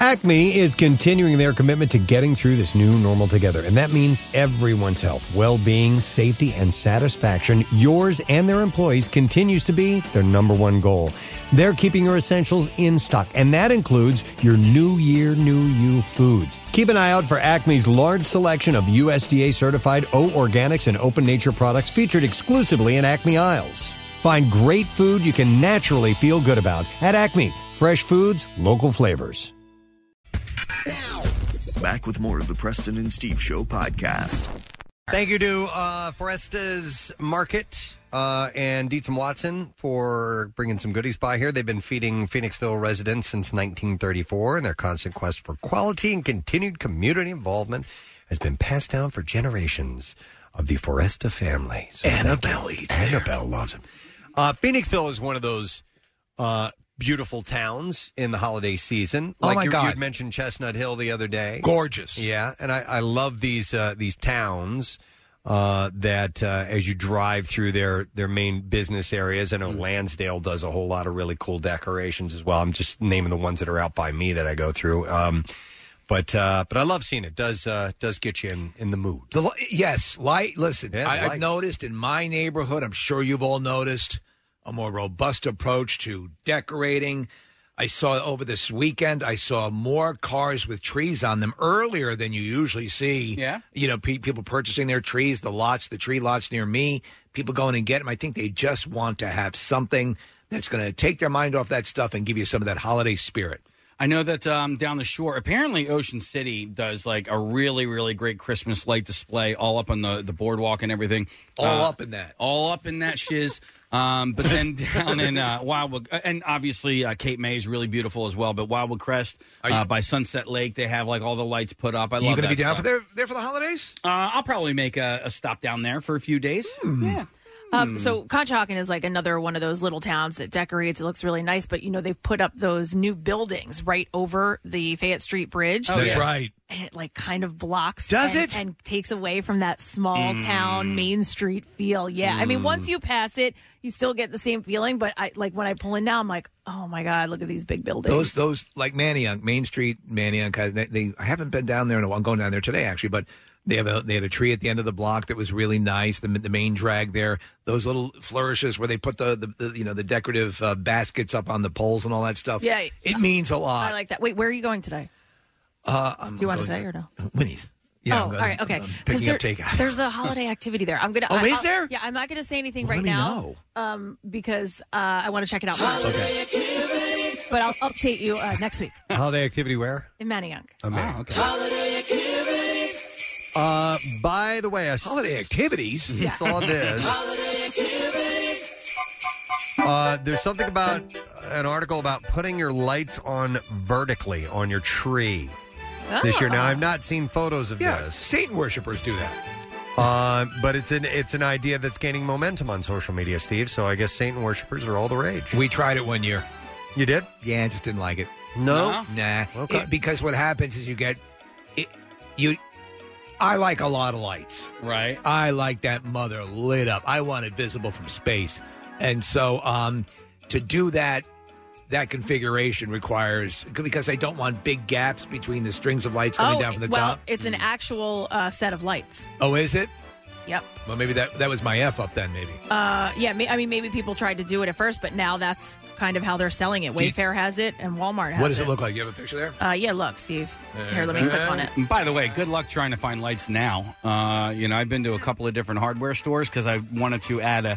Speaker 3: Acme is continuing their commitment to getting through this new normal together, and that means everyone's health, well being, safety, and satisfaction, yours and their employees, continues to be their number one goal. They're keeping your essentials in stock, and that includes your New Year, New You foods. Keep an eye out for Acme's large selection of USDA certified O organics and open nature products featured exclusively in Acme aisles. Find great food you can naturally feel good about at Acme. Fresh foods, local flavors.
Speaker 7: Back with more of the Preston and Steve Show podcast.
Speaker 3: Thank you to uh, Foresta's Market uh, and Dietz and Watson for bringing some goodies by here. They've been feeding Phoenixville residents since 1934, and their constant quest for quality and continued community involvement has been passed down for generations of the Foresta family. So thank you.
Speaker 8: Annabelle eats there.
Speaker 3: Annabelle loves it. Uh, Phoenixville is one of those uh, beautiful towns in the holiday season.
Speaker 8: Oh,
Speaker 3: like
Speaker 8: my
Speaker 3: you,
Speaker 8: God.
Speaker 3: You'd mentioned Chestnut Hill the other day.
Speaker 8: Gorgeous.
Speaker 3: Yeah, and I, I love these uh, these towns uh, that uh, as you drive through their their main business areas. I know
Speaker 8: Mm.
Speaker 3: Lansdale does a whole lot of really cool decorations as well. I'm just naming the ones that are out by me that I go through. Um, but uh, but I love seeing it. Does uh, does get you in, in the mood.
Speaker 8: The li- yes, light. Listen,
Speaker 3: Yeah, the
Speaker 8: I,
Speaker 3: lights.
Speaker 8: I've noticed in my neighborhood. I'm sure you've all noticed a more robust approach to decorating. I saw over this weekend. I saw more cars with trees on them earlier than you usually see. Yeah, you know, pe- people purchasing their trees, the lots, the tree lots near me. People going and get them. I think they just want to have something that's going to take their mind off that stuff and give you some of that holiday spirit.
Speaker 6: I know that um, down the shore, apparently Ocean City does like a really, really great Christmas light display all up on the, the boardwalk and everything.
Speaker 8: All
Speaker 6: Uh,
Speaker 8: up in that.
Speaker 6: All up in that shiz. Um, but then down in uh, Wildwood, and obviously uh, Cape May is really beautiful as well. But Wildwood Crest uh, by Sunset Lake, they have like all the lights put up. I
Speaker 8: you
Speaker 6: love
Speaker 8: gonna
Speaker 6: that
Speaker 8: be down
Speaker 6: stuff.
Speaker 8: for there there for the holidays?
Speaker 6: Uh, I'll probably make a, a stop down there for a few days.
Speaker 8: Hmm.
Speaker 6: Yeah.
Speaker 4: Um, so Conshohocken is like another one of those little towns that decorates. It looks really nice, but you know they've put up those new buildings right over the Fayette Street Bridge.
Speaker 8: Oh, That's yeah. right.
Speaker 4: And it like kind of blocks,
Speaker 8: Does
Speaker 4: and,
Speaker 8: it? Hmm.
Speaker 4: and takes away from that small town Main Street feel. Yeah, I mean
Speaker 8: Mm.
Speaker 4: once you pass it, you still get the same feeling. But I like when I pull in now, I'm like, oh my god, look at these big buildings.
Speaker 8: Those those like Manayunk, Main Street, Manayunk. uh, They, they I haven't been down there in a while. I'm going down there today actually, but they have a they had a tree at the end of the block that was really nice. The the main drag there, those little flourishes where they put the, the, the you know the decorative uh, baskets up on the poles and all that stuff.
Speaker 4: Yeah.
Speaker 8: it means a
Speaker 4: I
Speaker 8: lot.
Speaker 4: like that. Wait, where are you going today?
Speaker 8: Uh, I'm
Speaker 4: Do you want to
Speaker 8: going
Speaker 4: say or no?
Speaker 8: Winnie's? Yeah,
Speaker 4: oh,
Speaker 8: I'm going-
Speaker 4: all right, okay.
Speaker 8: I'm
Speaker 4: 'Cause
Speaker 8: picking up
Speaker 4: there-
Speaker 8: takeout.
Speaker 4: There's a holiday activity there. I'm gonna.
Speaker 8: Oh,
Speaker 4: I,
Speaker 8: is
Speaker 4: I'll-
Speaker 8: there?
Speaker 4: Yeah, I'm not gonna say anything
Speaker 8: Well,
Speaker 4: right
Speaker 8: let me
Speaker 4: now. Um, because uh, I want to check it out. But I'll update you uh, next week
Speaker 3: Holiday activity where?
Speaker 4: in Manayunk.
Speaker 8: Oh,
Speaker 3: America. Uh, by the way, I
Speaker 8: holiday activities.
Speaker 3: Yeah. Saw this. Uh, there's something about an article about putting your lights on vertically on your tree this year. Now I've not seen photos of
Speaker 8: Ah. Yeah,
Speaker 3: this.
Speaker 8: Satan worshippers do that.
Speaker 3: Uh, but it's an it's an idea that's gaining momentum on social media, Steve. So I guess Satan worshippers are all the rage.
Speaker 8: We tried it one year.
Speaker 3: You did?
Speaker 8: Yeah, I just didn't like it.
Speaker 3: No?
Speaker 8: Nah.
Speaker 3: Okay.
Speaker 8: It- because what happens is you get it, you I like a lot of lights.
Speaker 6: Right.
Speaker 8: I like that mother lit up. I want it visible from space. And so um to do that that configuration requires because I don't want big gaps between the strings of lights coming
Speaker 4: oh,
Speaker 8: down from the
Speaker 4: well,
Speaker 8: top. Hmm.
Speaker 4: it's an actual uh, set of lights.
Speaker 8: Oh, is it?
Speaker 4: Yep.
Speaker 8: Well, maybe that that was my F up then maybe.
Speaker 4: Uh, yeah. ma- I mean, maybe people tried to do it at first, but now that's kind of how they're selling it.
Speaker 8: Do you-
Speaker 4: Wayfair has it, and Walmart has it.
Speaker 8: What does it look like? You have a picture there?
Speaker 4: Uh, yeah. Look, Steve. Here, let me click on it.
Speaker 6: By the way, good luck trying to find lights now. Uh, you know, I've been to a couple of different hardware stores because I wanted to add a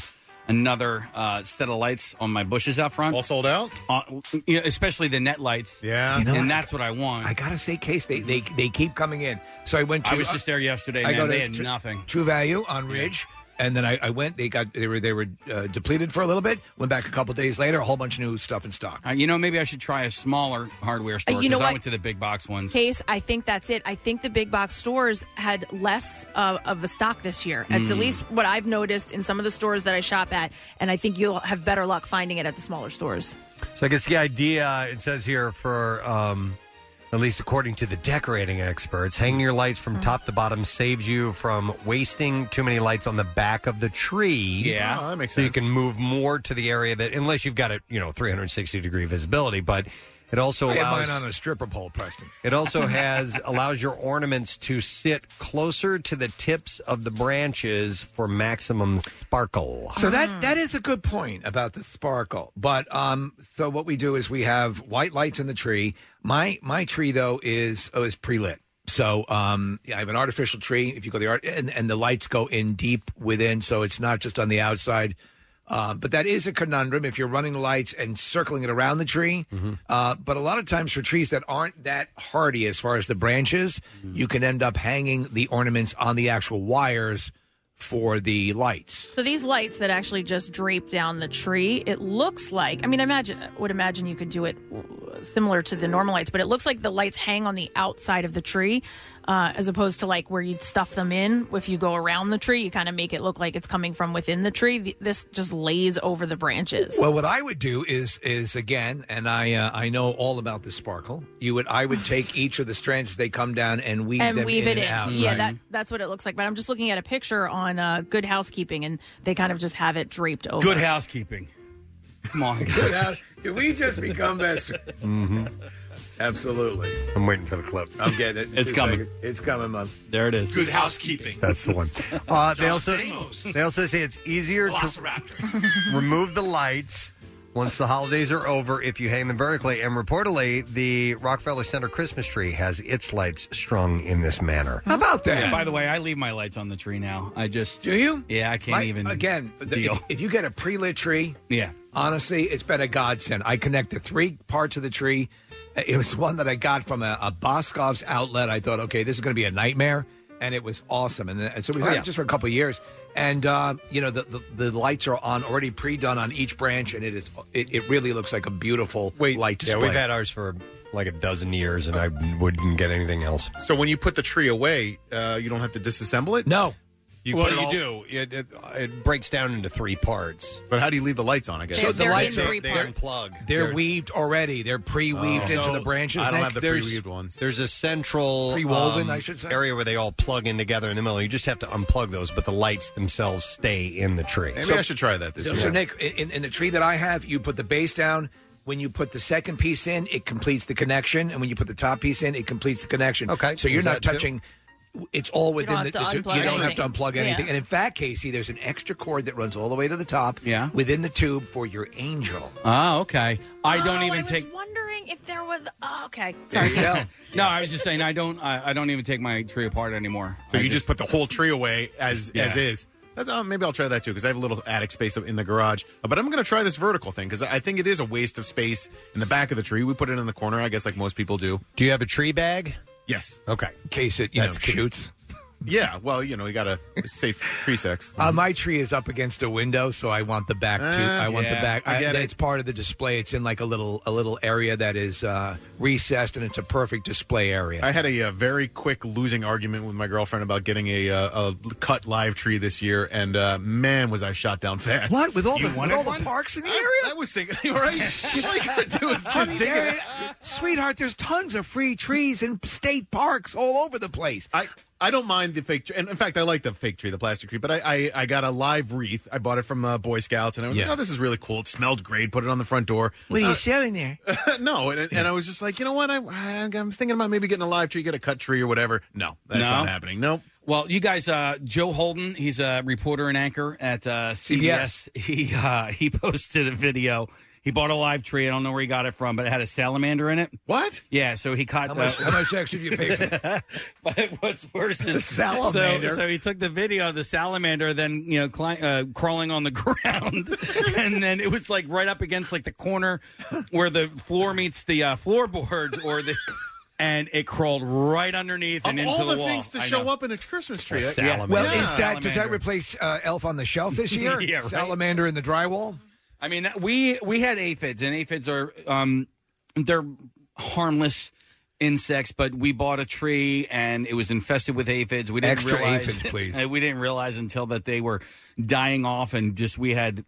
Speaker 6: another uh, set of lights on my bushes out front. All
Speaker 5: sold out.
Speaker 6: Uh, yeah, especially the net lights.
Speaker 5: Yeah,
Speaker 8: You know
Speaker 6: and
Speaker 8: what?
Speaker 6: that's what I want.
Speaker 8: I gotta say, case they they they keep coming in. So I went. to...
Speaker 6: I was just there yesterday, man. They had
Speaker 8: Tru-
Speaker 6: nothing.
Speaker 8: True Value on Ridge, and then I, I went. They got they were they were uh, depleted for a little bit. Went back a couple days later, a whole bunch of new stuff in stock.
Speaker 6: Uh, you know, maybe I should try a smaller hardware
Speaker 4: Uh,
Speaker 6: store because
Speaker 4: you know
Speaker 6: I
Speaker 4: what?
Speaker 6: went to the big box ones.
Speaker 4: case, I think that's it. I think the big box stores had less uh, of a stock this year. It's at
Speaker 6: Mm.
Speaker 4: least what I've noticed in some of the stores that I shop at, and I think you'll have better luck finding it at the smaller stores.
Speaker 3: So I guess the idea it says here for um, at least according to the decorating experts, hanging your lights from top to bottom saves you from wasting too many lights on the back of the tree.
Speaker 5: Yeah. Oh, that makes
Speaker 3: So you can move more to the area that unless you've got it, you know, 360 degree visibility, but
Speaker 1: It also
Speaker 8: I had mine
Speaker 1: allows
Speaker 8: on a stripper pole, Preston.
Speaker 1: It also has allows your ornaments to sit closer to the tips of the branches for maximum sparkle.
Speaker 8: So that that is a good point about the sparkle. But um, so what we do is we have white lights in the tree. My my tree though is oh, is pre lit. So um, yeah, I have an artificial tree. If you go to the art, and, and the lights go in deep within, so it's not just on the outside. Um, but that is a conundrum if you're running lights and circling it around the tree. Uh, but a lot of times for trees that aren't that hardy as far as the branches, you can end up hanging the ornaments on the actual wires for the lights.
Speaker 4: So these lights that actually just drape down the tree, it looks like. I mean, I imagine would imagine you could do it uh, similar to the normal lights, but it looks like the lights hang on the outside of the tree, uh, as opposed to like where you'd stuff them in. If you go around the tree, you kind of make it look like it's coming from within the tree. Th- This just lays over the branches.
Speaker 8: Well, what I would do is is again, and I uh, I know all about the sparkle. You would I would take each of the strands as they come down and weave
Speaker 4: and
Speaker 8: them
Speaker 4: weave
Speaker 8: in
Speaker 4: it in.
Speaker 8: and out.
Speaker 4: Yeah,
Speaker 8: right?
Speaker 4: that, that's what it looks like. But I'm just looking at a picture on uh, Good Housekeeping, and they kind of just have it draped over.
Speaker 6: Good housekeeping. Come on.
Speaker 8: Good house. Did we just become best?
Speaker 6: Mm-hmm.
Speaker 8: Absolutely.
Speaker 3: I'm waiting for the clip.
Speaker 8: I'm getting it.
Speaker 3: It's
Speaker 8: Just
Speaker 3: coming.
Speaker 8: like- It's coming, Mom.
Speaker 6: There it is.
Speaker 3: Good
Speaker 8: housekeeping.
Speaker 3: That's the one. Uh, they
Speaker 8: John
Speaker 3: also
Speaker 8: Stamos.
Speaker 1: they also say it's easier to remove the lights once the holidays are over if you hang them vertically. And reportedly, the Rockefeller Center Christmas tree has its lights strung in this manner.
Speaker 8: How about
Speaker 6: Yeah, by the way, I leave my lights on the tree now. I just
Speaker 8: do you?
Speaker 6: Yeah, I can't
Speaker 8: My-
Speaker 6: even
Speaker 8: again. the-
Speaker 6: deal.
Speaker 8: If, if you get a pre-lit tree,
Speaker 6: yeah,
Speaker 8: honestly, it's been a godsend. I connected three parts of the tree. It was one that I got from a, a Boscov's outlet. I thought, okay, this is going to be a nightmare, and it was awesome. And, then- and so we
Speaker 31: Oh,
Speaker 8: had
Speaker 31: yeah.
Speaker 8: it just for a couple of years. And uh, you know, the, the the lights are on already pre-done on each branch, and it is it, it really looks like a beautiful light
Speaker 1: Yeah,
Speaker 8: display.
Speaker 1: we've had ours for like a dozen years, and I wouldn't get anything else.
Speaker 11: So when you put the tree away, uh, you don't have to disassemble it.
Speaker 8: No.
Speaker 11: You
Speaker 1: well,
Speaker 11: put it
Speaker 1: you
Speaker 11: all-
Speaker 1: do. It, it, it breaks down into three parts.
Speaker 11: But how do you leave the lights on? I guess
Speaker 8: So the lights are
Speaker 1: they
Speaker 8: they're-
Speaker 1: unplug.
Speaker 8: They're,
Speaker 1: They're-
Speaker 8: weaved already. They're pre-weaved
Speaker 1: Oh.
Speaker 8: into
Speaker 1: No,
Speaker 8: the branches.
Speaker 1: I don't
Speaker 8: Nick.
Speaker 1: have the There's- pre-weaved ones. There's a central
Speaker 8: Pre-woven,
Speaker 1: um,
Speaker 8: I should say.
Speaker 1: area where they all plug in together in the middle. You just have to unplug those, but the lights themselves stay in the tree.
Speaker 8: So- so, So, Nick, in, in the tree that I have, you put the base down. When you put the second piece in, it completes the connection, and when you put the top piece in, it completes the connection. Okay. So you're
Speaker 1: Is
Speaker 8: not
Speaker 1: that too-
Speaker 8: touching. It's all within
Speaker 1: don't
Speaker 8: the,
Speaker 1: have to
Speaker 8: the two.
Speaker 1: unplug
Speaker 8: You don't have to
Speaker 1: anything.
Speaker 8: unplug
Speaker 1: Yeah.
Speaker 8: anything. And in fact, Casey, there's an extra cord that runs all the way to the top. Yeah. Within the tube for your angel.
Speaker 6: Oh, okay. I don't
Speaker 4: Oh,
Speaker 6: even
Speaker 4: I was
Speaker 6: take.
Speaker 4: Wondering if there was. Oh, okay,
Speaker 6: There
Speaker 4: sorry.
Speaker 6: you go. no, I was just saying I don't. I, I don't even take my tree apart anymore.
Speaker 11: So
Speaker 6: I
Speaker 11: you just put the whole tree away as
Speaker 6: Yeah.
Speaker 11: as is. That's, uh, maybe I'll try that too because I have a little attic space up in the garage. Uh, But I'm going to try this vertical thing because I think it is a waste of space in the back of the tree. We put it in the corner, I guess, like most people do.
Speaker 1: Do you have a tree bag?
Speaker 11: Yes.
Speaker 1: Okay.
Speaker 8: Case it, you know, shoots.
Speaker 11: Yeah. Well, you know, you got to safe tree sex.
Speaker 8: Uh, my tree is up against a window, so I want the back. To,
Speaker 11: Ah,
Speaker 8: I want
Speaker 11: yeah,
Speaker 8: the back.
Speaker 11: I
Speaker 8: I
Speaker 11: get it.
Speaker 8: It's part of the display. It's in like a little a little area that is uh, recessed, and it's a perfect display area.
Speaker 11: I had a, uh very quick losing argument with my girlfriend about getting a, uh, a cut live tree this year, and uh, man, was I shot down fast.
Speaker 8: What with all
Speaker 11: You
Speaker 8: the with
Speaker 11: wanted
Speaker 8: all
Speaker 11: one?
Speaker 8: the parks in the area?
Speaker 11: I was thinking, right? All you gotta do is just
Speaker 8: I mean,
Speaker 11: dig it
Speaker 8: there- Sweetheart, there's tons of free trees in state parks all over the place.
Speaker 11: I I don't mind the fake tree, and in fact, I like the fake tree, the plastic tree. But I I, I got a live wreath. I bought it from uh, Boy Scouts, and I was
Speaker 8: Yeah.
Speaker 11: like, oh, this is really cool. It smelled great. Put it on the front door.
Speaker 8: What are
Speaker 11: Uh,
Speaker 8: you selling there?
Speaker 11: no, and, and I was just like, you know what? I, I I'm thinking about maybe getting a live tree, get a cut tree or whatever. No, that's
Speaker 6: No?
Speaker 11: not happening. Nope.
Speaker 6: Well, you guys, uh, Joe Holden, he's a reporter and anchor at uh, CBS. He uh, he posted a video. He bought a live tree. I don't know where he got it from, but it had a salamander in it.
Speaker 11: What?
Speaker 6: Yeah, so he caught.
Speaker 8: How much,
Speaker 6: uh,
Speaker 8: how much extra do you pay for that?
Speaker 6: but what's worse
Speaker 8: the
Speaker 6: is
Speaker 8: salamander.
Speaker 6: So, so he took the video of the salamander, then you know, cli- uh, crawling on the ground, and then it was like right up against like the corner where the floor meets the uh, floorboards, or the, and it crawled right underneath and
Speaker 11: Of
Speaker 6: into
Speaker 11: all the,
Speaker 6: wall.
Speaker 11: things to
Speaker 6: I
Speaker 11: show
Speaker 6: know.
Speaker 11: up in a Christmas tree. I-
Speaker 8: Well, is that does that
Speaker 6: Salamander.
Speaker 8: replace uh, Elf on the Shelf this year?
Speaker 6: Yeah, right.
Speaker 8: Salamander in the drywall.
Speaker 6: I mean, we we had aphids, and aphids are um, they're harmless insects, but we bought a tree and it was infested with aphids. We didn't
Speaker 8: Extra
Speaker 6: realize,
Speaker 8: aphids, please.
Speaker 6: We didn't realize until that they were dying off, and just we had.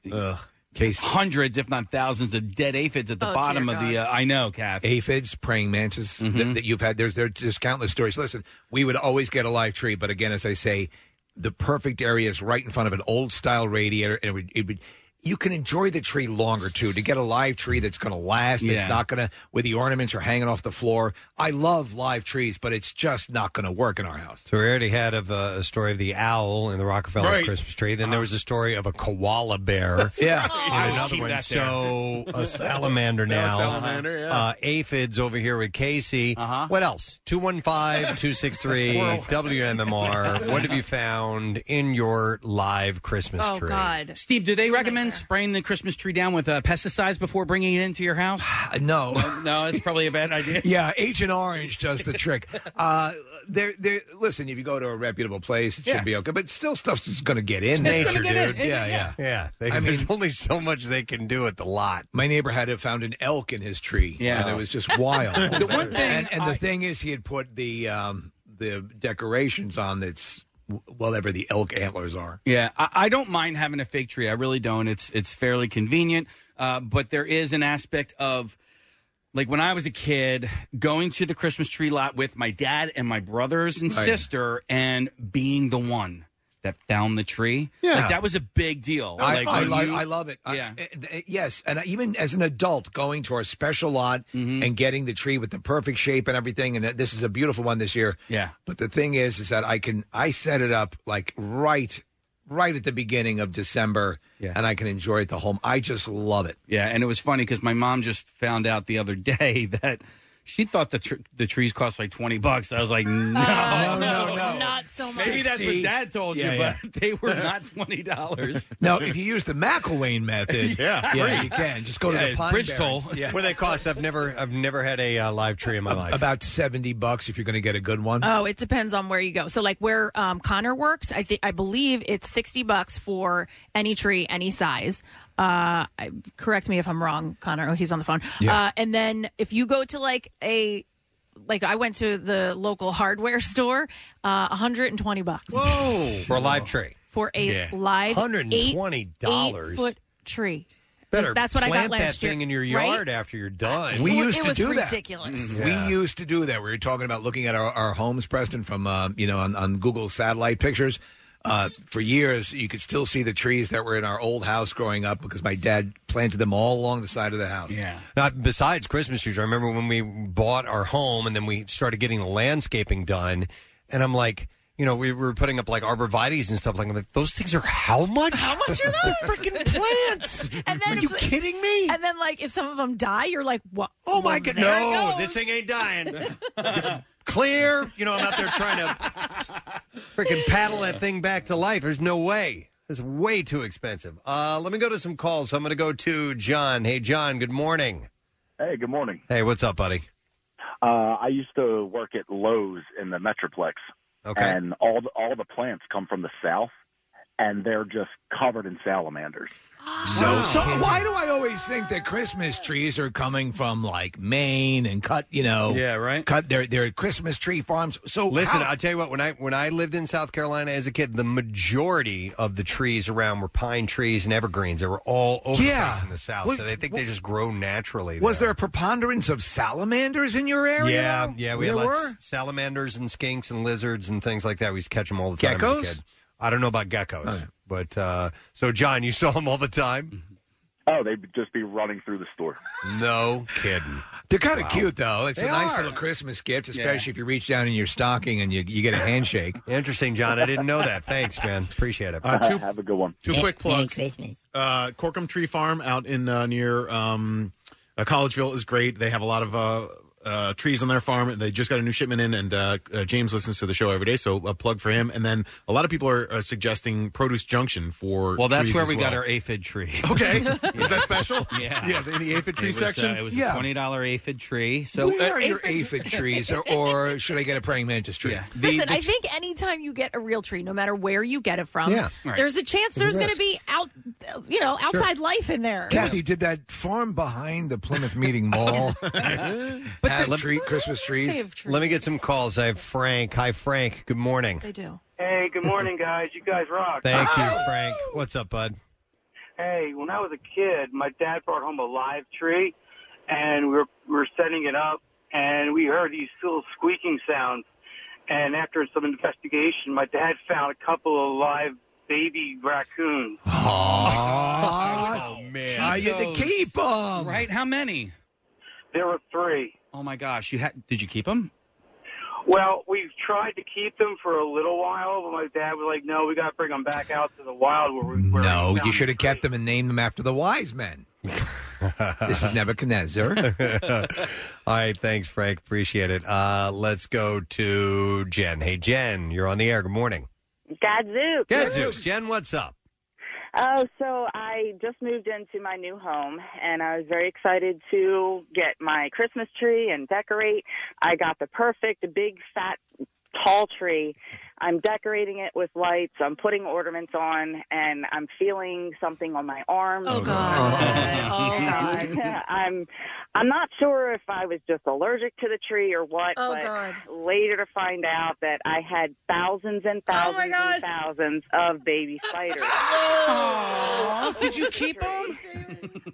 Speaker 6: Hundreds, if not thousands, of dead aphids at the
Speaker 8: Oh,
Speaker 6: bottom
Speaker 8: dear
Speaker 6: of the. Uh,
Speaker 8: God.
Speaker 6: I know, Kath. Mm-hmm.
Speaker 8: aphids, praying mantis th- that, you've had. There's there's just countless stories. Listen, we would always get a live tree, but again, as I say, the perfect area is right in front of an old style radiator, and it would. It would you can enjoy the tree longer too. To get a live tree that's going to last,
Speaker 6: Yeah.
Speaker 8: that's not going to where the ornaments are hanging off the floor. I love live trees, but it's just not going to work in our house.
Speaker 3: So we already had of uh, a story of the owl in the Rockefeller
Speaker 8: Right.
Speaker 3: Christmas tree. Then
Speaker 5: Ah.
Speaker 3: there was a story of a koala bear.
Speaker 8: Yeah.
Speaker 3: in another one. So a salamander
Speaker 5: Now
Speaker 3: now.
Speaker 5: a salamander, yeah.
Speaker 3: Uh, aphids over here with Casey. Uh-huh. What else? 215-263 WMMR. What have you found in your live Christmas
Speaker 6: Oh,
Speaker 3: tree?
Speaker 6: Steve, do they recommend spraying the Christmas tree down with uh, pesticides before bringing it into your house?
Speaker 8: no.
Speaker 6: no, it's probably a bad idea.
Speaker 8: Yeah, Agent Orange does the trick. Uh, there, there. Listen, if you go to a reputable place, it
Speaker 3: Yeah.
Speaker 8: should be okay. But still, stuff's just going to get in.
Speaker 3: It's
Speaker 8: there.
Speaker 3: nature, dude.
Speaker 8: Yeah, yeah,
Speaker 3: yeah. They,
Speaker 8: I mean,
Speaker 3: there's only so much they can do at the lot.
Speaker 8: My neighbor had it found an elk in his tree.
Speaker 3: Yeah.
Speaker 8: and it was just wild.
Speaker 3: The one thing
Speaker 8: and, and
Speaker 3: I-
Speaker 8: the thing is, he had put the um, the decorations on that's whatever the elk antlers are.
Speaker 6: Yeah, I, I don't mind having a fake tree. I really don't. It's it's fairly convenient, uh, but there is an aspect of like when I was a kid, going to the Christmas tree lot with my dad and my brothers and
Speaker 28: Right.
Speaker 6: sister, and being the one that found the tree.
Speaker 8: Yeah.
Speaker 6: like, that was a big deal.
Speaker 8: I,
Speaker 6: like,
Speaker 8: I,
Speaker 6: when
Speaker 8: li-
Speaker 6: you-
Speaker 8: I love it. I-
Speaker 6: Yeah.
Speaker 8: eh, eh, yes, and I, even as an adult, going to our special lot
Speaker 3: Mm-hmm.
Speaker 8: and getting the tree with the perfect shape and everything, and this is a beautiful one this year.
Speaker 6: Yeah.
Speaker 8: But the thing is, is that I can I set it up like right, right at the beginning of December, and I can enjoy it the home. I just love it.
Speaker 6: Yeah, and it was funny because my mom just found out the other day that she thought the tr- the trees cost like twenty bucks. I was like, no,
Speaker 8: Oh,
Speaker 4: no, not so much.
Speaker 6: Maybe that's what Dad told you,
Speaker 8: Yeah,
Speaker 6: but they were not twenty dollars.
Speaker 8: Now, if you use the McElwain method,
Speaker 6: Yeah, free.
Speaker 8: you can just go
Speaker 6: Yeah,
Speaker 8: to the Pine
Speaker 6: bridge
Speaker 8: Barrens.
Speaker 6: toll.
Speaker 8: Yeah.
Speaker 3: What do they cost? I've never, I've never had a uh, live tree in my life.
Speaker 8: About seventy bucks if you're going to get a good one.
Speaker 4: Oh, it depends on where you go. So, like where um, Connor works, I think I believe it's sixty bucks for any tree, any size. Uh, I- correct me if I'm wrong, Connor. Oh, he's on the phone.
Speaker 32: Yeah.
Speaker 4: Uh, and then if you go to like a like I went to the local hardware store, uh, 120 bucks
Speaker 8: Oh.
Speaker 3: Whoa! For a live tree.
Speaker 4: for a
Speaker 3: Yeah.
Speaker 4: live eight-
Speaker 3: $120.
Speaker 4: eight foot tree.
Speaker 3: Better
Speaker 4: That's what I got
Speaker 3: plant
Speaker 4: last
Speaker 3: that
Speaker 4: year,
Speaker 3: thing in your
Speaker 4: right?
Speaker 3: yard after you're done.
Speaker 8: We used to do
Speaker 4: ridiculous.
Speaker 8: that. We used to do that. We were talking about looking at our, our homes, Preston, from um, you know on, on Google satellite pictures. Uh, for years, you could still see the trees that were in our old house growing up because my dad planted them all along the side of the house.
Speaker 6: Yeah.
Speaker 3: Now, besides Christmas trees, I remember when we bought our home and then we started getting the landscaping done, and I'm like, you know, we were putting up like arborvitaes and stuff like that. Those things are how much?
Speaker 4: How much are those freaking plants? and then, are you kidding
Speaker 3: me?
Speaker 4: And then, like, if some of them die, you're like, what?
Speaker 3: Oh my god! No, this thing ain't dying. Clear. You know, I'm out there trying to freaking paddle that thing back to life. There's no way. It's way too expensive. Uh, let me go to some calls. I'm going to go to John. Hey, John. Good morning.
Speaker 23: Hey, good morning.
Speaker 3: Hey, what's up, buddy?
Speaker 23: Uh, I used to work at Lowe's in the Metroplex,
Speaker 3: Okay.
Speaker 23: and all the, all the plants come from the south, and they're just covered in salamanders.
Speaker 8: So, so why do I always think that Christmas trees are coming from like Maine and cut? You know,
Speaker 3: Yeah,
Speaker 6: right.
Speaker 8: Cut their their Christmas tree farms. So
Speaker 3: Listen,
Speaker 8: Oh, how-
Speaker 3: I'll tell you what. When I when I lived in South Carolina as a kid, the majority of the trees around were pine trees and evergreens. They were all over the
Speaker 8: Yeah.
Speaker 3: place in the South,
Speaker 8: Well,
Speaker 3: so they think they just grow naturally.
Speaker 8: was there a preponderance of salamanders in your area?
Speaker 3: Yeah, yeah, we
Speaker 8: there
Speaker 3: had
Speaker 8: were.
Speaker 3: lots salamanders and skinks and lizards and things like that. We used to catch them all the time. as a
Speaker 8: Geckos? Oh,
Speaker 3: kid. I don't know about geckos, but uh, so John, you saw them all the time.
Speaker 23: Oh, they'd just be running through the store.
Speaker 3: No kidding.
Speaker 8: They're kind of
Speaker 23: Wow.
Speaker 8: cute, though. It's
Speaker 23: They
Speaker 8: a nice
Speaker 23: are.
Speaker 8: little Christmas gift, especially if you reach down in your stocking and you, you get a handshake.
Speaker 3: Interesting, John. I didn't know that. Thanks, man. Appreciate it.
Speaker 11: Uh, two- Have
Speaker 23: a good one.
Speaker 11: Two
Speaker 23: Merry-
Speaker 11: quick plugs.
Speaker 23: Merry Christmas.
Speaker 11: Uh, Corkum Tree Farm out in uh, near um, uh, Collegeville is great. They have a lot of uh, uh, trees on their farm. They just got a new shipment in, and uh, uh, James listens to the show every day, so a plug for him. And then a lot of people are uh, suggesting Produce Junction for.
Speaker 6: Well, that's
Speaker 11: trees
Speaker 6: where
Speaker 11: as
Speaker 6: we got
Speaker 11: well.
Speaker 6: our aphid tree.
Speaker 11: Okay. Is that special?
Speaker 6: Yeah.
Speaker 11: Yeah, in the aphid
Speaker 6: It
Speaker 11: tree
Speaker 6: was, uh,
Speaker 11: section?
Speaker 6: it was
Speaker 11: Yeah.
Speaker 6: a twenty dollar aphid tree. So
Speaker 8: Where
Speaker 6: uh,
Speaker 8: are your aphid trees, or, or should I get a praying mantis tree?
Speaker 4: Listen, I think anytime you get a real tree, no matter where you get it from,
Speaker 8: Yeah. Right.
Speaker 4: there's a chance there's
Speaker 8: There's a
Speaker 4: going to
Speaker 8: risk.
Speaker 4: be out, you know, outside life in there.
Speaker 8: Kathy, did that farm behind the Plymouth Meeting Mall have tree, Christmas trees?
Speaker 3: Let me get some calls. I have Frank. Hi, Frank. Good morning.
Speaker 4: They do.
Speaker 33: Hey, good morning, guys. You guys rock.
Speaker 3: Thank you, Frank. What's up, bud?
Speaker 33: Hey, when I was a kid, my dad brought home a live tree, and we were, we were setting it up, and we heard these little squeaking sounds. And after some investigation, my dad found a couple of live baby raccoons.
Speaker 8: Aww.
Speaker 6: Oh man,
Speaker 8: I had to keep 'em.
Speaker 6: Right? How many?
Speaker 33: There were three.
Speaker 6: Oh my gosh! You had? Did you keep them?
Speaker 33: Well, we've tried to keep them for a little while, but my dad was like, "No, we got to bring them back out to the wild where we." Where
Speaker 8: No,
Speaker 33: we
Speaker 8: you should have kept them and named them after the wise men. this is Nebuchadnezzar.
Speaker 3: All right, thanks, Frank. Appreciate it. Uh, let's go to Jen. Hey, Jen, you're on the air. Good morning.
Speaker 22: Gadzooks.
Speaker 3: Gadzooks. Jen, what's up?
Speaker 22: Oh, so I just moved into my new home and I was very excited to get my Christmas tree and decorate. I got the perfect big fat tall tree. I'm decorating it with lights. I'm putting ornaments on and I'm feeling something on my arm. Oh god.
Speaker 16: Oh,
Speaker 22: And I'm I'm not sure if I was just allergic to the tree or what,
Speaker 16: Oh,
Speaker 22: but
Speaker 16: God.
Speaker 22: later to find out that I had thousands and
Speaker 16: Oh,
Speaker 22: thousands
Speaker 16: my
Speaker 22: and thousands of baby spiders.
Speaker 6: Did you keep them?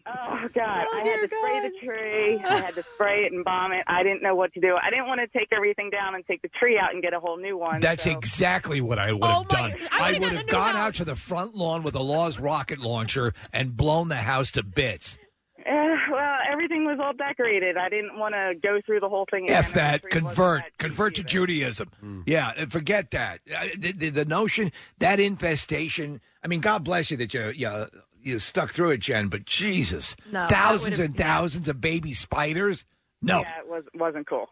Speaker 22: Oh God! I had to spray the tree. I had to spray it and bomb it. I didn't know what to do. I didn't want to take everything down and take the tree out and get a whole new one.
Speaker 8: That's
Speaker 22: so.
Speaker 8: exactly what I would have done. I, would have gone out to the front lawn with a Law's rocket launcher and blown the house to bits.
Speaker 22: Uh, well, everything was all decorated. I didn't want to go through the whole thing.
Speaker 8: F that. Convert. Convert to Judaism. Yeah, and forget that. Uh, The, the, the notion, that infestation, I mean, God bless you that you, you, you stuck through it, Jen, but Jesus.
Speaker 22: No, I
Speaker 8: thousands
Speaker 22: would've-
Speaker 8: and thousands of baby spiders? No.
Speaker 22: Yeah, it was wasn't cool.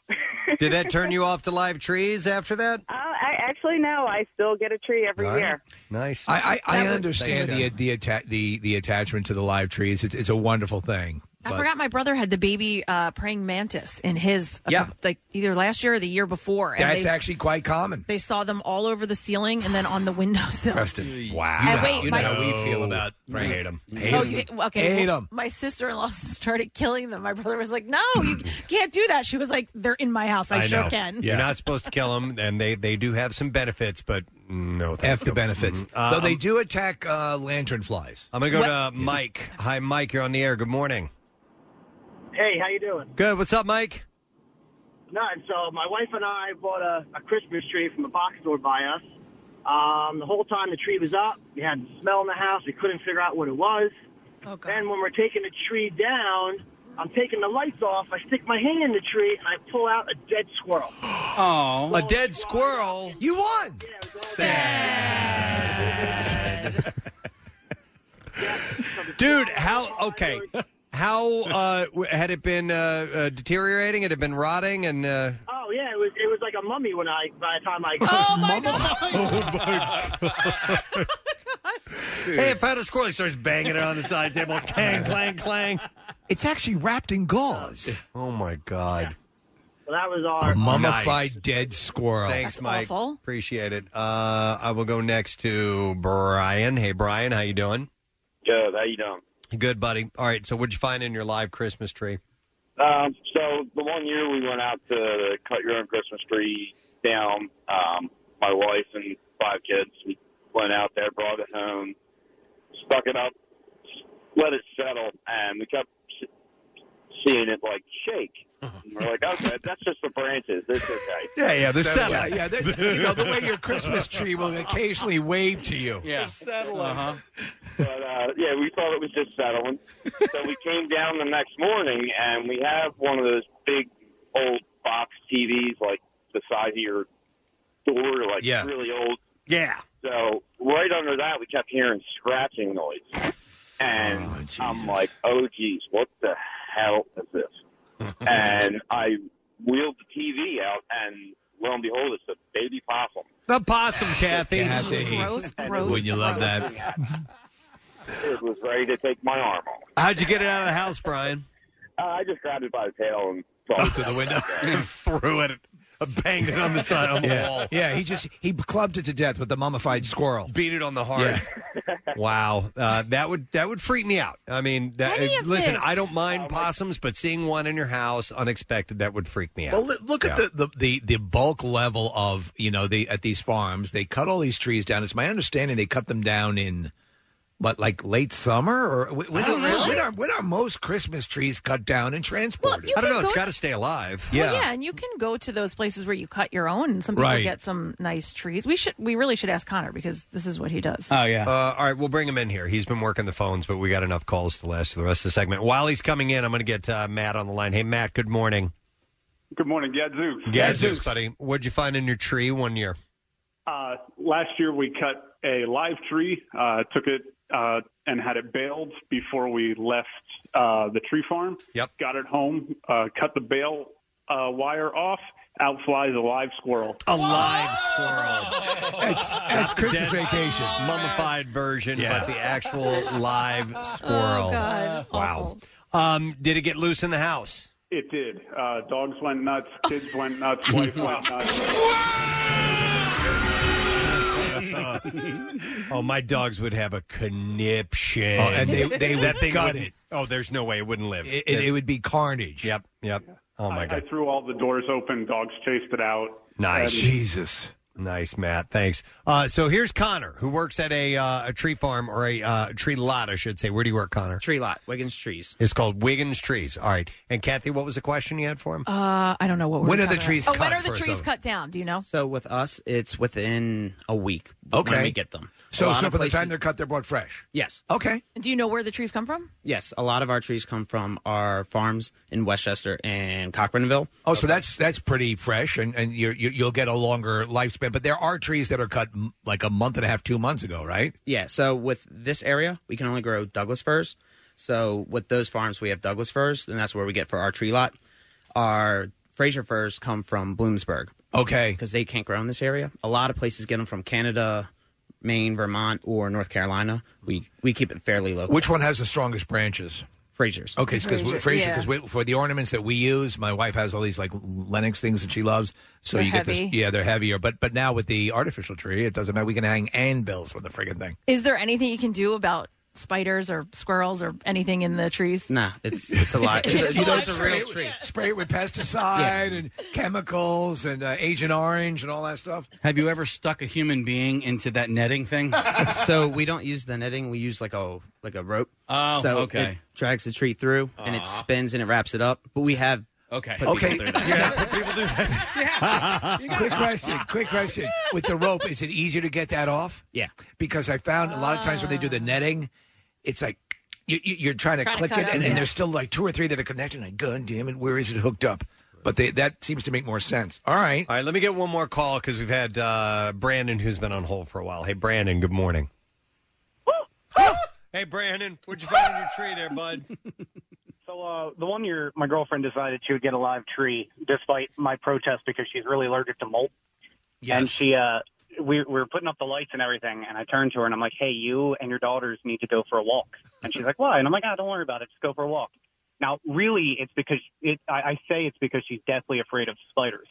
Speaker 3: Did that turn you off to live trees after that?
Speaker 22: Oh, I actually no. I still get a tree every
Speaker 8: All right.
Speaker 22: year.
Speaker 3: Nice.
Speaker 8: I, I, I
Speaker 22: That would-
Speaker 8: understand
Speaker 22: Thanks,
Speaker 8: the the, atta- the the attachment to the live trees. It's, it's a wonderful thing.
Speaker 4: I
Speaker 8: but-
Speaker 4: forgot my brother had the baby uh, praying mantis in his, uh,
Speaker 8: Yeah.
Speaker 4: like either last year or the year before. and
Speaker 8: That's
Speaker 4: they-
Speaker 8: actually quite common.
Speaker 4: They saw them all over the ceiling and then on the windowsill.
Speaker 8: Preston, wow.
Speaker 4: And Uh, wait, my-
Speaker 8: I hate them. Hate
Speaker 4: Oh,
Speaker 8: them.
Speaker 4: you, okay. well, My sister-in-law started killing them. My brother was like, "No, you can't do that." She was like, "They're in my house. I, sure
Speaker 3: know.
Speaker 4: can."
Speaker 3: You're not supposed to kill them, and they, they do have some benefits, but no. Mm-hmm. Uh,
Speaker 8: F the benefits. Though they do attack uh, lantern flies.
Speaker 3: um, I'm going to go to Mike. Hi, Mike. You're on the air. Good morning.
Speaker 31: Hey, how you doing?
Speaker 3: Good. What's up, Mike?
Speaker 31: None. So my wife and I bought a, a Christmas tree from a box store by us. Um, the whole time the tree was up, we had the smell in the house. We couldn't figure out what it was.
Speaker 3: Oh,
Speaker 31: then when we're taking the tree down, I'm taking the lights off. I stick my hand in the tree and I pull out a dead squirrel.
Speaker 6: Oh,
Speaker 3: a dead squirrel.
Speaker 8: You won.
Speaker 3: Dude, how okay? How uh, w- had it been uh, uh, deteriorating? Had it been rotting? And uh,
Speaker 31: Oh yeah, it was it was like a mummy when I by the time I
Speaker 3: Oh, my
Speaker 31: god!
Speaker 3: hey, I found a squirrel. He starts banging it on the side table. Clang, clang, clang.
Speaker 8: It's actually wrapped in gauze.
Speaker 3: Oh my god!
Speaker 31: well, that was
Speaker 8: A
Speaker 31: our
Speaker 8: mummified dead squirrel.
Speaker 3: Thanks, Mike. Appreciate it. Uh, I will go next to Brian. Hey, Brian, how you doing?
Speaker 23: Good. How you doing?
Speaker 3: Good, buddy. All right. So, what'd you find in your live Christmas tree?
Speaker 23: Um, so the one year we went out to the cut your own Christmas tree down, um, my wife and five kids, we went out there, brought it home, stuck it up, let it settle, and we kept s- seeing it like shake.
Speaker 8: Uh-huh.
Speaker 23: And we're like, okay, that's just the branches. It's okay.
Speaker 3: Yeah, yeah, they're
Speaker 8: Settle-
Speaker 3: settling.
Speaker 8: Yeah, yeah, they're- you know, the way your Christmas tree will occasionally wave to you.
Speaker 23: Yeah.
Speaker 8: settling. Uh-huh.
Speaker 23: But uh, yeah, we thought it was just settling. so we came down the next morning, and we have one of those big old box TVs, like the size of your door, like
Speaker 16: Yeah.
Speaker 23: really old.
Speaker 3: Yeah.
Speaker 23: So right under that, we kept hearing scratching noise, and I'm like, "Oh geez, what the hell is this?" and I wheeled the TV out, and lo and behold, it's a baby possum.
Speaker 3: The possum, Kathy.
Speaker 23: Gross,
Speaker 8: gross, Wouldn't you love gross. that?
Speaker 23: It was ready to take my arm off.
Speaker 3: How'd you get it out of the house, Brian?
Speaker 23: Uh, I just grabbed it by the tail and threw it
Speaker 8: through the window.
Speaker 3: Threw it, banged it on the side on the
Speaker 8: yeah.
Speaker 3: wall.
Speaker 8: Yeah, he just he clubbed it to death with the mummified squirrel.
Speaker 3: Beat it on the heart. wow, uh, that would that would freak me out. I mean, that,
Speaker 8: Any of
Speaker 3: listen,
Speaker 8: this.
Speaker 3: I don't mind possums, but seeing one in your house unexpected that would freak me out.
Speaker 8: Well, li- look at
Speaker 3: Yeah.
Speaker 8: the, the, the, the bulk level of you know the at these farms they cut all these trees down. It's my understanding they cut them down in but like late summer or wh- when,
Speaker 4: I don't
Speaker 8: are-
Speaker 4: know.
Speaker 8: when are when are most Christmas trees cut down and transported?
Speaker 4: you I don't can know. It's go- gotta
Speaker 8: stay alive.
Speaker 4: Yeah. Well, yeah, and you can go to those places where you cut your own, and some people
Speaker 8: Right.
Speaker 4: get some nice trees. We should, we really should ask Connor because this is what he does.
Speaker 3: Oh yeah. Uh, all right, we'll bring him in here. He's been working the phones, but we got enough calls to last the rest of the segment. While he's coming in, I'm going to get uh, Matt on the line. Hey, Matt. Good morning.
Speaker 12: Good morning, Gadzooks.
Speaker 3: Gadzooks, buddy. What'd you find in your tree one year?
Speaker 12: Uh, last year we cut a live tree, uh, took it uh, and had it baled before we left uh, the tree farm.
Speaker 3: Yep.
Speaker 12: Got it home, uh, cut the bale uh, wire off. Out flies a live squirrel.
Speaker 3: A live squirrel.
Speaker 8: It's,
Speaker 12: it's
Speaker 3: Dead
Speaker 8: vacation.
Speaker 3: Mummified version, but the actual live squirrel.
Speaker 12: God.
Speaker 3: Wow. Um, did it get loose in the house?
Speaker 12: It did. Uh, dogs went nuts. Kids went nuts. Wife went nuts.
Speaker 3: oh, my dogs would have a conniption.
Speaker 8: Oh, and they- they would
Speaker 3: that thing
Speaker 8: gut
Speaker 3: wouldn't-
Speaker 8: it.
Speaker 3: Oh, there's no way it wouldn't live.
Speaker 8: It, it, it would be carnage.
Speaker 3: Yep. Yep. Oh my
Speaker 12: I
Speaker 3: god.
Speaker 12: threw all the doors open. Dogs chased it out.
Speaker 3: Nice.
Speaker 12: And-
Speaker 8: Jesus.
Speaker 3: Nice, Matt. Thanks. Uh, so here's Connor, who works at a uh, a tree farm or a uh, tree lot, I should say. Where do you work, Connor?
Speaker 13: Tree lot, Wiggins Trees.
Speaker 3: It's called Wiggins Trees. All right. And Kathy, what was the question you had for him?
Speaker 4: Uh, I don't know what. We're
Speaker 13: When are the
Speaker 4: covering.
Speaker 13: trees
Speaker 4: Oh,
Speaker 13: cut,
Speaker 4: when are the
Speaker 13: first
Speaker 4: trees
Speaker 13: off?
Speaker 4: cut down? Do you know?
Speaker 13: So with us, it's within a week when
Speaker 4: Okay.
Speaker 13: we get them.
Speaker 4: So-
Speaker 13: A lot
Speaker 4: so
Speaker 13: of
Speaker 4: by the
Speaker 13: places-
Speaker 4: time
Speaker 8: they're cut, they're brought fresh.
Speaker 13: Yes,
Speaker 8: Okay.
Speaker 4: Do you know where the trees come from?
Speaker 13: yes. A lot of our trees come from our farms in Westchester and Cochranville.
Speaker 8: Oh, so that's that's pretty fresh, and and you're, you you'll get a longer lifespan. But there are trees that are cut m- like a month and a half, two months ago, right?
Speaker 13: Yeah. So with this area, we can only grow Douglas firs. So with those farms, we have Douglas firs, and that's where we get for our tree lot. Our Fraser firs come from Bloomsburg.
Speaker 8: Okay.
Speaker 13: Because they can't grow in this area. A lot of places get them from Canada, Maine, Vermont, or North Carolina. We we keep it fairly local.
Speaker 8: Which one has the strongest branches?
Speaker 13: Frasers.
Speaker 8: Okay, because
Speaker 13: Fraser,
Speaker 8: Fraser,
Speaker 13: yeah.
Speaker 8: because for the ornaments that we use, my wife has all these like Lennox things that she loves. So
Speaker 4: They're
Speaker 8: you get
Speaker 4: heavy.
Speaker 8: this, yeah, they're heavier. But but now with the artificial tree, it doesn't matter. We can hang anvils from the friggin' thing.
Speaker 4: Is there anything you can do about spiders or squirrels or anything in the trees?
Speaker 13: Nah, it's it's a lot. It's, a-
Speaker 8: You know,
Speaker 13: it's a
Speaker 8: spray
Speaker 13: real
Speaker 8: it-
Speaker 13: tree.
Speaker 8: Spray it with pesticide and chemicals and uh, Agent Orange and all that stuff.
Speaker 6: Have you ever stuck a human being into that netting thing?
Speaker 13: so we don't use the netting. We use like a like a rope.
Speaker 6: Oh,
Speaker 13: so
Speaker 6: okay.
Speaker 13: It drags the tree through and it spins and it wraps it up. But we have
Speaker 6: okay.
Speaker 13: Put
Speaker 8: Okay.
Speaker 13: People through that.
Speaker 8: quick question. Quick question. With the rope, is it easier to get that off?
Speaker 13: Yeah.
Speaker 8: Because I found a lot of times when they do the netting, it's like you, you, you're trying to
Speaker 13: Trying to
Speaker 8: click
Speaker 13: cut
Speaker 8: it,
Speaker 13: up,
Speaker 8: and,
Speaker 13: yeah.
Speaker 8: and there's still like two or three that are connected. Like, God damn it, where is it hooked up? But they, that seems to make more sense. All right.
Speaker 3: All right, let me get one more call because we've had uh, Brandon, who's been on hold for a while. Hey, Brandon, good morning. hey, Brandon, what'd you find in your tree there, bud?
Speaker 28: So uh, the one year my girlfriend decided she would get a live tree, despite my protest because she's really allergic to mold. And she, uh, we, we were putting up the lights and everything, and I turned to her and I'm like, "Hey, you and your daughters need to go for a walk." And she's like, "Why?" And I'm like, "Ah, don't worry about it. Just go for a walk." Now, really, it's because it, I, I say it's because she's deathly afraid of spiders,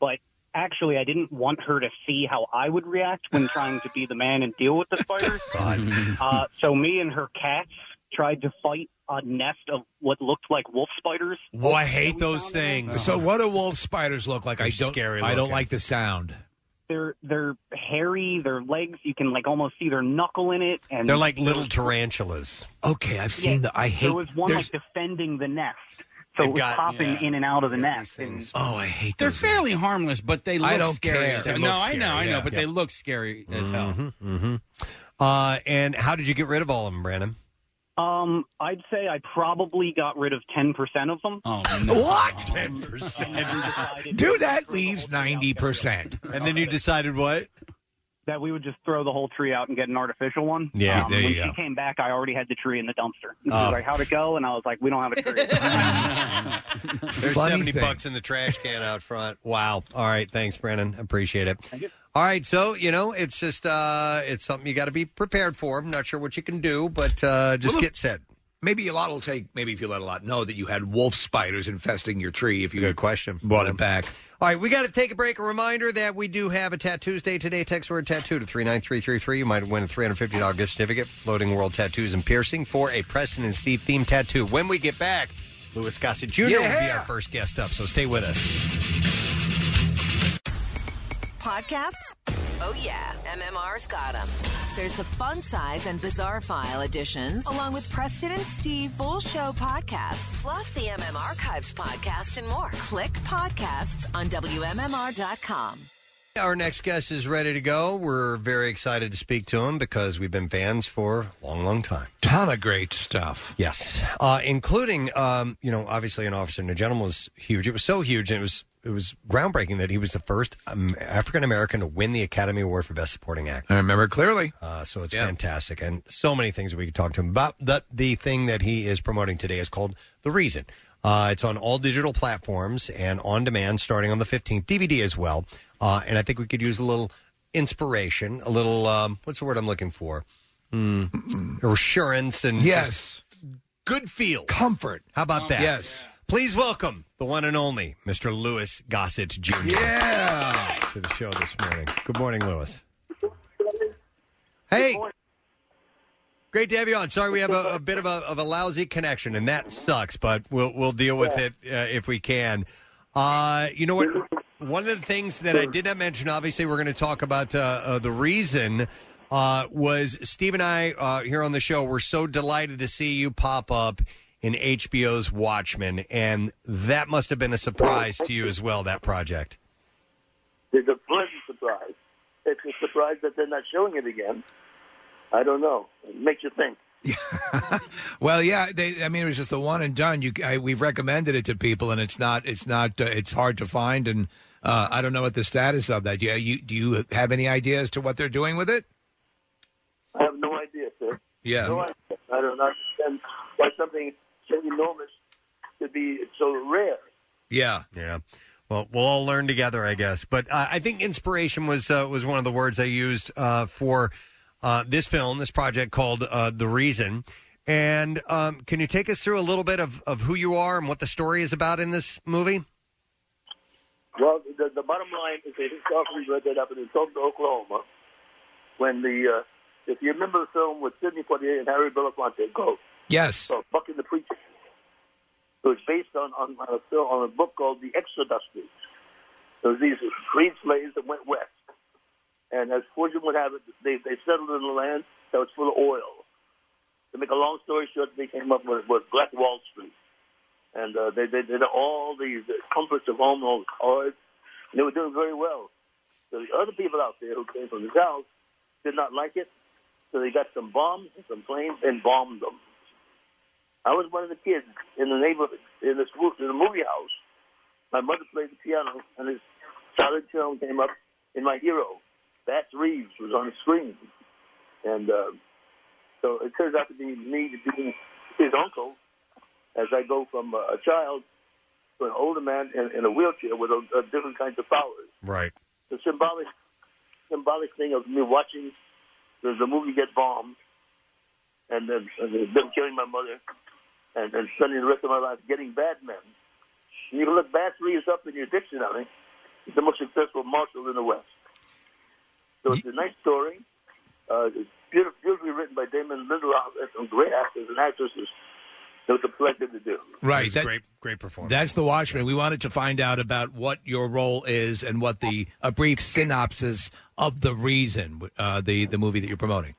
Speaker 28: but actually, I didn't want her to see how I would react when trying to be the man and deal with the spiders. Uh, so me and her cats tried to fight a nest of what looked like wolf spiders.
Speaker 3: Oh, I hate those things.
Speaker 8: So what do wolf spiders look like? I don't.
Speaker 3: scary
Speaker 8: I don't
Speaker 3: looking.
Speaker 8: like the sound.
Speaker 28: They're they're hairy. Their legs you can like almost see their knuckle in it, and
Speaker 3: They're like little tarantulas.
Speaker 8: Okay, I've seen the. I hate.
Speaker 28: there was one
Speaker 8: there's-
Speaker 28: like defending the nest, so
Speaker 8: They've
Speaker 28: it was
Speaker 8: got-
Speaker 28: popping
Speaker 8: yeah.
Speaker 28: in and out of the nest. And,
Speaker 8: oh, I hate.
Speaker 6: They're fairly harmless, but they look
Speaker 28: I don't
Speaker 6: scary.
Speaker 28: care.
Speaker 6: as-
Speaker 28: They
Speaker 6: no,
Speaker 28: look
Speaker 6: I know,
Speaker 28: scary,
Speaker 6: I know,
Speaker 28: yeah.
Speaker 6: but
Speaker 28: Yeah.
Speaker 6: they look scary
Speaker 3: Mm-hmm.
Speaker 6: as hell.
Speaker 3: hmm Uh, and how did you get rid of all of them, Brandon?
Speaker 28: um, I'd say I probably got rid of ten percent of them.
Speaker 6: Oh
Speaker 8: What?
Speaker 3: Ten percent.
Speaker 8: Dude, that leaves ninety percent.
Speaker 3: And then you decided what?
Speaker 28: That we would just throw the whole tree out and get an artificial one.
Speaker 8: Yeah,
Speaker 28: um,
Speaker 8: there
Speaker 28: when
Speaker 8: you
Speaker 28: she
Speaker 8: go.
Speaker 28: came back, I already had the tree in the dumpster. She
Speaker 3: Oh.
Speaker 28: was like, "How'd it go?" And I was like, "We don't have a tree."
Speaker 3: There's
Speaker 28: Funny
Speaker 3: 70
Speaker 28: thing.
Speaker 3: bucks in the trash can out front. Wow. All right. Thanks, Brandon. Appreciate it. All right. So, you know, it's just, uh, it's something you got to be prepared for. I'm not sure what you can do, but uh, just
Speaker 8: Well,
Speaker 3: get set.
Speaker 8: Maybe a lot will take. Maybe if you let a lot know that you had wolf spiders infesting your tree, if you good
Speaker 3: question
Speaker 8: brought it back.
Speaker 3: All right, we got to take a break. A reminder that we do have a Tattoos Day today. Text word tattoo to 39333. You might win a $350 gift certificate, Floating World Tattoos and Piercing, for a Preston and Steve themed tattoo. When we get back, Louis Gossett Jr. will be
Speaker 1: Yeah.
Speaker 3: our first guest up, so stay with us.
Speaker 16: Podcasts? Oh, yeah. MMR's got them. There's the Fun Size and Bizarre File editions, along with Preston and Steve full show podcasts, plus the MM Archives podcast and more. Click podcasts on WMMR.com.
Speaker 3: Our next guest is ready to go. We're very excited to speak to him because we've been fans for a long, long time.
Speaker 8: Ton of great stuff.
Speaker 3: Yes. uh, including um, you know obviously an officer and a gentleman was huge. It was so huge and it was it was groundbreaking that he was the first um, African American to win the Academy Award for Best Supporting Actor.
Speaker 8: I remember clearly.
Speaker 3: Uh, so it's fantastic, and so many things that we could talk to him about. But the thing that he is promoting today is called The Reason. Uh, it's on all digital platforms and on demand starting on the 15th, DVD as well. Uh, and I think we could use a little inspiration, a little, um, what's the word I'm looking for? Mm, assurance and
Speaker 8: Yes.
Speaker 3: good feel. Comfort. How about that?
Speaker 8: Yes.
Speaker 3: Please welcome the one and only Mr. Lewis Gossett Jr.
Speaker 8: Yeah.
Speaker 3: To the show this morning. Good morning, Lewis. Hey. Great to have you on. Sorry, we have a, a bit of a, of a lousy connection, and that sucks. But we'll we'll deal with it uh, if we can. Uh, you know what? One of the things that I did not mention, obviously, we're going to talk about uh, uh, the reason uh, was Steve and I uh, here on the show were so delighted to see you pop up in HBO's Watchmen, and that must have been a surprise to you as well. That project.
Speaker 9: It's a pleasant surprise. It's a surprise that they're not showing it again. I don't know. It makes you think.
Speaker 8: Well, yeah, they, I mean, it was just the one and done. You, I, we've recommended it to people, and it's not, it's not, uh, it's hard to find, and uh, I don't know what the status of that. Yeah, you, do you have any idea as to what they're doing with it?
Speaker 9: I have no idea, sir.
Speaker 8: Yeah.
Speaker 9: No idea. I don't understand why something so enormous could be so rare.
Speaker 8: Yeah,
Speaker 3: yeah. Well, we'll all learn together, I guess. But uh, I think inspiration was uh, was one of the words I used uh, for uh, this film, this project called uh, "The Reason." And um, can you take us through a little bit of, of who you are and what the story is about in this movie?
Speaker 9: Well, the, the bottom line is they historically read that happened in Tulsa, Oklahoma, when the, uh, if you remember the film with Sidney Poitier and Harry Belafonte, Ghost.
Speaker 8: Yes.
Speaker 9: So, Bucking the Preacher. It was based on, on, on, a, film, on a book called The Exodusters. It was these freed slaves that went west. And as fortune would have it, they, they settled in a land that was full of oil. To make a long story short, they came up with, with Black Wall Street. And uh, they, they did all the, the comforts of home, all the cars. And they were doing very well. So the other people out there who came from the South did not like it. So they got some bombs and some planes and bombed them. I was one of the kids in the neighborhood in the school in the movie house. My mother played the piano, and this solid film came up in my hero. Bats Reeves was on the screen, and uh, so it turns out to be me being his uncle as I go from uh, a child to an older man in, in a wheelchair with a, a different kinds of powers
Speaker 3: Right.
Speaker 9: the symbolic symbolic thing of me watching the, the movie get bombed and then and then them killing my mother and, and spending the rest of my life getting bad men. You can look Bass Reeves up in your dictionary. He's the most successful marshal in the West. So it's a nice story. Uh, it's beautiful, beautifully written by Damon Lindelof and some great actors and actresses. It was a pleasure to do.
Speaker 8: Right. that-
Speaker 3: Great performance.
Speaker 8: That's the Watchman. We wanted to find out about what your role is and what the a brief synopsis of the reason uh, the the movie that you're promoting.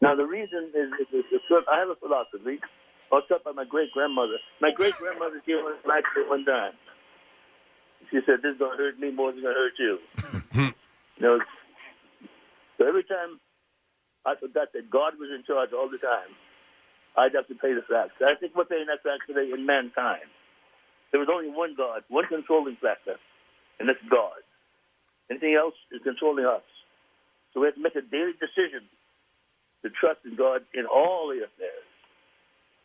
Speaker 9: Now, the reason is, is, is, is that I have a philosophy. I was taught by my great grandmother. My great grandmother, she was black at one time. She said, This is going to hurt me more than it's going to hurt you. you know, so every time I forgot that God was in charge all the time, I'd have to pay the facts. I think we're paying that fact today in mankind. There was only one God, one controlling factor, and that's God. Anything else is controlling us. So we have to make a daily decision to trust in God in all the affairs.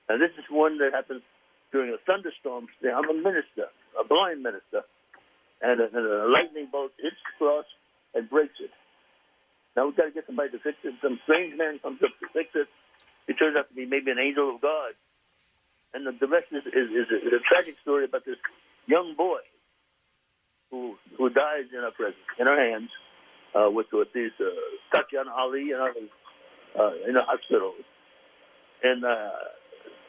Speaker 9: And this is one that happens during a thunderstorm. Now, I'm a minister, a blind minister, and a, and a lightning bolt hits the cross and breaks it. Now we've got to get somebody to fix it. Some strange man comes up to fix it. It turns out to be maybe an angel of God. And the, the rest is, is, is, a, is a tragic story about this young boy who who dies in our presence, in our hands, uh, with, with these uh, Tatiana Ali and others uh, in the hospital. And uh,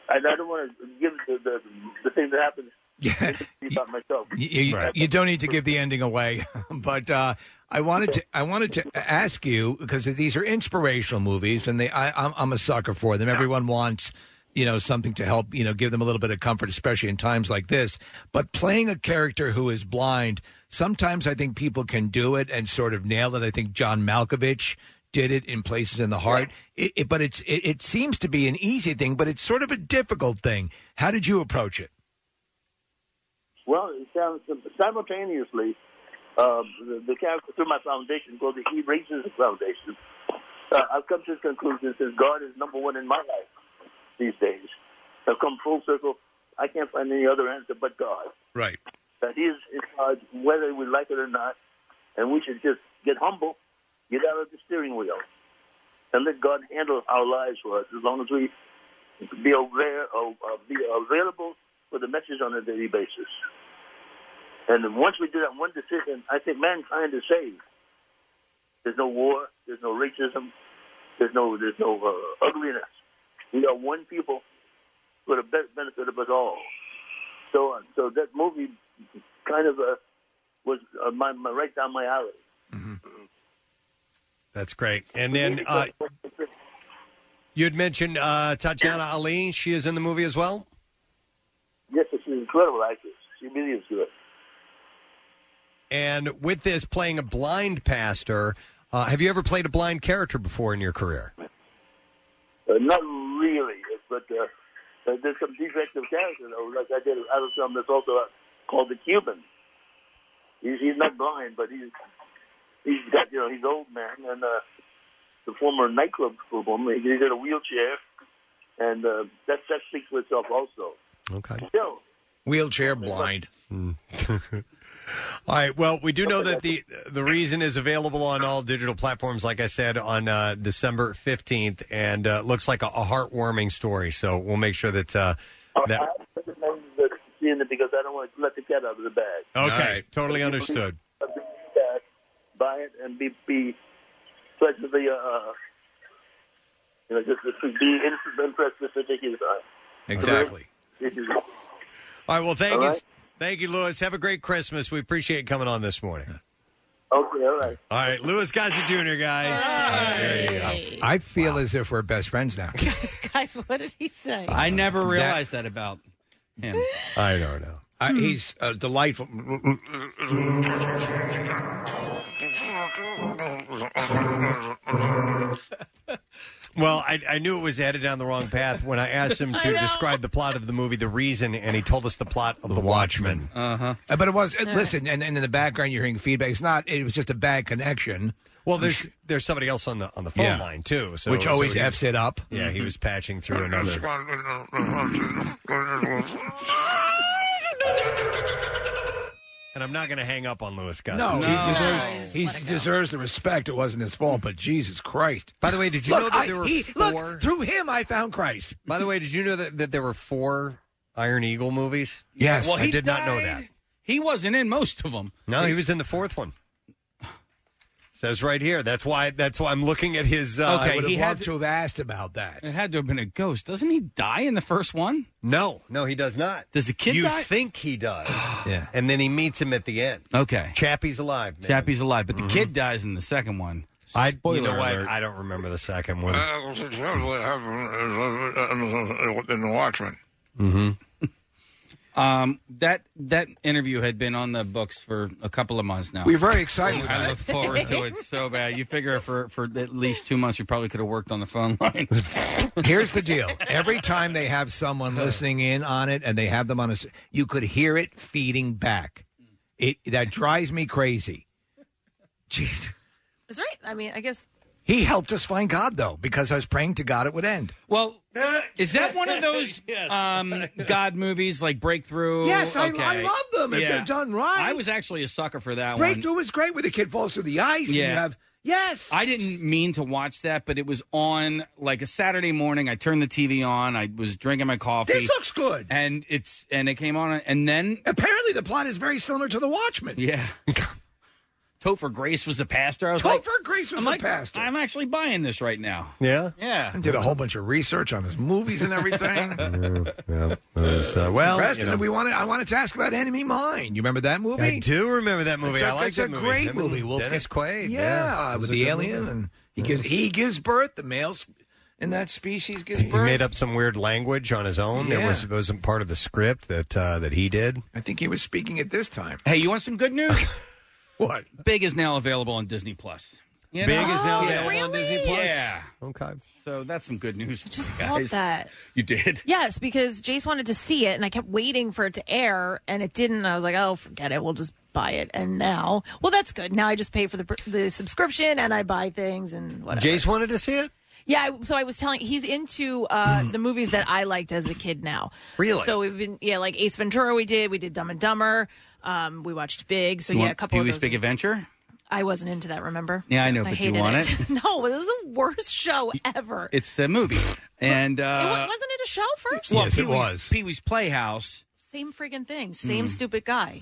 Speaker 9: I, I don't want to give the, the, the thing that happens
Speaker 8: yeah.
Speaker 9: about myself.
Speaker 8: You, you, you don't need to give the ending away, but uh, I wanted to I wanted to ask you because these are inspirational movies, and they I I'm, I'm a sucker for them. Everyone wants you know something to help you know give them a little bit of comfort, especially in times like this. But playing a character who is blind, sometimes I think people can do it and sort of nail it. I think John Malkovich did it in places in the heart. It, it, but it's it, it seems to be an easy thing, but it's sort of a difficult thing. How did you approach it?
Speaker 9: Well, it sounds simultaneously. Uh, the, the character through my foundation called the E Racism Foundation. Uh, I've come to this conclusion since God is number one in my life these days. I've come full circle. I can't find any other answer but God.
Speaker 8: Right.
Speaker 9: That He is in charge, whether we like it or not, and we should just get humble, get out of the steering wheel, and let God handle our lives for us as long as we be aware of, uh, be available for the message on a daily basis. And then once we do that one decision, I think mankind is saved. There's no war. There's no racism. There's no there's no uh, ugliness. We are one people for the best benefit of us all. So uh, so that movie kind of uh, was uh, my, my right down my alley.
Speaker 3: That's great. And then uh, you had mentioned uh, Tatiana Ali. She is in the movie as well.
Speaker 9: Yes, she's an incredible actress. She really is good.
Speaker 3: And with this, playing a blind pastor, uh, have you ever played a blind character before in your career?
Speaker 9: Uh, not really, but uh, uh, there's some defective character though. Like I did another film that's also uh, called The Cuban. He's he's not blind, but he's he's got you know he's old man and uh, the former nightclub performer. He's in a wheelchair, and uh, that that speaks for itself also.
Speaker 3: Okay.
Speaker 9: Still,
Speaker 8: Wheelchair blind.
Speaker 3: Hmm. All right. Well, we do know that the the reason is available on all digital platforms. Like I said, on uh, December fifteenth, and uh, looks like a, a heartwarming story. So we'll make sure that uh, that.
Speaker 9: I recommend that- seeing it because I don't want to let the cat out of the bag.
Speaker 3: Okay, totally understood.
Speaker 9: that, buy it, and be be pleasantly, uh, uh, you know, just, just be in- impressed with the particular time.
Speaker 3: Exactly.
Speaker 9: This is
Speaker 3: All right. Well, thank
Speaker 9: All
Speaker 3: you,
Speaker 9: right.
Speaker 3: thank you, Lewis. Have a great Christmas. We appreciate you coming on this morning.
Speaker 9: okay. All right.
Speaker 3: All right, Lewis Gossett Jr. Guys. There you go.
Speaker 8: I feel as if we're best friends now.
Speaker 4: Guys, what did he say?
Speaker 8: I never realized
Speaker 6: that, about him.
Speaker 3: I don't know.
Speaker 8: Uh, he's uh, delightful.
Speaker 3: Well, I, I knew it was headed down the wrong path when I asked him to describe the plot of the movie The Reason, and he told us the plot of The, Watchmen.
Speaker 8: Uh-huh. But it was listen, and, and in the background you're hearing feedback. It's not. It was just a bad connection.
Speaker 3: Well, there's there's somebody else on the on the phone line too, so-
Speaker 8: which
Speaker 3: so
Speaker 8: always
Speaker 3: he-
Speaker 8: f's it up.
Speaker 3: Yeah, he was patching through another. And I'm not going to hang up on Lewis Gossett.
Speaker 8: No, he deserves he deserves the respect. It wasn't his fault, but Jesus Christ!
Speaker 3: By the way, did you
Speaker 8: Look,
Speaker 3: know that
Speaker 8: I-
Speaker 3: there were
Speaker 8: he-
Speaker 3: four?
Speaker 8: Look, through him, I found Christ.
Speaker 3: By the way, did you know that, that there were four Iron Eagle movies?
Speaker 6: Yes. Well,
Speaker 3: I
Speaker 6: he
Speaker 3: did not know that.
Speaker 6: died. He wasn't in most of them.
Speaker 3: No, he was in the fourth one. Says right here. That's why. That's why I'm looking at his. Uh,
Speaker 6: Okay, I would have he had loved
Speaker 8: to have asked about that.
Speaker 6: It had to have been a ghost. Doesn't he die in the first one?
Speaker 3: No, no, he does not.
Speaker 6: Does the kid
Speaker 3: You
Speaker 6: die?
Speaker 3: think he does?
Speaker 6: Yeah.
Speaker 3: And then he meets him at the end.
Speaker 6: Okay.
Speaker 3: Chappie's alive. Man. Mm-hmm.
Speaker 6: Chappie's alive, but the kid dies in the second one.
Speaker 3: I
Speaker 6: Spoiler
Speaker 3: you know what?
Speaker 6: alert.
Speaker 3: I don't remember the second
Speaker 8: Uh,
Speaker 3: one.
Speaker 34: in the Watchmen.
Speaker 3: Mm-hmm.
Speaker 6: Um, that that interview had been on the books for a couple of months now.
Speaker 8: We're very excited about
Speaker 6: I
Speaker 8: it.
Speaker 6: look forward to it so bad. You figure for for at least two months, you probably could have worked on the phone line.
Speaker 8: Here's the deal: every time they have someone listening in on it, and they have them on a, s- you could hear it feeding back. It that drives me crazy. Jeez,
Speaker 4: That's right. I mean, I guess
Speaker 8: he helped us find God though, because I was praying to God it would end.
Speaker 6: Well, is that one of those um, God movies like Breakthrough?
Speaker 8: Yes, I- I
Speaker 6: Okay.
Speaker 8: love them if they're done right.
Speaker 6: I was actually a sucker for that one.
Speaker 8: Breakthrough is great where the kid falls through the ice. and you have yes.
Speaker 6: I didn't mean to watch that, but it was on like a Saturday morning. I turned the TV on. I was drinking my coffee.
Speaker 8: This looks good.
Speaker 6: and it's and it came on, and then
Speaker 8: apparently the plot is very similar to The Watchmen.
Speaker 6: Yeah. Topher Grace was the pastor. I was like,
Speaker 8: Topher Grace was
Speaker 6: I'm
Speaker 8: the
Speaker 6: like,
Speaker 8: pastor.
Speaker 6: I'm actually buying this right now.
Speaker 3: Yeah.
Speaker 6: Yeah.
Speaker 8: Did a whole bunch of research on his movies and everything.
Speaker 3: Yeah, it was, uh, well,
Speaker 8: Preston,
Speaker 3: you know.
Speaker 8: we wanted. I wanted to ask about Enemy Mine. You remember that movie?
Speaker 3: I do remember that movie.
Speaker 8: It's a-
Speaker 3: I like
Speaker 8: it's
Speaker 3: that
Speaker 8: a
Speaker 3: movie.
Speaker 8: great
Speaker 3: Him and
Speaker 8: movie. Will
Speaker 3: Dennis Quaid,
Speaker 8: Yeah,
Speaker 3: yeah. It was
Speaker 8: with
Speaker 3: a
Speaker 8: the
Speaker 3: good
Speaker 8: alien,
Speaker 3: movie.
Speaker 8: and he gives he gives birth. The males in that species gives
Speaker 3: He
Speaker 8: birth.
Speaker 3: made up some weird language on his own. It
Speaker 8: Yeah.
Speaker 3: was wasn't part of the script that uh, that he did.
Speaker 8: I think he was speaking at this time.
Speaker 6: Hey, you want some good news?
Speaker 8: what?
Speaker 6: Big is now available on Disney Plus. You
Speaker 3: Big
Speaker 6: know?
Speaker 3: is
Speaker 4: Oh,
Speaker 3: now available on Disney Plus.
Speaker 6: Yeah.
Speaker 3: Okay.
Speaker 6: So that's some good news. Just
Speaker 4: Called that.
Speaker 6: You did.
Speaker 4: Yes, because Jace wanted to see it, and I kept waiting for it to air, and it didn't. I was like, "Oh, forget it. We'll just buy it." And now, well, that's good. Now I just pay for the the subscription, and I buy things and whatever.
Speaker 3: Jace wanted to see it.
Speaker 4: Yeah, I, so I was telling he's into uh, the movies that I liked as a kid now.
Speaker 3: Really?
Speaker 4: So we've been yeah, like Ace Ventura. We did. We did Dumb and Dumber. Um, we watched Big. So yeah, a couple
Speaker 6: Pee
Speaker 4: of
Speaker 6: Wee's
Speaker 4: those.
Speaker 6: Big Adventure.
Speaker 4: I wasn't into that. Remember?
Speaker 6: Yeah, I know, but you
Speaker 4: hated
Speaker 6: want
Speaker 4: it. no, this is the worst show ever.
Speaker 6: It's a movie, and
Speaker 4: It wa-
Speaker 6: uh,
Speaker 4: wasn't it a show first?
Speaker 6: well, Pee-wee's, Pee Wee's Playhouse.
Speaker 4: Same friggin'
Speaker 6: Hmm.
Speaker 4: thing. Same stupid guy.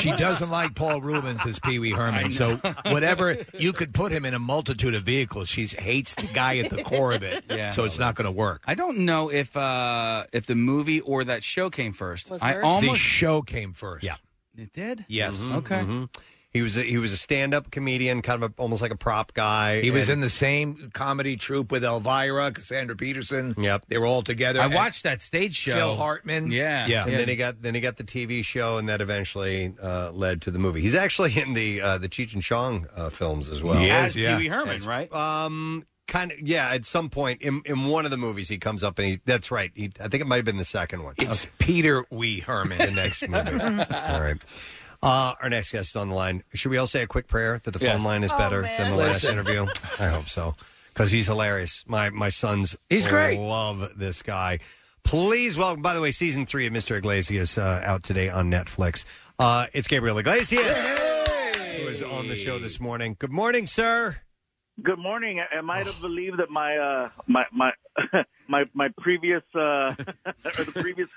Speaker 8: She doesn't like Paul Rubens as Pee Wee Herman. So whatever you could put him in a multitude of vehicles, she hates the guy at the core of it.
Speaker 6: Yeah.
Speaker 8: so it's not going to work.
Speaker 6: I don't know if uh, if the movie or that show came first.
Speaker 8: Was
Speaker 6: I
Speaker 8: first? The show came first. Yeah.
Speaker 6: It did.
Speaker 8: Yes.
Speaker 6: Okay.
Speaker 3: Mm-hmm. He was a, he was a stand up comedian, kind of a, almost like a prop guy.
Speaker 8: He was
Speaker 3: and-
Speaker 8: in the same comedy troupe with Elvira, Cassandra Peterson.
Speaker 3: Yep,
Speaker 8: they were all together.
Speaker 6: I
Speaker 8: And-
Speaker 6: watched that stage show.
Speaker 8: Phil Hartman.
Speaker 6: Yeah.
Speaker 3: and then he got then he got the TV show, and that eventually uh, led to the movie. He's actually in the uh, the Cheech and Chong uh, films as well.
Speaker 6: He is, As yeah. Pee Wee Herman,
Speaker 3: As-
Speaker 6: right?
Speaker 3: Um, kind of. Yeah, at some point in in one of the movies, he comes up and he. That's right. He, I think it might have been the second one.
Speaker 8: It's Peter Wee Herman.
Speaker 3: The next movie. All right. Uh, our next guest is on the line. Should we all say a quick prayer that the
Speaker 8: Yes.
Speaker 3: phone line is
Speaker 8: Oh,
Speaker 3: better
Speaker 8: man.
Speaker 3: than the last
Speaker 8: Listen.
Speaker 3: interview? I hope so because he's hilarious. My my sons,
Speaker 8: He's great.
Speaker 3: Love this guy. Please welcome. By the way, season three of Mr. Iglesias uh, out today on Netflix. Uh, it's Gabriel Iglesias who is on the show this morning. Good morning, sir.
Speaker 15: Good morning. I- Am I to believe that my uh, my my my my previous uh, or the previous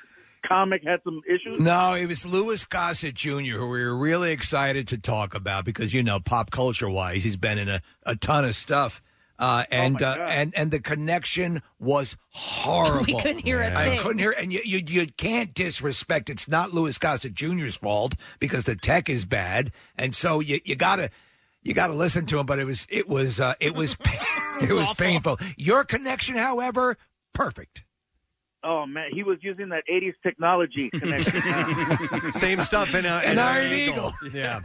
Speaker 15: comic had some issues?
Speaker 8: No, it was Louis Gossett Jr. who we were really excited to talk about because you know, pop culture wise, he's been in a, a ton of stuff.
Speaker 4: Oh,
Speaker 8: Uh, and uh, and and the connection was horrible.
Speaker 4: We couldn't hear a
Speaker 8: I
Speaker 4: thing.
Speaker 8: couldn't hear, and you, you you can't disrespect. It's not Louis Gossett Jr.'s fault because the tech is bad, and so you you gotta you gotta listen to him. But it was it was uh, it was it was painful. Your connection, however, perfect.
Speaker 15: Oh man, he was using that '80s technology connection.
Speaker 3: Same stuff in, uh, in Iron Eagle. Yeah.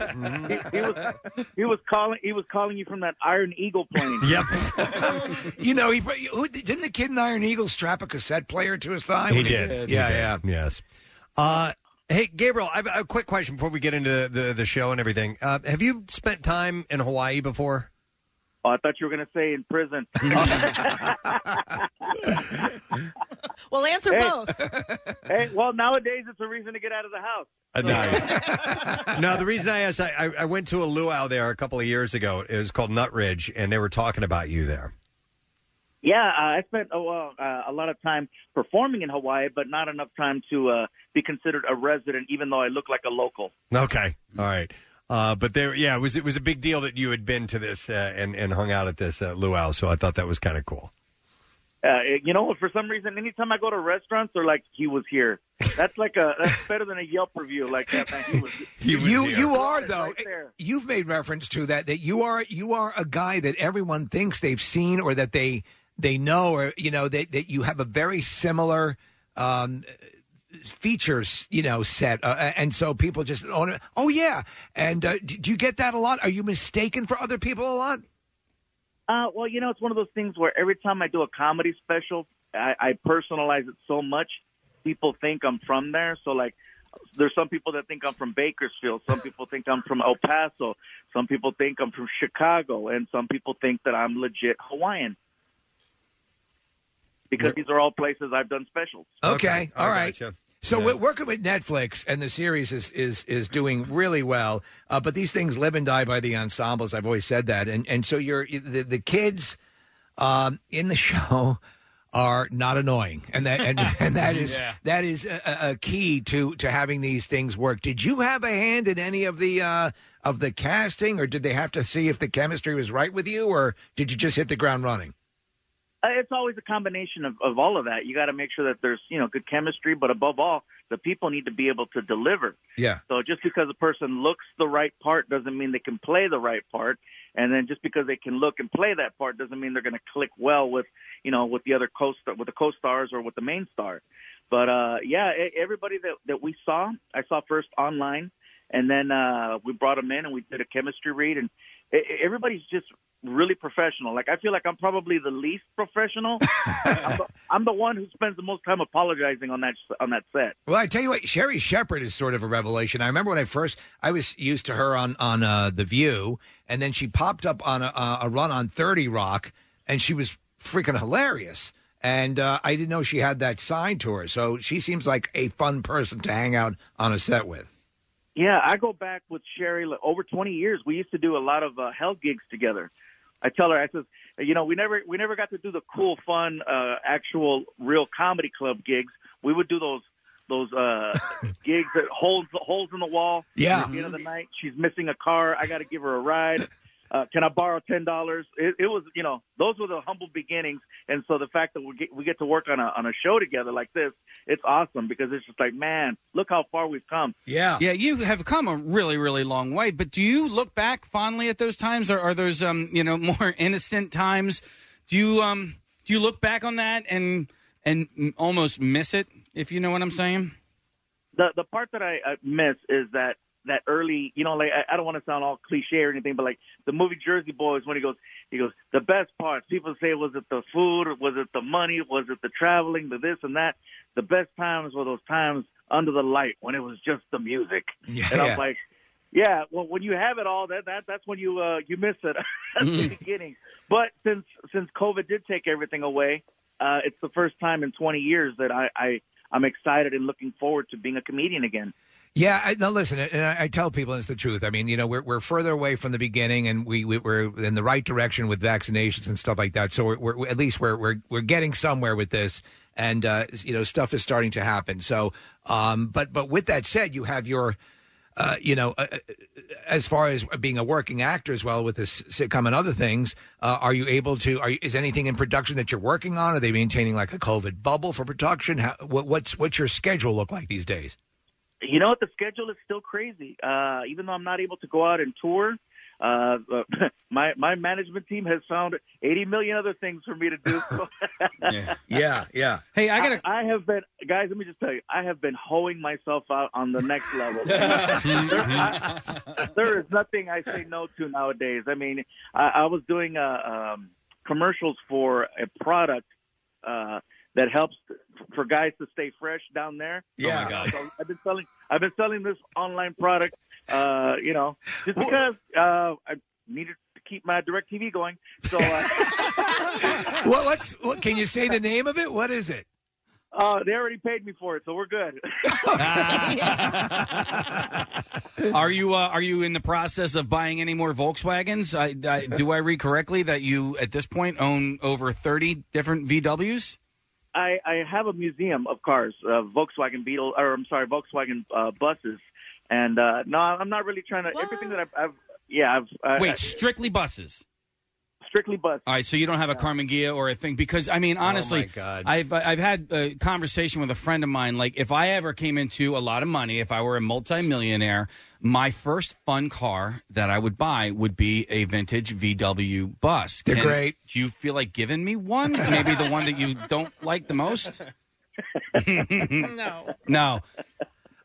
Speaker 15: he, he was he was calling he was calling you from that Iron Eagle plane.
Speaker 3: yep.
Speaker 8: You know, he who, didn't the kid in Iron Eagle strap a cassette player to his thigh.
Speaker 3: He
Speaker 8: when
Speaker 3: did.
Speaker 8: Yeah,
Speaker 3: He did.
Speaker 8: yeah.
Speaker 3: Yes. Uh, hey, Gabriel, I have a quick question before we get into the, the, the show and everything. Uh, have you spent time in Hawaii before?
Speaker 15: Oh, I thought you were going to say in prison.
Speaker 4: Well, answer
Speaker 15: Hey.
Speaker 4: both.
Speaker 15: hey, well, nowadays it's a reason to get out of the house.
Speaker 3: Uh, nice. no, the reason I asked, I, I, I went to a luau there a couple of years ago. It was called Nut Ridge, and they were talking about you there.
Speaker 15: Yeah, uh, I spent a, while, uh, a lot of time performing in Hawaii, but not enough time to uh, be considered a resident, even though I look like a local.
Speaker 3: Okay, all right. Uh, but there, yeah, it was it was a big deal that you had been to this uh, and and hung out at this uh, luau. So I thought that was kind of cool.
Speaker 15: Uh, you know, for some reason, anytime I go to restaurants, they're like, "He was here." That's like a that's better than a Yelp review. Like that, man. He was.
Speaker 8: you you are though. You've made reference to that that you are you are a guy that everyone thinks they've seen or that they they know or you know that that you have a very similar um features you know set uh, and so people just own it. Oh yeah, and uh, do do you get that a lot? Are you mistaken for other people a lot?
Speaker 15: Uh, well, you know, it's one of those things where every time I do a comedy special, I, I personalize it so much, people think I'm from there. So, like, there's some people that think I'm from Bakersfield. Some people think I'm from El Paso. Some people think I'm from Chicago. And some people think that I'm legit Hawaiian because these are all places I've done specials.
Speaker 8: Okay, all
Speaker 15: I
Speaker 8: right.
Speaker 15: gotcha.
Speaker 8: So we're working with Netflix, and the series is is is doing really well. Uh, but these things live and die by the ensembles. I've always said that, and and so you're the the kids um, in the show are not annoying, and that and, and that is
Speaker 22: Yeah.
Speaker 8: that is a- a, a key to to having these things work. Did you have a hand in any of the uh, of the casting, or did they have to see if the chemistry was right with you, or did you just hit the ground running?
Speaker 15: Uh, It's always a combination of, of all of that. You got to make sure that there's you know good chemistry, but above all, the people need to be able to deliver.
Speaker 8: Yeah.
Speaker 15: So just because a person looks the right part doesn't mean they can play the right part, and then just because they can look and play that part doesn't mean they're going to click well with you know with the other co with the co-stars or with the main star. But uh, yeah, e- everybody that that we saw, I saw first online, and then uh, we brought them in and we did a chemistry read, and e- e- everybody's just really professional. Like I feel like I'm probably the least professional. I'm, the, I'm the one who spends the most time apologizing on that on that set.
Speaker 8: Well, I tell you what, Sherry Shepard is sort of a revelation. I remember when I first I was used to her on on uh, The View, and then she popped up on a, a- a run on Thirty Rock, and she was freaking hilarious. And uh, I didn't know she had that side to her, so she seems like a fun person to hang out on a set with.
Speaker 15: Yeah, I go back with Sherry like, over 20 years. We used to do a lot of uh, hell gigs together. I tell her, I says, you know, we never we never got to do the cool, fun, uh, actual, real comedy club gigs. We would do those those uh, gigs that holes holes in the wall.
Speaker 8: Yeah.
Speaker 15: At the end of the night, she's missing a car. I got to give her a ride. Uh, can I borrow ten dollars? It, it was, you know, those were the humble beginnings, and so the fact that we get we get to work on a on a show together like this, it's awesome because it's just like, man, look how far we've come.
Speaker 8: Yeah.
Speaker 6: Yeah, you have come a really, really long way. But do you look back fondly at those times or are those um, you know, more innocent times? Do you um do you look back on that and and m- almost miss it, if you know what I'm saying?
Speaker 15: the the part that I, I miss is that that early, you know, like I, I don't want to sound all cliche or anything, but like the movie Jersey Boys, when he goes, he goes, the best parts. People say, was it the food, or was it the money, was it the traveling, the this and that. The best times were those times under the light when it was just the music.
Speaker 8: Yeah.
Speaker 15: And I'm like, yeah, well, when you have it all, that that that's when you uh, you miss it at the
Speaker 8: Mm-hmm.
Speaker 15: beginning. But since since COVID did take everything away, uh, it's the first time in 20 years that I, I I'm excited and looking forward to being a comedian again.
Speaker 8: Yeah, I, now listen, and I, I tell people it's the truth. I mean, you know, we're we're further away from the beginning, and we, we we're in the right direction with vaccinations and stuff like that. So we're, we're at least we're we're we're getting somewhere with this, and uh, you know, stuff is starting to happen. So, um, but but with that said, you have your. Uh, you know, uh, uh, as far as being a working actor as well with this sitcom and other things, uh, are you able to? Are you, is anything in production that you're working on? Are they maintaining like a COVID bubble for production? How, what, what's what's your schedule look like these days?
Speaker 15: You know what? The schedule is still crazy. Uh, even though I'm not able to go out and tour, uh, uh, my my management team has found 80 million other things for me to do. So
Speaker 6: yeah.
Speaker 8: yeah, yeah.
Speaker 6: Hey, I
Speaker 15: gotta. I, have been, guys. Let me just tell you, I have been hoeing myself out on the next level. there, I- there is nothing I say no to nowadays. I mean, I, I was doing uh, um, commercials for a product uh, that helps for guys to stay fresh down there.
Speaker 22: Yeah. Oh, my God.
Speaker 15: So I've been selling. I've been selling this online product. Uh, you know, just because uh, I needed to keep my direct TV going. So. Uh,
Speaker 8: what, what's what, can you say the name of it? What is it?
Speaker 15: Uh, they already paid me for it, so we're good.
Speaker 6: Are you uh, are you in the process of buying any more Volkswagens? I, I, do I read correctly that you at this point own over thirty different VWs?
Speaker 15: I, I have a museum of cars, uh, Volkswagen Beetle, or I'm sorry, Volkswagen uh, buses, and uh, no, I'm not really trying to. Everything that I've, I've yeah, I've I- I-
Speaker 6: Wait, strictly buses.
Speaker 15: strictly bus.
Speaker 6: All right, so you don't have a Carmen Ghia or a thing because I
Speaker 8: Oh,
Speaker 6: mean, honestly,
Speaker 15: God.
Speaker 6: I've I've had a conversation with a friend of mine. Like, if I ever came into a lot of money, if I were a multimillionaire, my first fun car that I would buy would be a vintage VW bus.
Speaker 8: They're great.
Speaker 6: Do you feel like giving me one? Maybe the one that you don't like the most.
Speaker 4: no.
Speaker 6: No.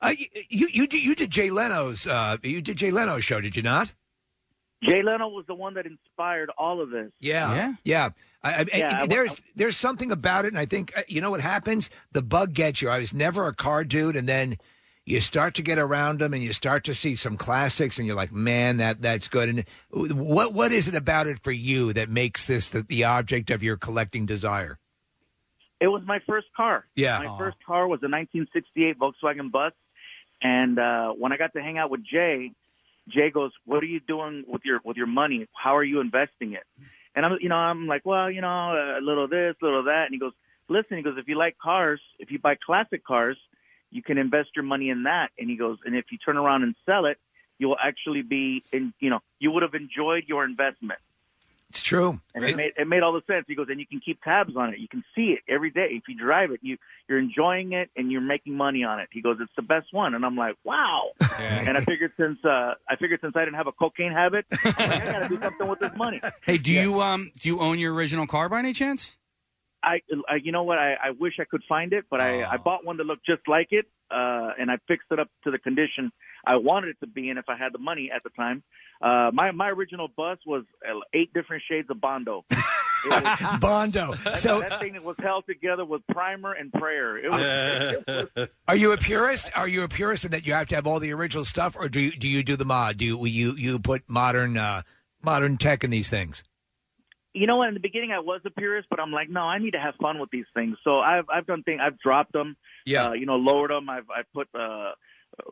Speaker 8: Uh, you, you you did- you did Jay Leno's uh, you did Jay Leno's show, did you not?
Speaker 15: Jay Leno was the one that inspired all of this.
Speaker 8: Yeah, yeah. I, I,
Speaker 15: Yeah, I-
Speaker 8: there's there's something about it, and I think uh, you know what happens. The bug gets you. I was never a car dude, and then you start to get around them, and you start to see some classics, and you're like, man, that that's good. And uh, what what is it about it for you that makes this the, the object of your collecting desire?
Speaker 15: It was my first car.
Speaker 8: Yeah.
Speaker 15: My
Speaker 8: Aw.
Speaker 15: first car was a 1968 Volkswagen bus. And uh, when I got to hang out with Jay, Jay goes, "What are you doing with your with your money? How are you investing it?" And I'm, you know, I'm like, "Well, you know, a little this, little that." And he goes, listen, he goes, if you like cars, if you buy classic cars, you can invest your money in that. And he goes, and if you turn around and sell it, you will actually be in, you know, you would have enjoyed your investment.
Speaker 8: It's true.
Speaker 15: And it made, it made all the sense. He goes, and you can keep tabs on it. You can see it every day. If you drive it, you, you're enjoying it and you're making money on it. He goes, it's the best one. And I'm like, wow. And I figured since, uh, I figured since I didn't have a cocaine habit, I'm like, I got to do something with this money.
Speaker 6: Hey, do you um do you own your original car by any chance?
Speaker 15: I, I you know what? I, I wish I could find it, but I, I
Speaker 6: Oh.
Speaker 15: bought one that looked just like it, uh, and I fixed it up to the condition I wanted it to be in if I had the money at the time. Uh, my my original bus was uh, eight different shades of Bondo. It was-
Speaker 8: Bondo. So,
Speaker 15: that thing was held together with primer and prayer. It was,
Speaker 8: are you a purist? Are you a purist in that you have to have all the original stuff, or do you do you do the mod? Do you you, you put modern uh, modern tech in these things?
Speaker 15: you know what? In the beginning, I was a purist, but I'm like, no, I need to have fun with these things. So I've I've done things. I've dropped them.
Speaker 8: Yeah.
Speaker 15: Uh, you know, lowered them. I've I put uh,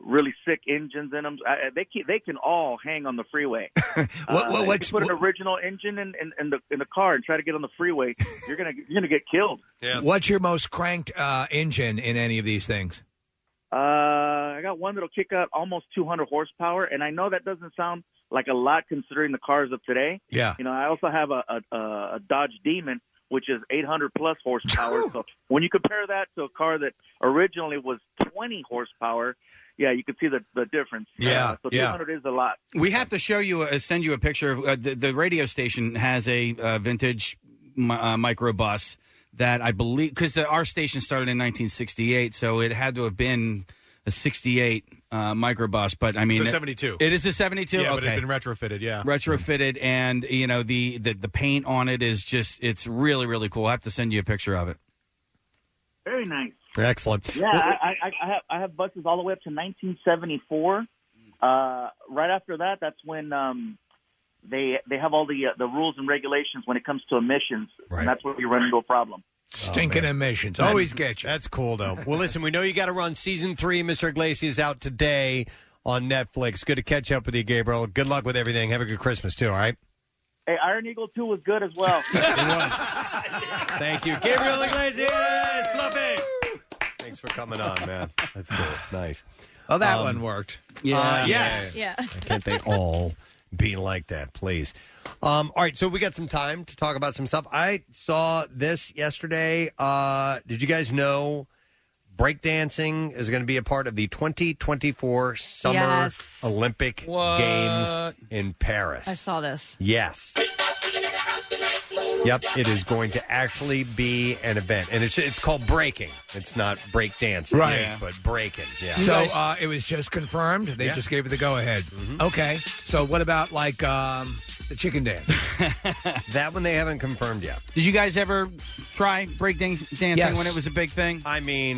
Speaker 15: really sick engines in them. I, I- they can, they can all hang on the freeway. what,
Speaker 8: what- what's-
Speaker 15: put an original engine in, in, in the in the car and try to get on the freeway? You're gonna you're gonna get killed.
Speaker 8: What's your most cranked uh, engine in any of these things?
Speaker 15: Uh, I got one that'll kick out almost 200 horsepower, and I know that doesn't sound like a lot considering the cars of today.
Speaker 8: Yeah.
Speaker 15: You know, I also have a a, a Dodge Demon, which is 800 plus horsepower. so when you compare that to a car that originally was 20 horsepower, yeah, you can see the the difference. Uh,
Speaker 6: Yeah,
Speaker 15: so
Speaker 6: yeah.
Speaker 15: 200 is a lot.
Speaker 6: We have to show you, uh, send you a picture of uh, the, the radio station has a uh, vintage mi- uh, microbus that I believe because our station started in 1968, so it had to have been a 68 uh, microbus. But I mean,
Speaker 11: it's a
Speaker 6: it-
Speaker 11: 72.
Speaker 6: It is a 72.
Speaker 11: Yeah, but
Speaker 6: Okay.
Speaker 11: it's been retrofitted, yeah.
Speaker 6: retrofitted, and you know the, the the paint on it is just it's really really cool. I have to send you a picture of it.
Speaker 15: Very nice.
Speaker 3: Excellent.
Speaker 15: Yeah, I, I, I have I have buses all the way up to 1974. Uh, right after that, that's when um, they they have all the uh, the rules and regulations when it comes to emissions, and that's where we run into a problem. Oh,
Speaker 8: Stinking emissions
Speaker 3: Oh, That's-
Speaker 8: always get you.
Speaker 3: That's cool though. Well, listen, we know you got to run season three. Mr. Iglesias out today on Netflix. Good to catch up with you, Gabriel. Good luck with everything. Have a good Christmas too. All right.
Speaker 15: Hey, Iron Eagle Two was good as well.
Speaker 3: Thank you, Gabriel Iglesias. Fluffy. Thanks for coming on, man. That's cool. Nice. Um,
Speaker 8: Well, that one worked.
Speaker 3: Yeah. Uh, yes.
Speaker 5: Yeah.
Speaker 3: Can't they all be like that, please? Um, all right, so we got some time to talk about some stuff. I saw this yesterday. Uh, did you guys know breakdancing is going to be a part of the 2024 Summer
Speaker 4: Yes.
Speaker 3: Olympic
Speaker 4: What?
Speaker 3: Games in Paris?
Speaker 4: I saw this.
Speaker 3: Yes. Yep, it is going to actually be an event, and it's it's called breaking. It's not break dancing,
Speaker 8: Right. Yeah.
Speaker 3: But breaking. Yeah.
Speaker 8: So uh, it was just confirmed. They
Speaker 3: Yeah. Mm-hmm.
Speaker 8: just gave it the go ahead. Okay. So what about like um, the chicken dance? uh,
Speaker 3: that one they haven't confirmed yet.
Speaker 6: Did you guys ever try break dan- dancing
Speaker 3: Yes.
Speaker 6: when it was a big thing?
Speaker 3: I mean,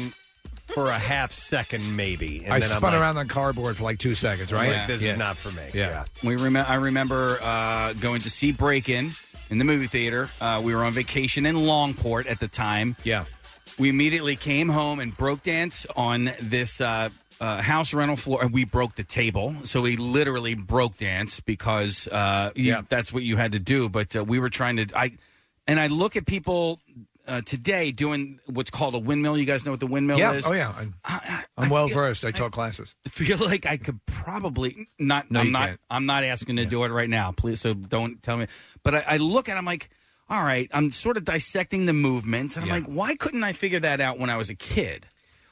Speaker 3: for a half second maybe.
Speaker 8: I
Speaker 3: then I'm
Speaker 8: spun
Speaker 3: like,
Speaker 8: around on cardboard for like two seconds, right?
Speaker 3: Like, this is not for me. Yeah.
Speaker 6: We rem- I remember uh, going to see Break In in the movie theater. Uh, we were on vacation in Longport at the time.
Speaker 8: Yeah.
Speaker 6: We immediately came home and broke dance on this uh, uh, house rental floor. And we broke the table. So we literally broke dance because uh, you- that's what you had to do. But uh, we were trying to. I And I look at people. Uh, today, doing what's called a windmill. You guys know what the windmill
Speaker 8: Yeah.
Speaker 6: is?
Speaker 8: Oh yeah. I'm, I'm well versed. I taught classes.
Speaker 6: feel like I could probably not.
Speaker 8: No,
Speaker 6: I'm
Speaker 8: you
Speaker 6: not.
Speaker 8: can't.
Speaker 6: I'm not asking to do it right now, please. So don't tell me. But I, I look at. I'm like, all right. I'm sort of dissecting the movements, and I'm like, why couldn't I figure that out when I was a kid?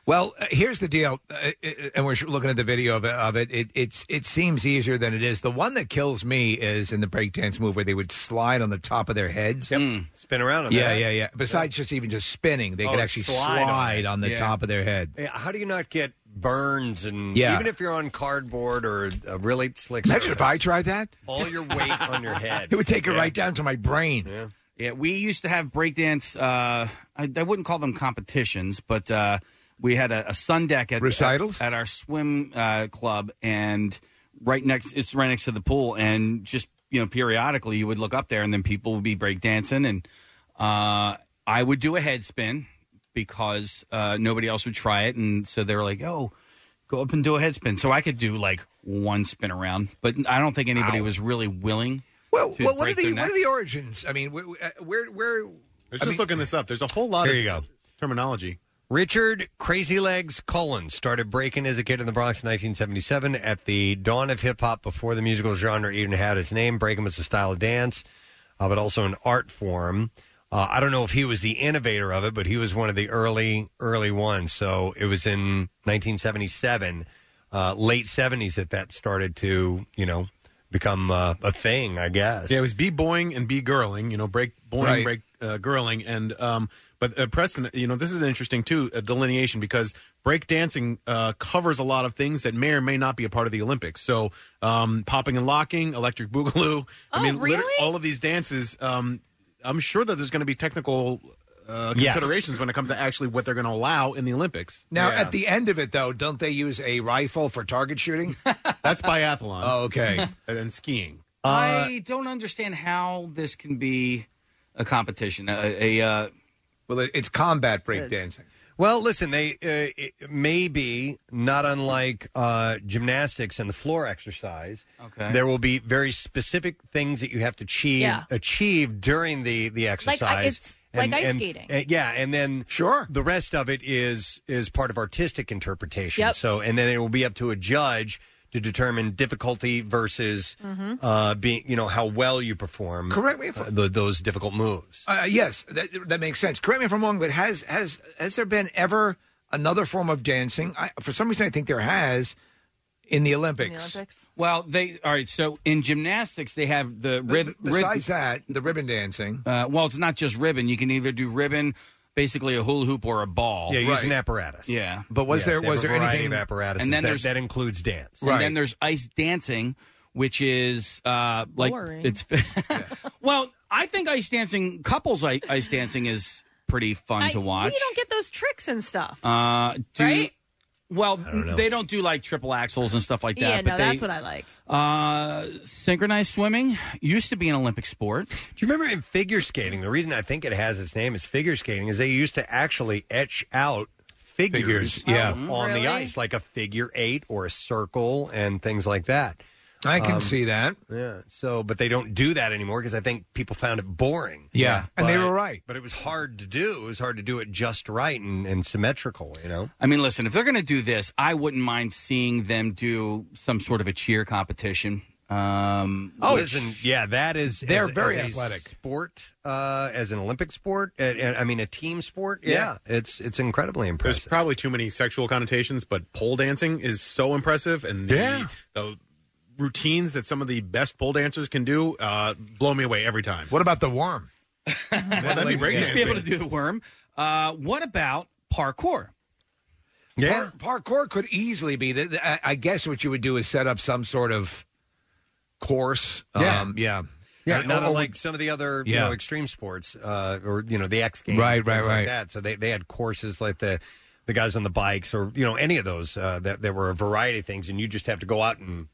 Speaker 8: Well, uh, here's the deal, uh, uh, and we're looking at the video of it. Of it, it it's it seems easier than it is. The one that kills me is in the breakdance move where they would slide on the top of their heads,
Speaker 11: Mm.
Speaker 3: spin around. on
Speaker 8: yeah,
Speaker 3: that.
Speaker 8: yeah, yeah. Besides just even just spinning, they
Speaker 3: Oh,
Speaker 8: could actually
Speaker 3: slide
Speaker 8: slide,
Speaker 3: on
Speaker 8: on,
Speaker 3: it.
Speaker 8: the
Speaker 3: Yeah.
Speaker 8: top of their head.
Speaker 3: Yeah, How do you not get burns and
Speaker 8: Yeah.
Speaker 3: even if you're on cardboard or a really slick?
Speaker 8: Imagine if I tried that.
Speaker 3: all your weight on your head.
Speaker 8: It would take it
Speaker 6: Yeah.
Speaker 8: right down to my brain.
Speaker 6: Yeah, we used to have breakdance. Uh, I, I wouldn't call them competitions, but uh, we had a, a sun deck at recitals at, at our swim uh, club, and right next, it's right next to the pool, and just you know, periodically you would look up there, and then people would be breakdancing, and uh, I would do a head spin because uh, nobody else would try it, and so they were like, "Oh, go up and do a head spin." So I could do like one spin around, but I don't think anybody was really willing.
Speaker 8: Well,
Speaker 6: to
Speaker 8: well, what are
Speaker 6: break their
Speaker 8: the what
Speaker 6: neck.
Speaker 8: are the origins? I mean, where where, where
Speaker 11: I was just looking this up. There's a whole lot
Speaker 6: Here
Speaker 11: of
Speaker 6: you go.
Speaker 11: terminology.
Speaker 3: Richard Crazy Legs Cullen started breaking as a kid in the Bronx in 1977 at the dawn of hip hop before the musical genre even had its name. Breaking was a style of dance, uh, but also an art form. Uh, I don't know if he was the innovator of it, but he was one of the early, early ones. So it was in 1977, uh, late 70s that that started to, you know, become uh, a thing, I guess.
Speaker 11: Yeah, it was b boying and b girling. You know, break boying,
Speaker 3: Right.
Speaker 11: break uh, girling, and um. But uh, Preston, you know, this is interesting too, a delineation because break dancing uh, covers a lot of things that may or may not be a part of the Olympics. So, um, popping and locking, electric boogaloo. I
Speaker 4: Oh,
Speaker 11: mean, liter-
Speaker 4: really?
Speaker 11: all of these dances. Um, I'm sure that there's going to be technical. Uh,
Speaker 8: Yes.
Speaker 11: considerations when it comes to actually what they're going to allow in the Olympics.
Speaker 8: Now, at the end of it, though, don't they use a rifle for target shooting?
Speaker 11: That's biathlon.
Speaker 8: Oh, okay.
Speaker 11: and then skiing.
Speaker 6: I don't understand how this can be a competition. A, a uh,
Speaker 8: well, it's combat
Speaker 6: breakdancing.
Speaker 3: Well, listen, they uh, it may be not unlike uh, gymnastics and the floor exercise.
Speaker 6: Okay.
Speaker 3: There will be very specific things that you have to achieve
Speaker 4: Yeah.
Speaker 3: achieve during the the exercise.
Speaker 4: it's like ice skating.
Speaker 3: uh, yeah, and then
Speaker 8: sure,
Speaker 3: the rest of it is is part of artistic interpretation.
Speaker 4: Yep.
Speaker 3: So, and then it will be up to a judge to determine difficulty versus
Speaker 4: Mm-hmm.
Speaker 8: Mhm.
Speaker 3: uh, being, you know, how well you perform.
Speaker 8: Correct me if-
Speaker 3: uh, tho- those difficult moves.
Speaker 8: Uh, yes, that, that makes sense. Correct me if I'm wrong, but has has has there been ever another form of dancing? I, for some reason, I think there has in the Olympics.
Speaker 6: Well, they all right. So in gymnastics, they have the ribbon.
Speaker 8: besides that, the ribbon dancing.
Speaker 6: Uh, well, it's not just ribbon. You can either do ribbon, basically a hula hoop or a ball.
Speaker 3: Yeah, use an apparatus.
Speaker 6: Yeah,
Speaker 8: But was
Speaker 3: Yeah,
Speaker 8: there
Speaker 3: they have
Speaker 8: was
Speaker 3: a
Speaker 8: there
Speaker 3: variety
Speaker 8: anything
Speaker 3: of apparatus?
Speaker 6: And then
Speaker 3: that,
Speaker 6: there's-
Speaker 3: that includes dance.
Speaker 6: And then there's ice dancing, which is uh, like
Speaker 3: Boring.
Speaker 6: it's. well, I think ice dancing couples ice, ice dancing is pretty fun
Speaker 4: I-
Speaker 6: to
Speaker 4: But
Speaker 6: watch.
Speaker 4: you don't get those tricks and stuff.
Speaker 6: uh, do,
Speaker 4: Right?
Speaker 6: Well,
Speaker 4: know.
Speaker 6: they don't do like triple axles and stuff like that.
Speaker 4: yeah,
Speaker 6: but
Speaker 4: no,
Speaker 6: they,
Speaker 4: that's what I like.
Speaker 6: Uh, synchronized swimming used to be an Olympic sport.
Speaker 3: Do you remember in figure skating? The reason I think it has its name is figure skating is they used to actually etch out figures,
Speaker 8: Figures, yeah.
Speaker 3: on
Speaker 8: Oh,
Speaker 3: on
Speaker 8: really?
Speaker 3: the ice, like a figure eight or a circle and things like that. Um,
Speaker 8: I can see that.
Speaker 3: Yeah. So, but they don't do that anymore because I think people found it boring.
Speaker 8: Yeah. And they
Speaker 3: But-
Speaker 8: were right.
Speaker 3: But it was hard to do. It was hard to do it just right and, and symmetrical, you know?
Speaker 6: I mean, listen, if they're going to do this, I wouldn't mind seeing them do some sort of a cheer competition. Um, which-
Speaker 3: listen, yeah, that is.
Speaker 6: They're
Speaker 3: as a-
Speaker 6: very
Speaker 3: as a
Speaker 6: athletic.
Speaker 3: Sport, uh, as an Olympic sport, and, and, I mean, a team sport. Yeah. It's it's incredibly impressive.
Speaker 11: There's probably too many sexual connotations, but pole dancing is so impressive, and the,
Speaker 3: Yeah.
Speaker 11: the routines that some of the best pole dancers can do uh, blow me away every time.
Speaker 8: What about the worm?
Speaker 11: that'd be
Speaker 6: Like,
Speaker 11: breakdancing.
Speaker 6: Just be able to do the worm. Uh, what about parkour?
Speaker 3: Yeah,
Speaker 8: parkour could easily be. The, the- I, I guess what you would do is set up some sort of course.
Speaker 3: Yeah.
Speaker 8: um, yeah,
Speaker 3: Yeah,
Speaker 8: And-
Speaker 3: not
Speaker 8: or-
Speaker 3: unlike some of the other you
Speaker 8: Yeah.
Speaker 3: know extreme sports, uh, or you know the X Games,
Speaker 8: Right,
Speaker 3: things
Speaker 8: right,
Speaker 3: like
Speaker 8: right.
Speaker 3: That. So they, they had courses like the the guys on the bikes, or you know any of those uh, that there were a variety of things, and you just have to go out and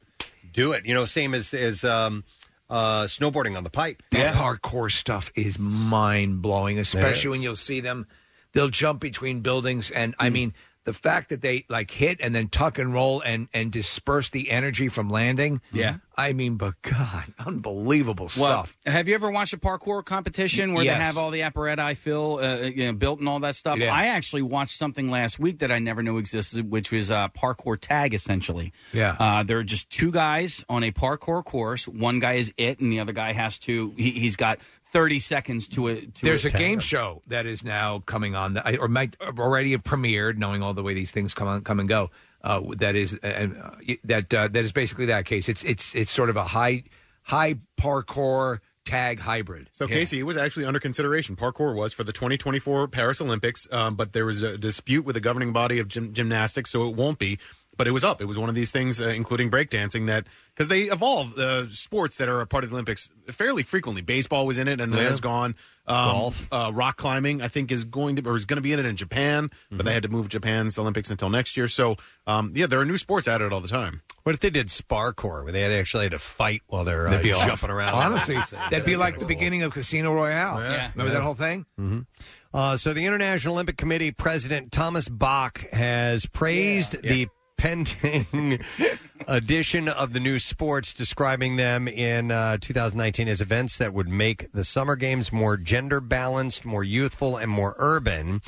Speaker 3: do it. You know, same as as um, uh, snowboarding on the pipe.
Speaker 8: That parkour stuff is mind blowing, especially when you'll see them. They'll jump between buildings, and
Speaker 6: Hmm.
Speaker 8: I mean the fact that they like hit and then tuck and roll and and disperse the energy from landing.
Speaker 6: Yeah.
Speaker 8: I mean, but God, unbelievable
Speaker 6: Mm-hmm. Well,
Speaker 8: stuff.
Speaker 6: have you ever watched a parkour competition where
Speaker 8: Yes.
Speaker 6: they have all the apparatus fill uh, you know, built and all that stuff?
Speaker 8: Yeah.
Speaker 6: I actually watched something last week that I never knew existed, which was uh, parkour tag, essentially.
Speaker 8: Yeah.
Speaker 6: Uh, there are just two guys on a parkour course. One guy is it, and the other guy has to. He, he's got thirty seconds to it. To
Speaker 8: There's a
Speaker 6: attack
Speaker 8: game
Speaker 6: him.
Speaker 8: show that is now coming on, that I, or might already have premiered. Knowing all the way these things come on, come and go, uh, that is uh, and, uh, that uh, that is basically that case. It's it's it's sort of a high high parkour tag hybrid.
Speaker 11: So,
Speaker 8: Yeah.
Speaker 11: Casey, it was actually under consideration. Parkour was for the 2024 Paris Olympics, um, but there was a dispute with the governing body of gym- gymnastics, so it won't be. But it was up. It was one of these things, uh, including breakdancing, that because they evolve uh, sports that are a part of the Olympics fairly frequently. Baseball was in it, and then
Speaker 3: Yeah.
Speaker 11: it's gone. Um, Golf, uh, rock climbing, I think is going to or is going to be in it in Japan,
Speaker 3: Mm-hmm.
Speaker 11: but they had to move Japan's Olympics until next year. So, um, yeah, there are new sports added all the time.
Speaker 3: What if they did sparkor, where they had actually had to fight while they're uh,
Speaker 8: That'd be
Speaker 3: jumping
Speaker 8: awesome.
Speaker 3: around?
Speaker 8: Honestly, that'd be like the beginning of Casino Royale.
Speaker 3: Yeah.
Speaker 8: Remember that whole thing?
Speaker 3: hmm Uh, so the International Olympic Committee President Thomas Bach has praised the pending addition of the new sports, describing them in uh, 2019 as events that would make the Summer Games more gender balanced, more youthful, and more urban.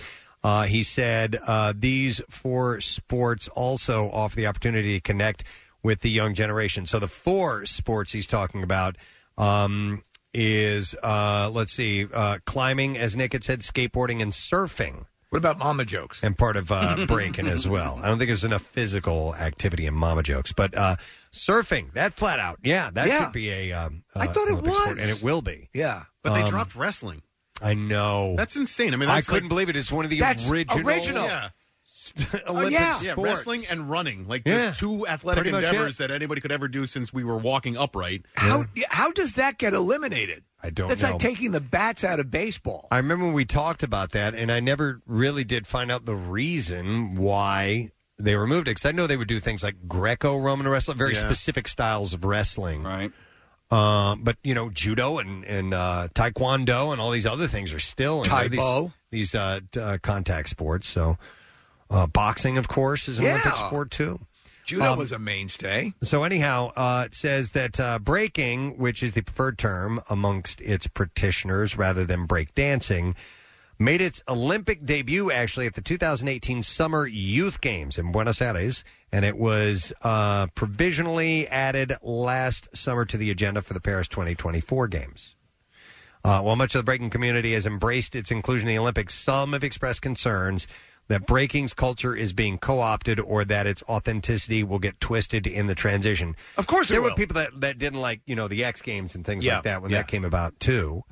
Speaker 3: Uh, Uh, he said uh, these four sports also offer the opportunity to connect with the young generation. So the four sports he's talking about um, is uh, let's see, uh, climbing, as Nick had said, skateboarding and surfing.
Speaker 8: What about mama jokes?
Speaker 3: And part of uh, breaking as well. I don't think there's enough physical activity in mama jokes, but uh, surfing that flat out, yeah, that
Speaker 11: Yeah.
Speaker 3: should be a. Um,
Speaker 11: I
Speaker 3: uh,
Speaker 11: thought it
Speaker 3: Olympic sport,
Speaker 11: was.
Speaker 3: and it will be.
Speaker 8: Yeah,
Speaker 11: But they
Speaker 3: Um,
Speaker 11: dropped wrestling.
Speaker 3: I know.
Speaker 11: That's insane. I mean,
Speaker 3: I
Speaker 11: that's
Speaker 3: couldn't
Speaker 11: like-
Speaker 3: believe it. It's one of the
Speaker 11: That's
Speaker 3: original.
Speaker 11: original. Yeah.
Speaker 3: Olympic
Speaker 11: yeah,
Speaker 3: sports.
Speaker 11: wrestling and running, like
Speaker 3: Yeah.
Speaker 11: the two athletic
Speaker 8: Pretty much
Speaker 11: endeavors that anybody could ever do since we were walking upright.
Speaker 8: How how does that get eliminated?
Speaker 3: I don't
Speaker 8: That's
Speaker 3: know.
Speaker 8: like taking the bats out of baseball.
Speaker 3: I remember when we talked about that, and I never really did find out the reason why they removed it. Because I know they would do things like Greco-Roman wrestling, very
Speaker 11: Yeah.
Speaker 3: specific styles of wrestling,
Speaker 6: right?
Speaker 3: Um, but you know, judo and and uh, taekwondo and all these other things are still in there,
Speaker 8: Taibo.
Speaker 3: these, these uh, t- uh, contact sports. So, uh, boxing, of course, is an Olympic
Speaker 8: Yeah.
Speaker 3: sport too.
Speaker 8: Judo
Speaker 3: Um,
Speaker 8: was a mainstay.
Speaker 3: So anyhow, uh, it says that uh, breaking, which is the preferred term amongst its practitioners rather than break dancing, made its Olympic debut actually at the 2018 Summer Youth Games in Buenos Aires, and it was uh, provisionally added last summer to the agenda for the Paris 2024 Games. Uh, while much of the breaking community has embraced its inclusion in the Olympics, some have expressed concerns that breaking's culture is being co-opted or that its authenticity will get twisted in the transition. Of
Speaker 8: course it
Speaker 3: there were
Speaker 8: will.
Speaker 3: people that, that didn't like you know the X Games and things
Speaker 8: Yeah,
Speaker 3: like that when
Speaker 8: yeah.
Speaker 3: that came about too.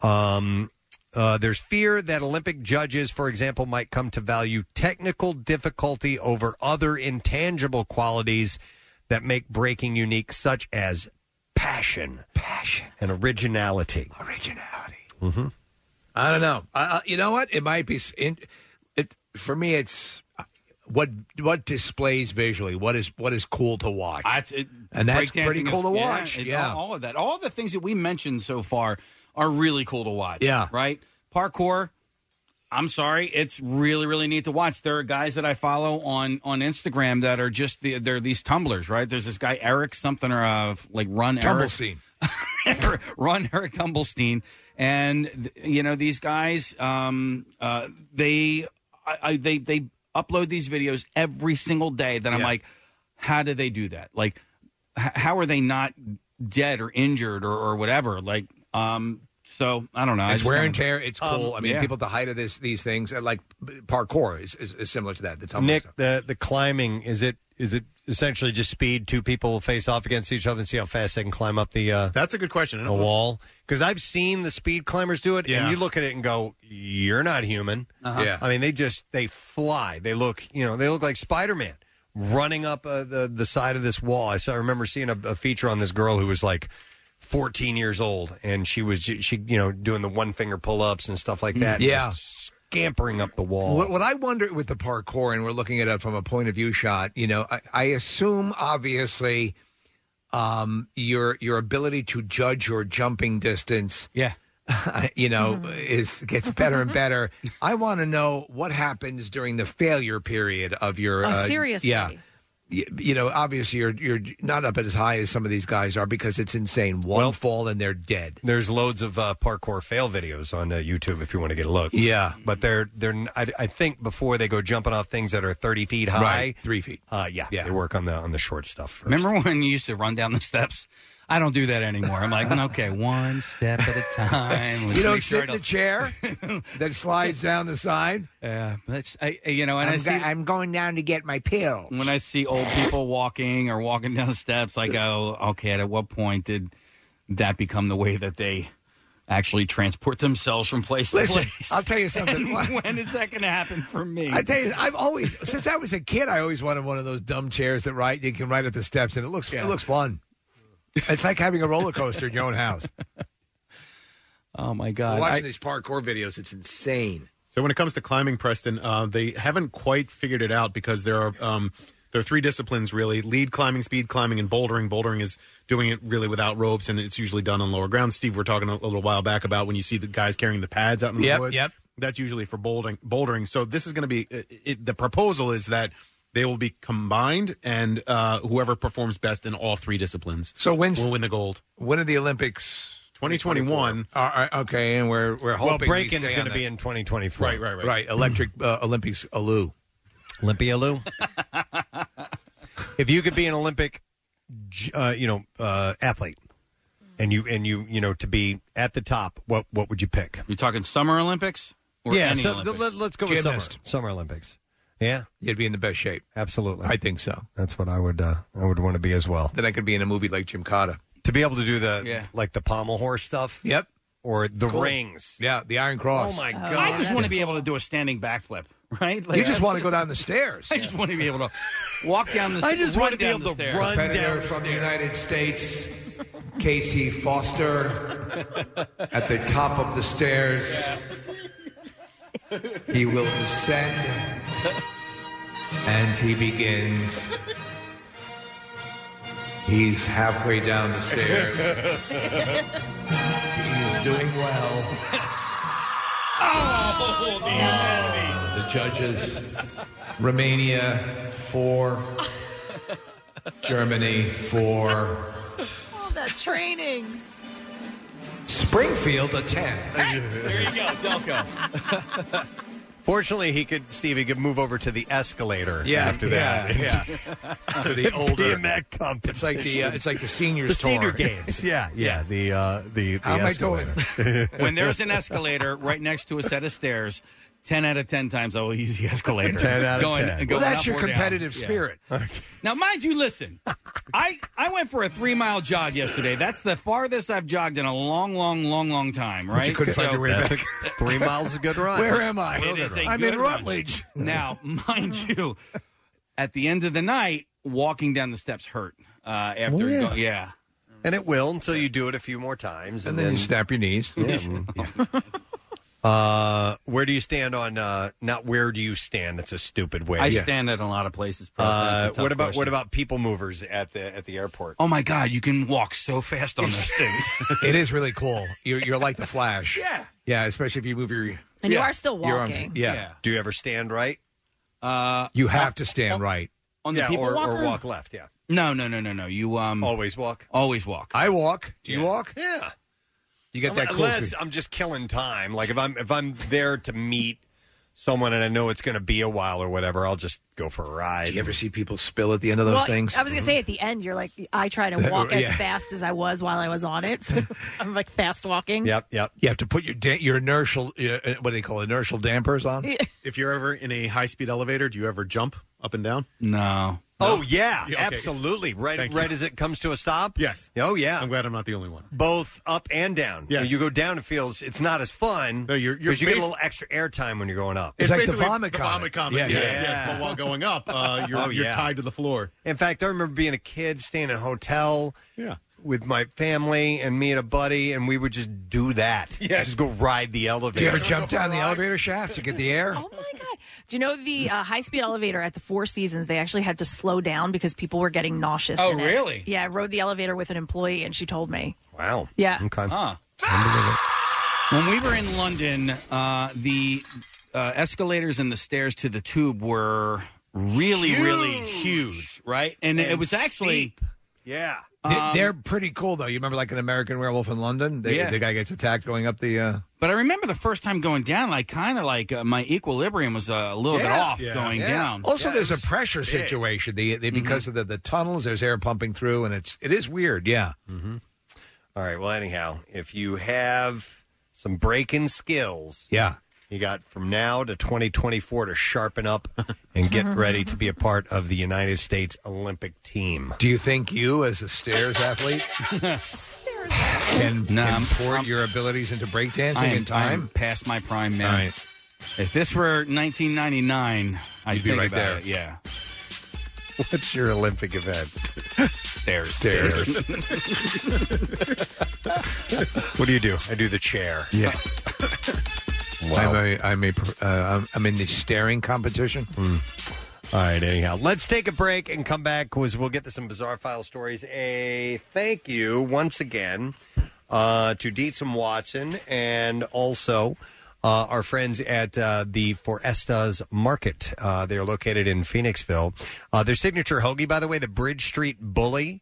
Speaker 3: Um, uh, there's fear that Olympic judges, for example, might come to value technical difficulty over other intangible qualities that make breaking unique, such as passion, passion, and originality.
Speaker 8: Originality.
Speaker 3: Mm-hmm.
Speaker 8: I don't know. Uh, you know what? It might be. s- In, it for me, it's uh, what what displays visually. What is what is cool to watch?
Speaker 6: That's it,
Speaker 8: and that's
Speaker 6: breakdancing
Speaker 8: pretty cool
Speaker 6: is-
Speaker 8: to watch.
Speaker 6: it-
Speaker 8: Yeah.
Speaker 6: all, all of that, all the things that we mentioned so far are really cool to watch.
Speaker 8: Yeah.
Speaker 6: right. Parkour. I'm sorry, it's really really neat to watch. There are guys that I follow on on Instagram that are just the, they're these tumblers, right? There's this guy Eric something or uh, like Run Eric
Speaker 8: Tumblestein.
Speaker 6: Ron Eric Tumblestein, and th- you know these guys. Um, uh, they, I, I, they, they upload these videos every single day. That I'm like, how do they do that? Like, h- how are they not dead or injured or, or whatever? Like, um, so I don't know. I
Speaker 8: it's
Speaker 6: just
Speaker 8: wear
Speaker 6: kinda-
Speaker 8: and tear. It's
Speaker 6: Um,
Speaker 8: cool. I mean,
Speaker 6: yeah.
Speaker 8: people at the height of this these things uh, like b- parkour is, is, is similar to that. The tumble
Speaker 3: Nick,
Speaker 8: stuff.
Speaker 3: the the climbing is it is it essentially just speed? Two people face off against each other and see how fast they can climb up the. Uh,
Speaker 11: That's a good question. I
Speaker 3: A
Speaker 11: don't know.
Speaker 3: wall because I've seen the speed climbers do it,
Speaker 11: Yeah.
Speaker 3: and you look at it and go, "You're not human."
Speaker 11: Uh-huh. Yeah.
Speaker 3: I mean, they just they fly. They look, you know, they look like Spider Man running up uh, the the side of this wall. I saw. I remember seeing a, a feature on this girl who was like 14 years old, and she was ju- she you know doing the one finger pull ups and stuff like that.
Speaker 8: Yeah.
Speaker 3: just scampering up the wall.
Speaker 8: What, what I wonder with the parkour, and we're looking at it from a point of view shot. You know, I, I assume obviously um, your your ability to judge your jumping distance.
Speaker 6: Yeah.
Speaker 8: You know,
Speaker 4: Mm-hmm.
Speaker 8: is gets better and better. I want to know what happens during the failure period of your.
Speaker 4: Oh,
Speaker 8: uh,
Speaker 4: seriously?
Speaker 8: Yeah. Y- You know, obviously you're you're not up as high as some of these guys are because it's insane. One fall and they're dead.
Speaker 3: There's loads of uh, parkour fail videos on uh, YouTube if you want to get a look.
Speaker 8: Yeah.
Speaker 3: but they're they're n- I, I think before they go jumping off things that are 30 feet high,
Speaker 6: Right,
Speaker 8: three feet.
Speaker 3: Uh, yeah, they work on the on the short stuff. First.
Speaker 6: Remember when you used to run down the steps? I don't do that anymore. I'm like, "Mm, okay, one step at a time. Let's
Speaker 8: you don't
Speaker 6: make sure
Speaker 8: sit in
Speaker 6: it'll-
Speaker 8: the chair that slides down the side.
Speaker 6: Yeah, that's I, you know, and I
Speaker 8: I'm,
Speaker 6: see-
Speaker 8: go- I'm going down to get my pill.
Speaker 6: when I see old people walking or walking down the steps, I go, okay, at what point did that become the way that they actually transport themselves from place
Speaker 8: Listen,
Speaker 6: to place?
Speaker 8: I'll tell you something.
Speaker 6: And when is that going to happen for me?
Speaker 8: I tell you, I've always since I was a kid, I always wanted one of those dumb chairs that right you can ride up the steps, and it looks it looks fun. It's like having a roller coaster in your own house.
Speaker 6: Oh my god!
Speaker 8: Watching
Speaker 11: I-
Speaker 8: these parkour videos, it's insane.
Speaker 11: So when it comes to climbing, Preston, uh, they haven't quite figured it out because there are um, there are three disciplines really: lead climbing, speed climbing, and bouldering. Bouldering is doing it really without ropes, and it's usually done on lower ground. Steve, we're talking a, a little while back about when you see the guys carrying the pads out in
Speaker 8: Yep,
Speaker 11: the woods.
Speaker 8: yep.
Speaker 11: That's usually for bouldering. Bouldering. So this is going to be it, it, the proposal is that they will be combined, and uh, whoever performs best in all three disciplines
Speaker 8: So when's-
Speaker 11: will win the gold.
Speaker 8: When are the Olympics?
Speaker 11: 2021.
Speaker 8: Uh, uh, okay, and we're we're hoping
Speaker 11: Well,
Speaker 8: we
Speaker 11: break-in's
Speaker 8: stay
Speaker 11: gonna
Speaker 8: on
Speaker 11: be
Speaker 8: that.
Speaker 11: in 2024. Right, right, right.
Speaker 8: right. Electric uh, Olympics, Alou,
Speaker 3: Olympia Lou. if you could be an Olympic, j- uh, you know, uh, athlete, and you and you you know to be at the top, what what would you pick?
Speaker 6: You're talking Summer Olympics or
Speaker 3: yeah,
Speaker 6: any
Speaker 3: so
Speaker 6: Olympics?
Speaker 3: Let, us go with summer. Summer Olympics. Yeah,
Speaker 8: you'd be in the best shape.
Speaker 3: Absolutely,
Speaker 8: I think so.
Speaker 3: That's what I would uh, I would want to be as well.
Speaker 8: Then I could be in a movie like Jim Cotta.
Speaker 3: To be able to do the
Speaker 8: Yeah.
Speaker 3: like the pommel horse stuff.
Speaker 8: Yep.
Speaker 3: Or the
Speaker 8: Cool.
Speaker 3: rings.
Speaker 8: Yeah, the Iron Cross.
Speaker 3: Oh my god!
Speaker 6: I just want to be able to do a standing backflip, right?
Speaker 8: You just wanna go down the stairs.
Speaker 6: I just want to be able to walk down the.
Speaker 8: I just
Speaker 6: run
Speaker 8: wanna be
Speaker 6: down
Speaker 8: able
Speaker 6: the
Speaker 8: to
Speaker 6: stairs.
Speaker 8: run Competitor down the from the stairs. United States. Casey Foster at the top of the stairs. He will descend and he begins. He's halfway down the stairs. He's doing well.
Speaker 35: Oh, the
Speaker 8: Oh, The judges Romania, four. Germany, four.
Speaker 4: All that training.
Speaker 8: Springfield, a 10.
Speaker 6: There you go, Delco.
Speaker 3: Fortunately, he could Stevie could move over to the escalator
Speaker 8: Yeah,
Speaker 3: after
Speaker 8: yeah,
Speaker 3: that. and-
Speaker 8: yeah. To the
Speaker 3: and be
Speaker 8: older-
Speaker 3: in that competition.
Speaker 8: It's like the, uh, it's like the seniors
Speaker 3: the senior
Speaker 8: tour.
Speaker 3: games. Yeah, yeah. The uh, the, the
Speaker 8: How am I doing?
Speaker 3: escalator.
Speaker 6: when there's an escalator right next to a set of stairs, ten out of ten times I will use the escalator.
Speaker 3: 10 out of
Speaker 6: Going-
Speaker 3: 10.
Speaker 6: going
Speaker 8: well, that's
Speaker 6: up
Speaker 8: your
Speaker 6: or down.
Speaker 8: competitive
Speaker 6: Yeah.
Speaker 8: spirit.
Speaker 6: Now, mind you, listen, I I went for a three mile jog yesterday. That's the farthest I've jogged in a long, long, long, long time.
Speaker 8: But you
Speaker 6: Right?
Speaker 8: couldn't find your way That's back. a- three miles is a good run. Where am I?
Speaker 6: It is a
Speaker 8: I'm
Speaker 6: good
Speaker 8: in
Speaker 6: run.
Speaker 8: Rutledge.
Speaker 6: Now, mind you, at the end of the night, walking down the steps hurt. Uh, after
Speaker 3: Well, Oh, yeah.
Speaker 6: Go, yeah.
Speaker 3: And it will until you do it a few more times,
Speaker 6: And then you
Speaker 8: snap your knees.
Speaker 3: Yeah, mm, yeah. Uh, where do you stand on uh, not where do you stand? That's a stupid way.
Speaker 6: I stand at a lot of places. Preston. It's a
Speaker 3: Uh,
Speaker 6: tough
Speaker 3: what about
Speaker 6: question.
Speaker 3: what about people movers at the at the airport?
Speaker 6: Oh my God! You can walk so fast on those things.
Speaker 8: It is really cool. You're, you're like the Flash. Yeah. Yeah, especially if you move your.
Speaker 4: And you are still
Speaker 8: your arms.
Speaker 4: walking.
Speaker 8: Yeah.
Speaker 6: Yeah.
Speaker 3: Do you ever stand right?
Speaker 6: Uh,
Speaker 8: you have to stand right.
Speaker 6: on the
Speaker 3: yeah,
Speaker 6: people
Speaker 3: or,
Speaker 6: walker?
Speaker 3: or walk left. Yeah,
Speaker 6: No, no, no, no, no. You um
Speaker 3: always walk.
Speaker 6: Always walk.
Speaker 8: I walk. Do
Speaker 3: Yeah.
Speaker 8: you walk?
Speaker 3: Yeah.
Speaker 8: You get that cool.
Speaker 3: Unless I'm just killing time. Like if I'm if I'm there to meet someone and I know it's going to be a while or whatever, I'll just go for a ride. Mm-hmm. Do you
Speaker 8: ever see people spill at the end of
Speaker 4: well, I was gonna say at the end, you're like, I try to walk as
Speaker 8: Yeah.
Speaker 4: fast as I was while I was on it. So I'm like fast walking.
Speaker 3: Yep, yep.
Speaker 8: You have to put your da- your inertial uh, uh, what do they call it, inertial dampers on.
Speaker 4: Yeah.
Speaker 11: If you're ever in a high speed elevator, do you ever jump up and down?
Speaker 6: No.
Speaker 3: Oh yeah,
Speaker 11: Yeah, okay.
Speaker 3: absolutely. Right,
Speaker 11: Thank you.
Speaker 3: right as it comes to a stop.
Speaker 11: Yes.
Speaker 3: Oh yeah.
Speaker 11: I'm glad I'm not the only one.
Speaker 3: Both up and down.
Speaker 11: Yes.
Speaker 3: You go down, it feels it's not as fun. No, you're,
Speaker 11: you're
Speaker 3: you get a
Speaker 11: basi-
Speaker 3: little extra air time when you're going up.
Speaker 11: It's It's like the basically vomit the comic. vomit comic, yes, yes, but while going up, uh, you're- you're tied
Speaker 3: to the floor. Oh, In fact, I remember being a kid, staying in a hotel.
Speaker 11: Yeah.
Speaker 3: With my family and me and a buddy, and we would just do that.
Speaker 8: Yes.
Speaker 3: Just go ride the elevator.
Speaker 8: Do you ever jump down the elevator shaft to get the air?
Speaker 6: Oh.
Speaker 4: Do you know the uh, high speed elevator at the Four Seasons? They actually had to slow down because people were getting nauseous.
Speaker 6: Oh,
Speaker 4: in it.
Speaker 6: really?
Speaker 4: Yeah, I rode the elevator with an employee, and she told me.
Speaker 3: Wow.
Speaker 4: Yeah.
Speaker 3: Okay.
Speaker 6: Huh. When we were in London, uh, the uh, escalators and the stairs to the tube were really, really huge, right? And, it
Speaker 8: And
Speaker 6: was actually
Speaker 3: yeah.
Speaker 8: They-
Speaker 6: Um,
Speaker 8: They're pretty cool though. You remember like an American Werewolf in London? They,
Speaker 6: Yeah.
Speaker 8: The guy gets attacked going up the. Uh,
Speaker 6: But I remember the first time going down, like kind of like uh, my equilibrium was uh, a little bit off going down.
Speaker 8: Also, there's a pressure situation. The, the because of the, the tunnels, there's air pumping through, and it's it is weird. Yeah.
Speaker 3: Mm-hmm. All right. Well, anyhow, if you have some breaking skills,
Speaker 8: yeah,
Speaker 3: you got from now to 2024 to sharpen up and get ready to be a part of the United States Olympic team.
Speaker 8: Do you think you, as a stairs athlete, can
Speaker 6: No, I'm-
Speaker 8: import your abilities into breakdancing
Speaker 6: I am-
Speaker 8: in
Speaker 6: I
Speaker 8: time?
Speaker 6: am past my prime, man.
Speaker 8: All
Speaker 6: If this were 1999, I'd
Speaker 8: You'd be
Speaker 6: think
Speaker 8: right
Speaker 6: about
Speaker 8: there.
Speaker 6: it. Yeah,
Speaker 3: What's your Olympic event?
Speaker 6: Stairs.
Speaker 3: Stairs. what do you do? I do the chair.
Speaker 8: Yeah. I'm a, I'm, a, pro- uh, I'm- I'm in the staring competition.
Speaker 3: Hmm. All right, anyhow, let's take a break and come back because we'll get to some bizarre file stories. A thank you once again uh, to Dietz and Watson and also uh, our friends at uh, the Forestas Market. Uh, they're located in Phoenixville. Uh, their signature hoagie, by the way, the Bridge Street Bully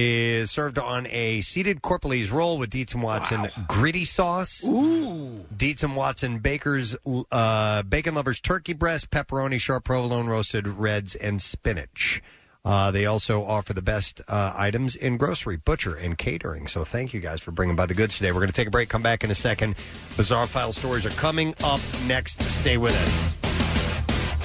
Speaker 3: is served on a seated corporalese roll with Dietz and Watson gritty sauce. Ooh. Dietz and Watson baker's uh, bacon lovers turkey breast, pepperoni, sharp provolone, roasted reds, and spinach. Uh, they also offer the best uh, items in grocery, butcher, and catering. So thank you guys for bringing by the goods today. We're going to take a break, come back in a second. Bizarre file stories are coming up next. Stay with us.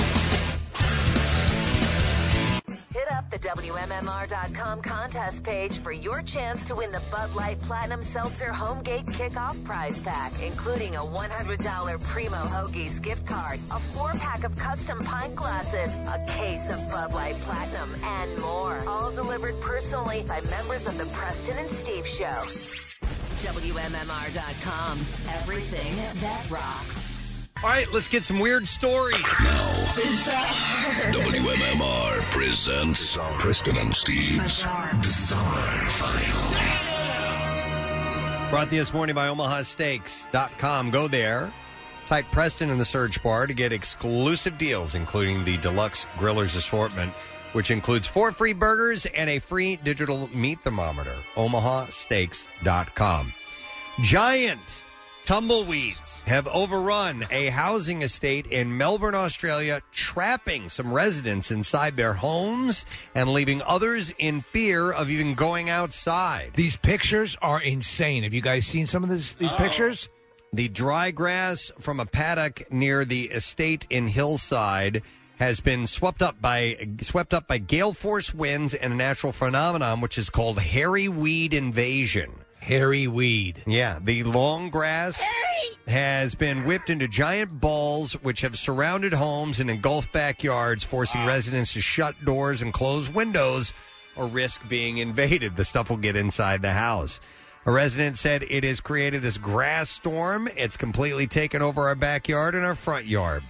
Speaker 16: Hit up the WMMR.com contest page for your chance to win the Bud Light Platinum Seltzer Homegate Kickoff Prize Pack, including a $100 Primo Hoagies gift card, a four pack of custom pint glasses, a case of Bud Light Platinum, and more. All delivered personally by members of the Preston and Steve Show. WMMR.com. Everything that rocks.
Speaker 3: All right, let's get some weird stories.
Speaker 5: WMMR presents Preston and Steve's Bizarre, File.
Speaker 3: Brought to you this morning by OmahaSteaks.com. Go there. Type Preston in the search bar to get exclusive deals, including the deluxe grillers assortment, which includes four free burgers and a free digital meat thermometer. OmahaSteaks.com. Giant tumbleweeds have overrun a housing estate in Melbourne, Australia, trapping some residents inside their homes and leaving others in fear of even going outside.
Speaker 8: These pictures are insane. Have you guys seen some of this, these pictures?
Speaker 3: The dry grass from a paddock near the estate in Hillside has been swept up by swept up by gale force winds and a natural phenomenon which is called hairy weed invasion.
Speaker 8: Hairy weed.
Speaker 3: Yeah, the long grass has been whipped into giant balls which have surrounded homes and engulfed backyards, forcing residents to shut doors and close windows or risk being invaded. The stuff will get inside the house. A resident said it has created this grass storm. It's completely taken over our backyard and our front yard.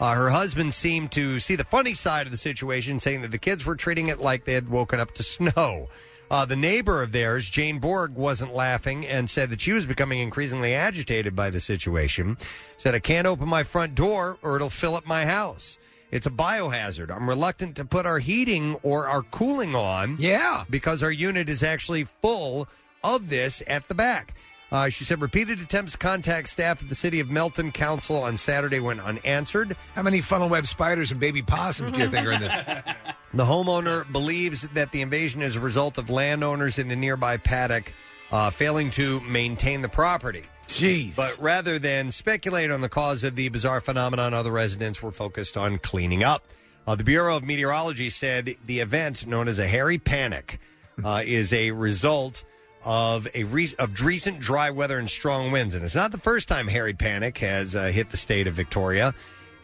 Speaker 3: Uh, her husband seemed to see the funny side of the situation, saying that the kids were treating it like they had woken up to snow. Uh, the neighbor of theirs, Jane Borg, wasn't laughing and said that she was becoming increasingly agitated by the situation. Said, I can't open my front door or it'll fill up my house. It's a biohazard. I'm reluctant to put our heating or our cooling on. Yeah. Because our unit is actually full of this at the back. Uh, she said repeated attempts to contact staff at the city of Melton Council on Saturday went unanswered.
Speaker 8: How many funnel web spiders and baby possums do you think are in there?
Speaker 3: The homeowner believes that the invasion is a result of landowners in the nearby paddock uh, failing to maintain the property.
Speaker 8: Jeez.
Speaker 3: But rather than speculate on the cause of the bizarre phenomenon, other residents were focused on cleaning up. Uh, the Bureau of Meteorology said the event, known as a hairy panic, uh, is a result of a re- of recent dry weather and strong winds. And it's not the first time hairy panic has uh, hit the state of Victoria.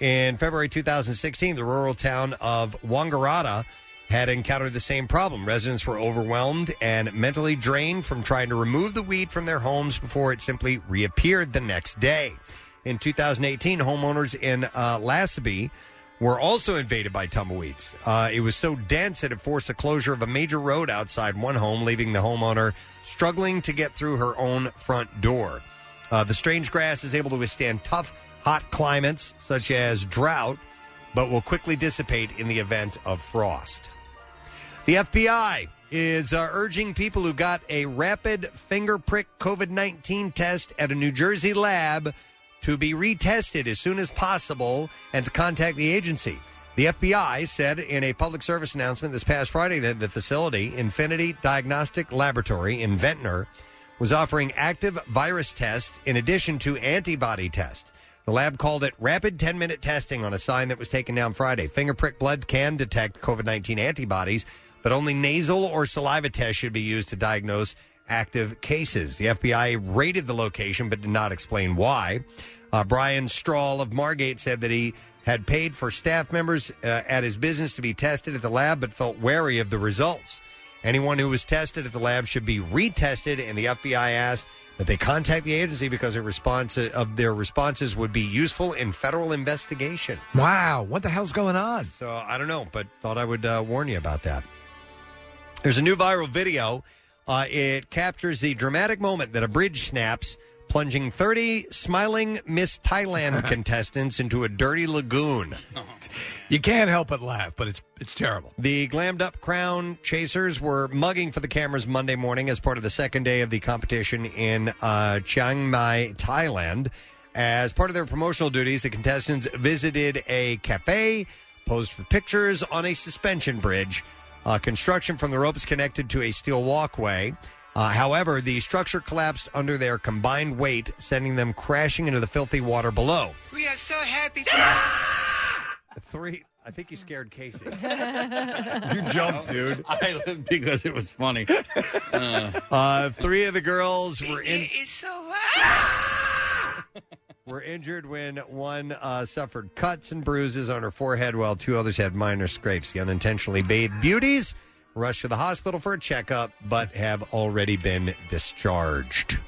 Speaker 3: In February 2016, the rural town of Wangaratta had encountered the same problem. Residents were overwhelmed and mentally drained from trying to remove the weed from their homes before it simply reappeared the next day. In 2018, homeowners in uh, Lassabee were also invaded by tumbleweeds. Uh, it was so dense that it forced the closure of a major road outside one home, leaving the homeowner struggling to get through her own front door. Uh, the strange grass is able to withstand tough, hot climates such as drought, but will quickly dissipate in the event of frost. The FBI is uh, urging people who got a rapid finger prick COVID 19 test at a New Jersey lab to be retested as soon as possible and to contact the agency. The FBI said in a public service announcement this past Friday that the facility, Infinity Diagnostic Laboratory in Ventnor, was offering active virus tests in addition to antibody tests. The lab called it rapid 10 minute testing on a sign that was taken down Friday. Finger prick blood can detect COVID 19 antibodies, but only nasal or saliva tests should be used to diagnose active cases. The FBI raided the location but did not explain why. Uh, Brian Strahl of Margate said that he had paid for staff members uh, at his business to be tested at the lab but felt wary of the results. Anyone who was tested at the lab should be retested, and the FBI asked that they contact the agency because their response of their responses would be useful in federal investigation.
Speaker 8: Wow, what the hell's going on?
Speaker 3: So I don't know, but thought I would uh, warn you about that. There's a new viral video. Uh, it captures the dramatic moment that a bridge snaps plunging 30 smiling Miss Thailand contestants into a dirty lagoon.
Speaker 8: You can't help but laugh, but it's it's terrible.
Speaker 3: The glammed up crown chasers were mugging for the cameras Monday morning as part of the second day of the competition in uh, Chiang Mai, Thailand. As part of their promotional duties, the contestants visited a cafe, posed for pictures on a suspension bridge. Uh, construction from the ropes connected to a steel walkway. Uh, however, the structure collapsed under their combined weight, sending them crashing into the filthy water below.
Speaker 36: We are so happy
Speaker 3: Three. I think you scared Casey.
Speaker 36: to.
Speaker 3: You jumped, dude.
Speaker 5: I, because it was funny. Uh,
Speaker 3: Uh, three of the girls were in,
Speaker 36: it's so
Speaker 3: were injured when one uh, suffered cuts and bruises on her forehead, while two others had minor scrapes. The unintentionally bathed beauties rushed to the hospital for a checkup, but have already been discharged.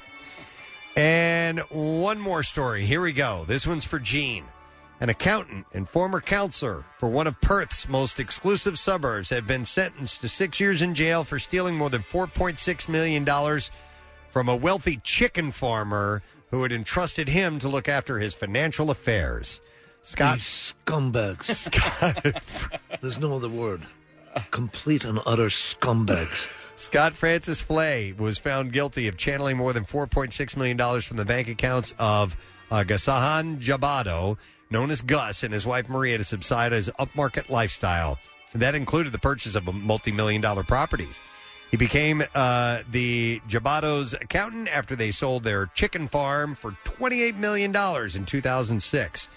Speaker 3: And one more story. Here we go. This one's for Gene. An accountant and former counselor for one of Perth's most exclusive suburbs had been sentenced to six years in jail for stealing more than $4.6 million from a wealthy chicken farmer who had entrusted him to look after his financial affairs. Scott
Speaker 8: scumbags. There's no other word. Complete and utter scumbags.
Speaker 3: Scott Francis Flay was found guilty of channeling more than $4.6 million from the bank accounts of uh, Gasahan Jabado, known as Gus, and his wife Maria to subside his upmarket lifestyle. That included the purchase of multi million dollar properties. He became uh, the Jabado's accountant after they sold their chicken farm for $28 million in 2006.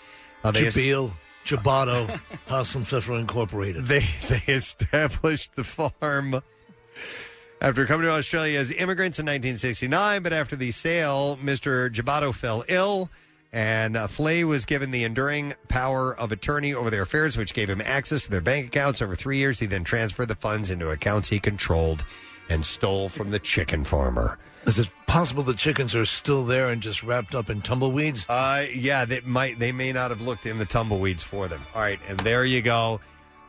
Speaker 3: Uh, they-
Speaker 8: Jabil, Jabado, Possum Pfeffer Incorporated.
Speaker 3: They they established the farm after coming to Australia as immigrants in 1969. But after the sale, Mr. Jabato fell ill, and uh, Flay was given the enduring power of attorney over their affairs, which gave him access to their bank accounts. Over three years, he then transferred the funds into accounts he controlled and stole from the chicken farmer.
Speaker 8: Is it possible the chickens are still there and just wrapped up in tumbleweeds?
Speaker 3: Uh, yeah, they might. They may not have looked in the tumbleweeds for them. All right, and there you go.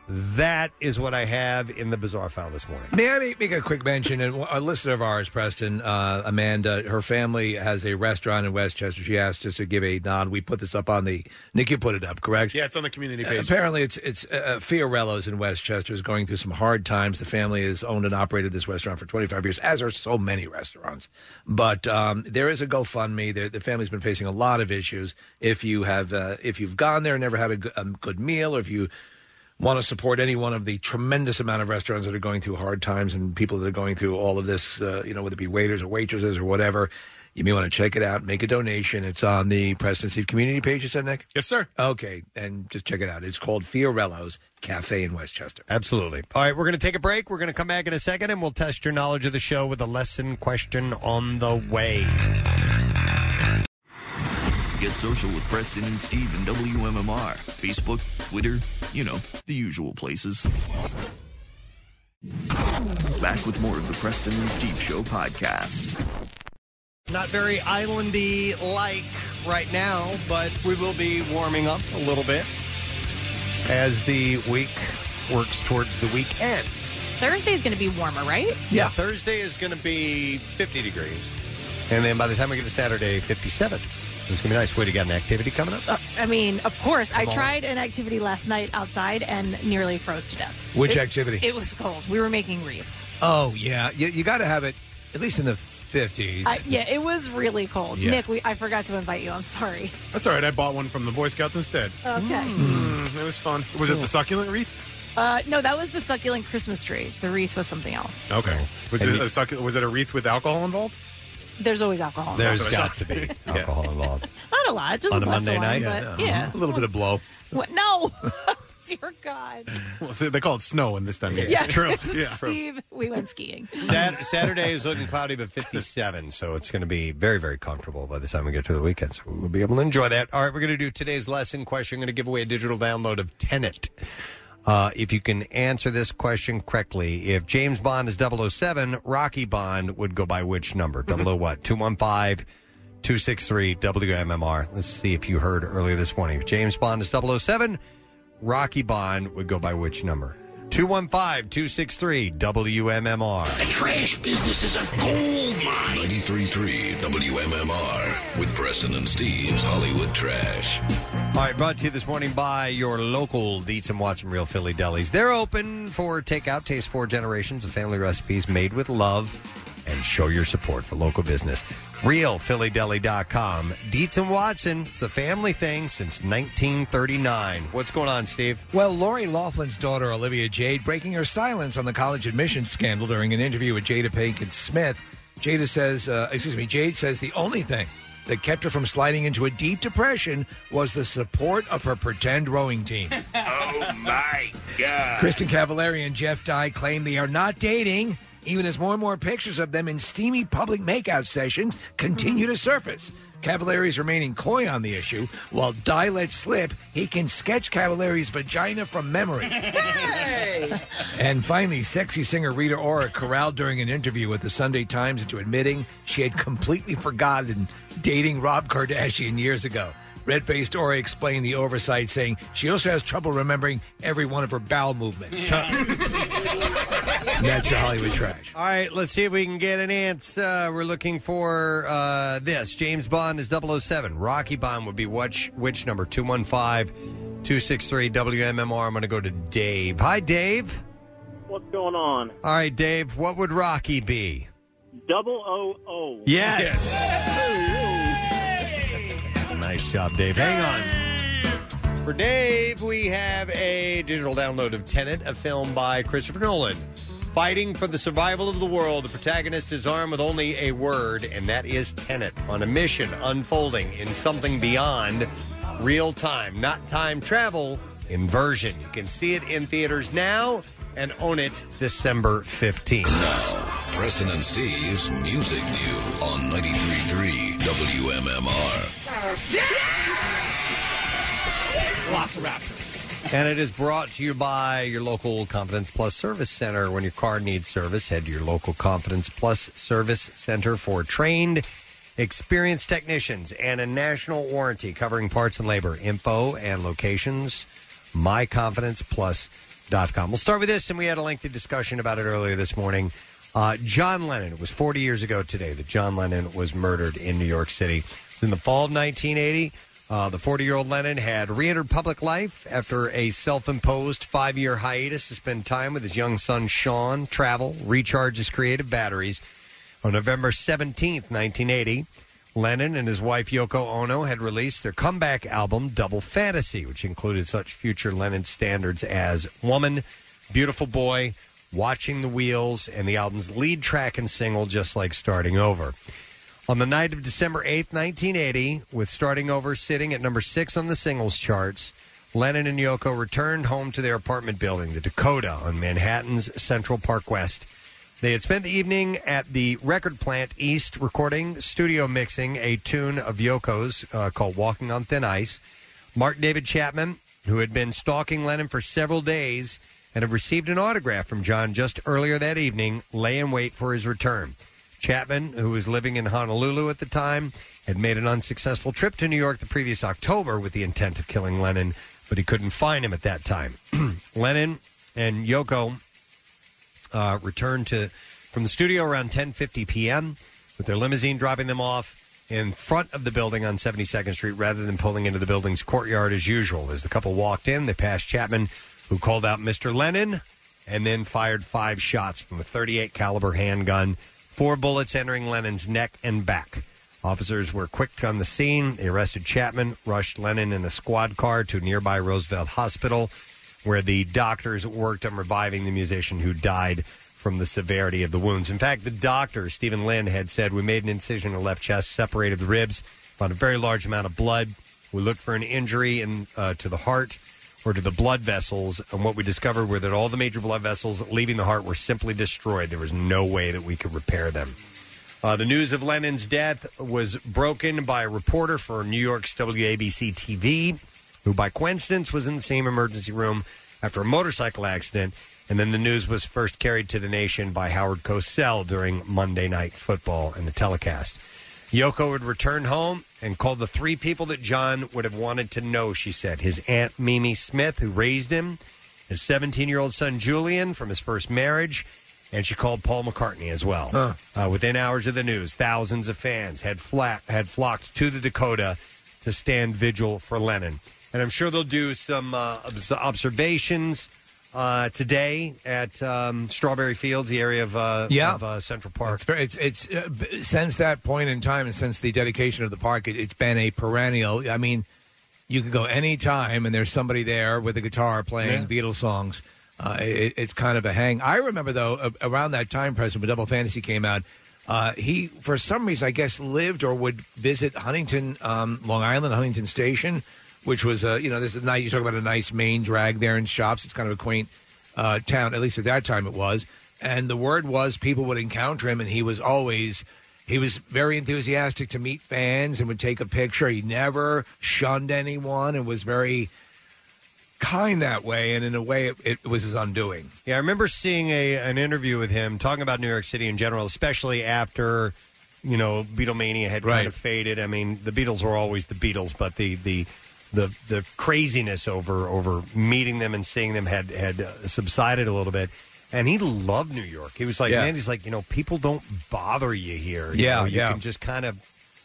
Speaker 3: That is what I have in the bizarre file this morning.
Speaker 8: May I make- make a quick mention? And a listener of ours, Preston, uh, Amanda, her family has a restaurant in Westchester. She asked us to give a nod. We put this up on the Nick. You put it up, correct?
Speaker 11: Yeah, it's on the community
Speaker 8: Uh,
Speaker 11: page.
Speaker 8: Apparently, it's it's uh, Fiorello's in Westchester is going through some hard times. The family has owned and operated this restaurant for 25 years, as are so many restaurants. But um, there is a GoFundMe. The, the family's been facing a lot of issues. If you have uh, if you've gone there and never had a good- a good meal, or if you want to support any one of the tremendous amount of restaurants that are going through hard times and people that are going through all of this, uh, you know, whether it be waiters or waitresses or whatever, you may want to check it out. Make a donation. It's on the Preston Steve community page. You said, Nick?
Speaker 11: Yes, sir.
Speaker 8: Okay, and just check it out. It's called Fiorello's Cafe in Westchester.
Speaker 3: Absolutely. All right, we're going to take a break. We're going to come back in a second and we'll test your knowledge of the show with a lesson question on the way.
Speaker 7: Get social with Preston and Steve and WMMR. Facebook, Twitter, you know, the usual places. Back with more of the Preston and Steve Show podcast.
Speaker 3: Not very islandy like right now, but we will be warming up a little bit as the week works towards the weekend.
Speaker 4: Thursday's going to be warmer, right?
Speaker 3: Yeah. Thursday is going to be 50 degrees. And then by the time we get to Saturday, 57. It's going to be nice. Wait, you got an activity coming up?
Speaker 4: Uh, I mean, of course. I
Speaker 3: Come on.
Speaker 4: tried an activity last night outside and nearly froze to death.
Speaker 8: Which
Speaker 4: It-
Speaker 8: activity?
Speaker 4: It was cold. We were making wreaths.
Speaker 8: Oh yeah, you, you got to have it at least in the 50s.
Speaker 4: I, yeah, it was really cold.
Speaker 11: Yeah.
Speaker 4: Nick, we, I forgot to invite you. I'm sorry.
Speaker 11: That's all right. I bought one from the Boy Scouts instead.
Speaker 4: Okay.
Speaker 11: Mm, it was fun. Was it the succulent wreath?
Speaker 4: Uh, no, that was the succulent Christmas tree. The wreath was something else.
Speaker 3: Oh.
Speaker 11: Okay. Was it a succulent? Was it a wreath with alcohol involved?
Speaker 4: There's always
Speaker 3: Oh,
Speaker 4: alcohol.
Speaker 11: There's
Speaker 4: involved.
Speaker 11: got to be
Speaker 3: alcohol involved.
Speaker 4: Not a lot. Just
Speaker 11: On a
Speaker 4: glass of
Speaker 11: Monday
Speaker 4: wine,
Speaker 11: night? Uh-huh.
Speaker 4: But,
Speaker 11: Yeah.
Speaker 4: yeah.
Speaker 8: a little bit of blow.
Speaker 4: What? No. Dear God.
Speaker 11: Well, so they call it snow in this time. of year.
Speaker 4: Yeah.
Speaker 11: Yeah.
Speaker 4: Steve, we went skiing.
Speaker 3: Sat- Saturday is looking cloudy, but 57. So it's going to be very, very comfortable by the time we get to the weekend. So we'll be able to enjoy that. All right, we're going to do today's lesson question. I'm going to give away a digital download of Tenet. Uh, if you can answer this question correctly, if James Bond is 007, Rocky Bond would go by which number? 00 what? 215 263 WMMR. Let's see if you oh heard earlier this morning. If James Bond is 007, Rocky Bond would go by which number? 215 263 WMMR.
Speaker 5: Trash business is a gold mine. 93.3 WMMR with Preston and Steve's Hollywood Trash.
Speaker 3: All right, brought to you this morning by your local Dietz and Watson Real Philly Delis. They're open for takeout, taste four generations of family recipes made with love, and show your support for local business. RealPhillyDeli.com. Dietz and Watson, it's a family thing since 1939. What's going on, Steve?
Speaker 8: Well, Lori Laughlin's daughter, Olivia Jade, breaking her silence on the college admissions scandal during an interview with Jada Pinkett Smith. Jada says, uh, excuse me, Jade says the only thing that kept her from sliding into a deep depression was the support of her pretend rowing team.
Speaker 22: Oh my god.
Speaker 8: Kristen Cavallari and Jeff Dye claim they are not dating, even as more and more pictures of them in steamy public makeout sessions continue to surface. Cavallari is remaining coy on the issue, while Dye lets slip he can sketch Cavallari's vagina from memory. And finally, sexy singer Rita Ora corralled during an interview with the Sunday Times into admitting she had completely forgotten dating Rob Kardashian years ago. Red faced Ora explained the oversight, saying she also has trouble remembering every one of her bowel movements. And That's your Hollywood trash.
Speaker 3: All right, let's see if we can get an answer. We're looking for uh, this. James Bond is 007. Rocky Bond would be which, which number? 215 263 WMMR. I'm going to go to Dave. Hi, Dave.
Speaker 30: What's going on?
Speaker 3: All right, Dave, what would Rocky be?
Speaker 30: Double O O.
Speaker 3: Yes. Nice job, Dave. Hang on. For Dave, we have a digital download of Tenet, a film by Christopher Nolan. Fighting for the survival of the world, the protagonist is armed with only a word, and that is Tenet, on a mission unfolding in something beyond real time, not time travel, inversion. You can see it in theaters now and own it December 15th.
Speaker 5: Preston and Steve's Music News on 93.3 WMMR.
Speaker 30: Velociraptor.
Speaker 3: And it is brought to you by your local Confidence Plus Service Center. When your car needs service, head to your local Confidence Plus Service Center for trained, experienced technicians and a national warranty covering parts and labor, info and locations. MyConfidencePlus.com. We'll start with this, and we had a lengthy discussion about it earlier this morning. Uh, John Lennon. It was 40 years ago today that John Lennon was murdered in New York City. In the fall of 1980, uh, the 40 year old Lennon had re entered public life after a self imposed five year hiatus to spend time with his young son Sean, travel, recharge his creative batteries. On November 17th, 1980, Lennon and his wife Yoko Ono had released their comeback album Double Fantasy, which included such future Lennon standards as Woman, Beautiful Boy, Watching the Wheels, and the album's lead track and single, Just Like Starting Over. On the night of December 8th, 1980, with Starting Over sitting at number six on the singles charts, Lennon and Yoko returned home to their apartment building, the Dakota, on Manhattan's Central Park West. They had spent the evening at the record plant East recording, studio mixing a tune of Yoko's uh, called Walking on Thin Ice. Mark David Chapman, who had been stalking Lennon for several days and had received an autograph from John just earlier that evening, lay in wait for his return. Chapman, who was living in Honolulu at the time, had made an unsuccessful trip to New York the previous October with the intent of killing Lennon, but he couldn't find him at that time. Lennon and Yoko uh, returned to from the studio around 10:50 p.m. with their limousine dropping them off in front of the building on 72nd Street rather than pulling into the building's courtyard as usual. As the couple walked in, they passed Chapman, who called out Mr. Lennon and then fired five shots from a 38 caliber handgun, four bullets entering Lennon's neck and back. Officers were quick on the scene. They arrested Chapman, rushed Lennon in a squad car to nearby Roosevelt Hospital where the doctors worked on reviving the musician who died from the severity of the wounds. In fact, the doctor, Stephen Lynn, had said, We made an incision in the left chest, separated the ribs, found a very large amount of blood. We looked for an injury in, uh, to the heart or to the blood vessels. And what we discovered were that all the major blood vessels leaving the heart were simply destroyed. There was no way that we could repair them. Uh, the news of Lennon's death was broken by a reporter for New York's WABC TV, who by coincidence was in the same emergency room after a motorcycle accident. And then the news was first carried to the nation by Howard Cosell during Monday Night Football and the telecast. Yoko had returned home and called the three people that John would have wanted to know, she said his Aunt Mimi Smith, who raised him, his 17 year old son Julian from his first marriage. And she called Paul McCartney as well. Uh, within hours of the news, thousands of fans had, fla- had flocked to the Dakota to stand vigil for Lennon. And I'm sure they'll do some uh, obs- observations uh, today at um, Strawberry Fields, the area of, uh,
Speaker 8: Yeah.
Speaker 3: of uh, Central Park.
Speaker 8: It's, very- it's, it's uh, b- since that point in time and since the dedication of the park, it, it's been a perennial. I mean, you could go any time and there's somebody there with a guitar playing Beatles songs. Uh, it, it's kind of a hang. I remember though a- around that time, President, when Double Fantasy came out. Uh, he, for some reason, I guess, lived or would visit Huntington, um, Long Island, Huntington Station, which was, uh, you know, this is nice. You talk about a nice main drag there and shops. It's kind of a quaint uh, town, at least at that time it was. And the word was people would encounter him, and he was always he was very enthusiastic to meet fans and would take a picture. He never shunned anyone and was very kind that way. And in a way, it, it was his undoing.
Speaker 3: Yeah, I remember seeing a an interview with him talking about New York City in general, especially after you know Beatlemania had kind of faded. I mean, the Beatles were always the Beatles, but the the the the craziness over over meeting them and seeing them had had uh, subsided a little bit. And he loved New York. He was like,
Speaker 8: Yeah.
Speaker 3: man, he's like, you know, people don't bother you here. You
Speaker 8: Yeah,
Speaker 3: know, you
Speaker 8: yeah.
Speaker 3: can just kind of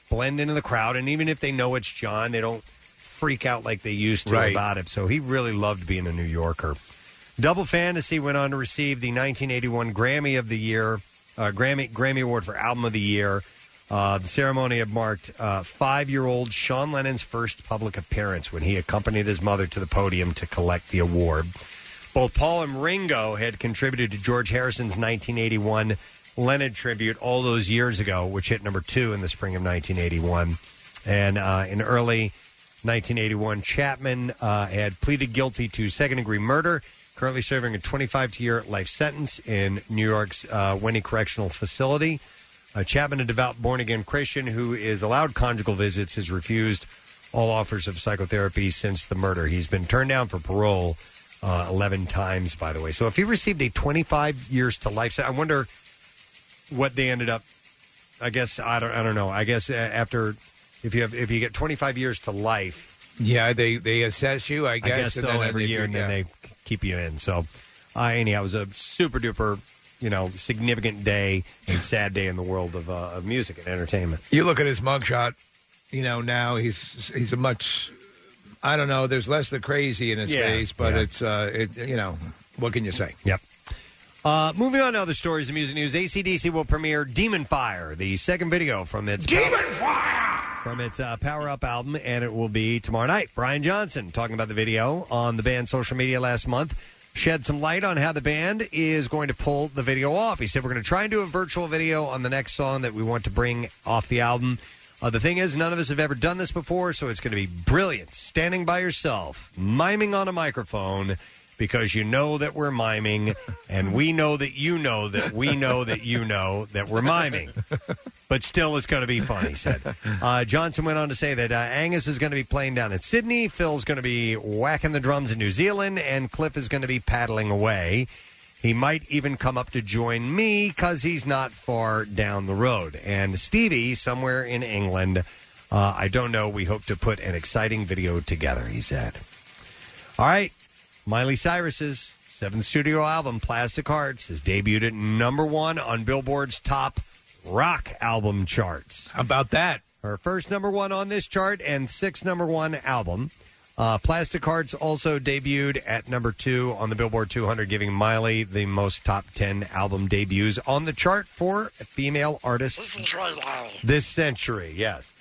Speaker 3: blend into the crowd, and even if they know it's John, they don't freak out like they used to
Speaker 8: Right.
Speaker 3: about it. So he really loved being a New Yorker. Double Fantasy went on to receive the 1981 Grammy of the Year, uh, Grammy Grammy Award for Album of the Year. Uh, the ceremony had marked uh, five-year-old Sean Lennon's first public appearance when he accompanied his mother to the podium to collect the award. Both Paul and Ringo had contributed to George Harrison's 1981 Lennon tribute all those years ago, which hit number two in the spring of 1981. And uh, in early 1981, Chapman uh, had pleaded guilty to second degree murder, currently serving a 25 year life sentence in New York's uh, Winnie Correctional Facility. Uh, Chapman, a devout born again Christian who is allowed conjugal visits, has refused all offers of psychotherapy since the murder. He's been turned down for parole uh, 11 times, by the way. So if he received a 25 years to life sentence, I wonder what they ended up. I guess I don't. I don't know. I guess uh, after if you have if you get 25 years to life,
Speaker 8: Yeah, they they assess you, I
Speaker 3: I guess,
Speaker 8: guess. and
Speaker 3: so
Speaker 8: then
Speaker 3: every
Speaker 8: if
Speaker 3: year,
Speaker 8: you-
Speaker 3: and then
Speaker 8: yeah.
Speaker 3: they keep you in. So, uh, anyhow, it was a super duper, you know, significant day and sad day in the world of uh, of music and entertainment.
Speaker 8: You look at his mugshot. You know, now he's he's a much. I don't know. There's less the crazy in his
Speaker 3: Yeah,
Speaker 8: face, but
Speaker 3: yeah.
Speaker 8: it's uh, it, you know, what can you say?
Speaker 3: Yep. Uh, moving on to other stories of music news, ACDC will premiere Demon Fire, the second video from its Demon Fire from its uh, Power Up album, and it will be tomorrow night. Brian Johnson talking about the video on the band's social media last month shed some light on how the band is going to pull the video off. He said we're going to try and do a virtual video on the next song that we want to bring off the album. Uh, the thing is, none of us have ever done this before, so it's going to be brilliant. Standing by yourself, miming on a microphone, because you know that we're miming, and we know that you know that we know that you know that we're miming. But still, it's going to be fun, he said. Uh, Johnson went on to say that uh, Angus is going to be playing down in Sydney, Phil's going to be whacking the drums in New Zealand, and Cliff is going to be paddling away. He might even come up to join me because he's not far down the road. And Stevie, somewhere in England, uh, I don't know, we hope to put an exciting video together, he said. All right. Miley Cyrus's seventh studio album, Plastic Hearts, has debuted at number one on Billboard's top rock album charts.
Speaker 8: How about that?
Speaker 3: Her first number one on this chart and sixth number one album. Uh, Plastic Hearts also debuted at number two on the Billboard 200, giving Miley the most top 10 album debuts on the chart for female artists this century. Yes.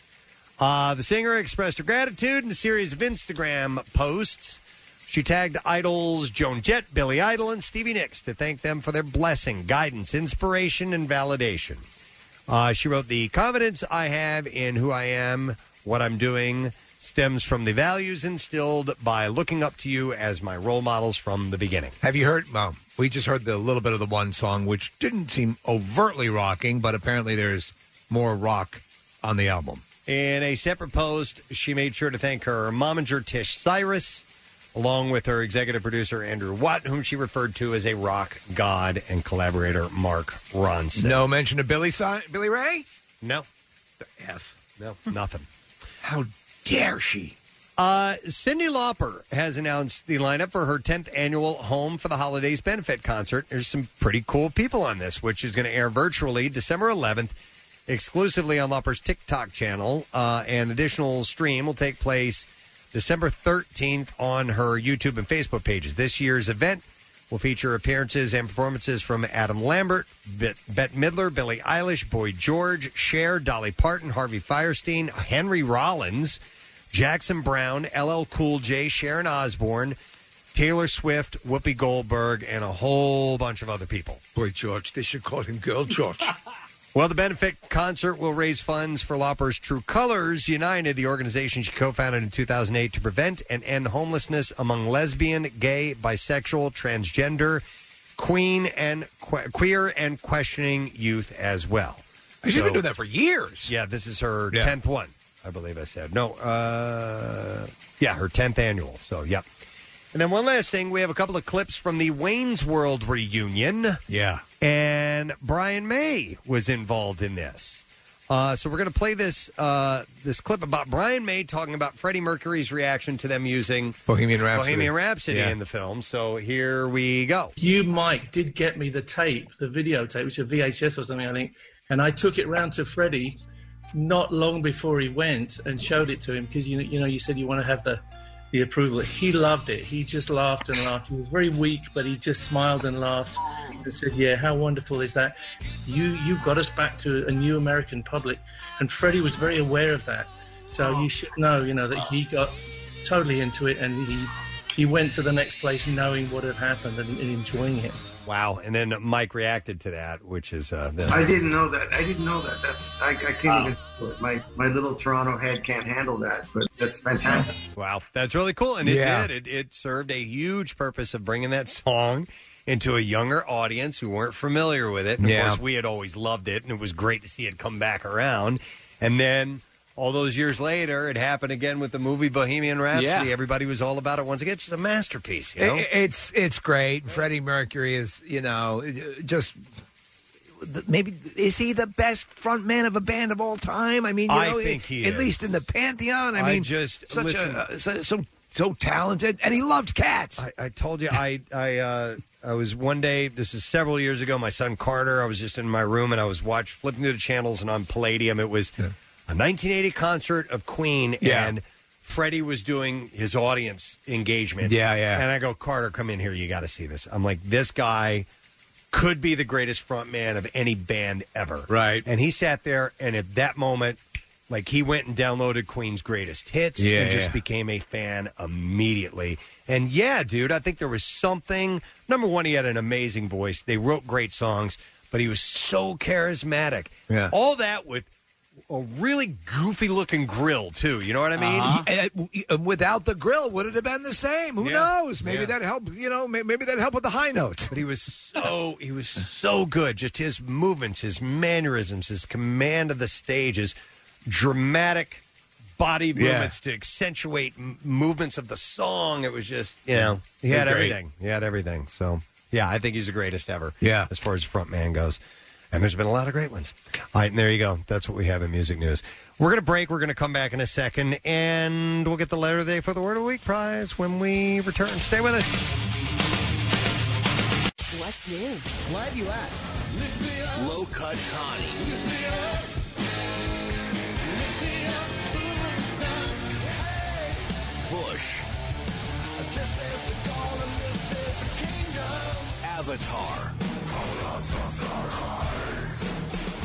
Speaker 3: Uh, the singer expressed her gratitude in a series of Instagram posts. She tagged idols Joan Jett, Billy Idol, and Stevie Nicks to thank them for their blessing, guidance, inspiration, and validation. Uh, she wrote, The confidence I have in who I am, what I'm doing, stems from the values instilled by looking up to you as my role models from the beginning.
Speaker 8: Have you heard? Well, we just heard the little bit of the one song, which didn't seem overtly rocking, but apparently there's more rock on the album.
Speaker 3: In a separate post, she made sure to thank her momager Tish Cyrus, along with her executive producer Andrew Watt, whom she referred to as a rock god, and collaborator Mark Ronson.
Speaker 8: No mention of Billy si- Billy Ray.
Speaker 3: No.
Speaker 8: The F.
Speaker 3: No. Nothing.
Speaker 8: How dare she?
Speaker 3: Uh, Cindy Lauper has announced the lineup for her 10th annual Home for the Holidays benefit concert. There's some pretty cool people on this, which is going to air virtually December 11th, exclusively on Lauper's TikTok channel. Uh, an additional stream will take place December 13th on her YouTube and Facebook pages. This year's event will feature appearances and performances from Adam Lambert, Bet- Bette Midler, Billie Eilish, Boyd George, Cher, Dolly Parton, Harvey Firestein, Henry Rollins, Jackson Brown, LL Cool J, Sharon Osbourne, Taylor Swift, Whoopi Goldberg, and a whole bunch of other people.
Speaker 8: Boy George, they should call him Girl George.
Speaker 3: Well, the benefit concert will raise funds for Lauper's True Colors United, the organization she co founded in 2008 to prevent and end homelessness among lesbian, gay, bisexual, transgender, queen, and que- queer and questioning youth as well.
Speaker 8: She's been
Speaker 3: So-
Speaker 8: doing that for years.
Speaker 3: Yeah, this is her
Speaker 8: Yeah.
Speaker 3: 10th one, I believe I said. No, uh, yeah, her 10th annual. So, yep. And then one last thing we have a couple of clips from the Wayne's World reunion.
Speaker 8: Yeah.
Speaker 3: And Brian May was involved in this. Uh, so we're going to play this uh, this clip about Brian May talking about Freddie Mercury's reaction to them using
Speaker 8: Bohemian Rhapsody.
Speaker 3: Bohemian Rhapsody
Speaker 8: Yeah.
Speaker 3: in the film. So here we go.
Speaker 37: You, Mike, did get me the tape, the videotape, which is a VHS or something, I think. And I took it round to Freddie not long before he went and showed it to him because you, you know you said you want to have the the approval. He loved it. He just laughed and laughed. He was very weak, but he just smiled and laughed and said, "Yeah, how wonderful is that? You you got us back to a new American public." And Freddie was very aware of that. So you should know, you know, that he got totally into it and he he went to the next place knowing what had happened and, and enjoying it.
Speaker 3: Wow. And then Mike reacted to that, which is uh, this.
Speaker 33: I didn't know that. I didn't know that. That's I, I can't
Speaker 3: Wow.
Speaker 33: even. do it. My my little Toronto head can't handle that. But that's fantastic.
Speaker 3: Wow, that's really cool, and it
Speaker 33: Yeah.
Speaker 3: did. It, it served a huge purpose of bringing that song into a younger audience who weren't familiar with it. And
Speaker 8: Yeah.
Speaker 3: of course, we had always loved it, and it was great to see it come back around. And then all those years later, it happened again with the movie Bohemian Rhapsody.
Speaker 8: Yeah.
Speaker 3: Everybody was all about it once again. It's a masterpiece, you
Speaker 8: I-
Speaker 3: know.
Speaker 8: I- it's it's great. Freddie Mercury is you know uh, just the- maybe is he the best front man of a band of all time? I mean, you
Speaker 3: I
Speaker 8: know,
Speaker 3: think he
Speaker 8: at
Speaker 3: is.
Speaker 8: least in the pantheon. I,
Speaker 3: I
Speaker 8: mean,
Speaker 3: just-
Speaker 8: such
Speaker 3: listen.
Speaker 8: a so, so so talented, and he loved cats.
Speaker 3: I, I told you, I I uh, I was one day. This is several years ago. My son Carter. I was just in my room and I was watch flipping through the channels and on Palladium it was a 1980 concert of Queen
Speaker 8: Yeah.
Speaker 3: and Freddie was doing his audience engagement.
Speaker 8: Yeah, yeah.
Speaker 3: And I go, Carter, come in here. You got to see this. I'm like, this guy could be the greatest frontman of any band ever. Right. And he sat there, and at that moment, like he went and downloaded Queen's greatest hits
Speaker 8: Yeah,
Speaker 3: and just
Speaker 8: yeah.
Speaker 3: became a fan immediately. And yeah, dude, I think there was something. Number one, he had an amazing voice. They wrote great songs, but he was so charismatic.
Speaker 8: Yeah.
Speaker 3: All that with a really goofy looking grill, too. You know what I mean?
Speaker 8: And- and- and without the grill, would it have been the same? Who knows? Maybe
Speaker 3: Yeah.
Speaker 8: that helped. You know, may- maybe that helped with the high notes.
Speaker 3: But he was so he was so good. Just his movements, his mannerisms, his command of the stage, his dramatic body
Speaker 8: Yeah.
Speaker 3: movements to accentuate m- movements of the song. It was just you know he
Speaker 8: He's
Speaker 3: had
Speaker 8: great.
Speaker 3: everything. He had everything. So yeah, I think he's the greatest ever.
Speaker 8: Yeah.
Speaker 3: as far as front man goes. And there's been a lot of great ones. All right, and there you go. That's what we have in music news. We're going to break. We're going to come back in a second, and we'll get the letter of the day for the Word of the Week prize when we return. Stay with us.
Speaker 38: What's new?
Speaker 39: Glad you asked. Low cut Connie.
Speaker 5: Bush. Avatar.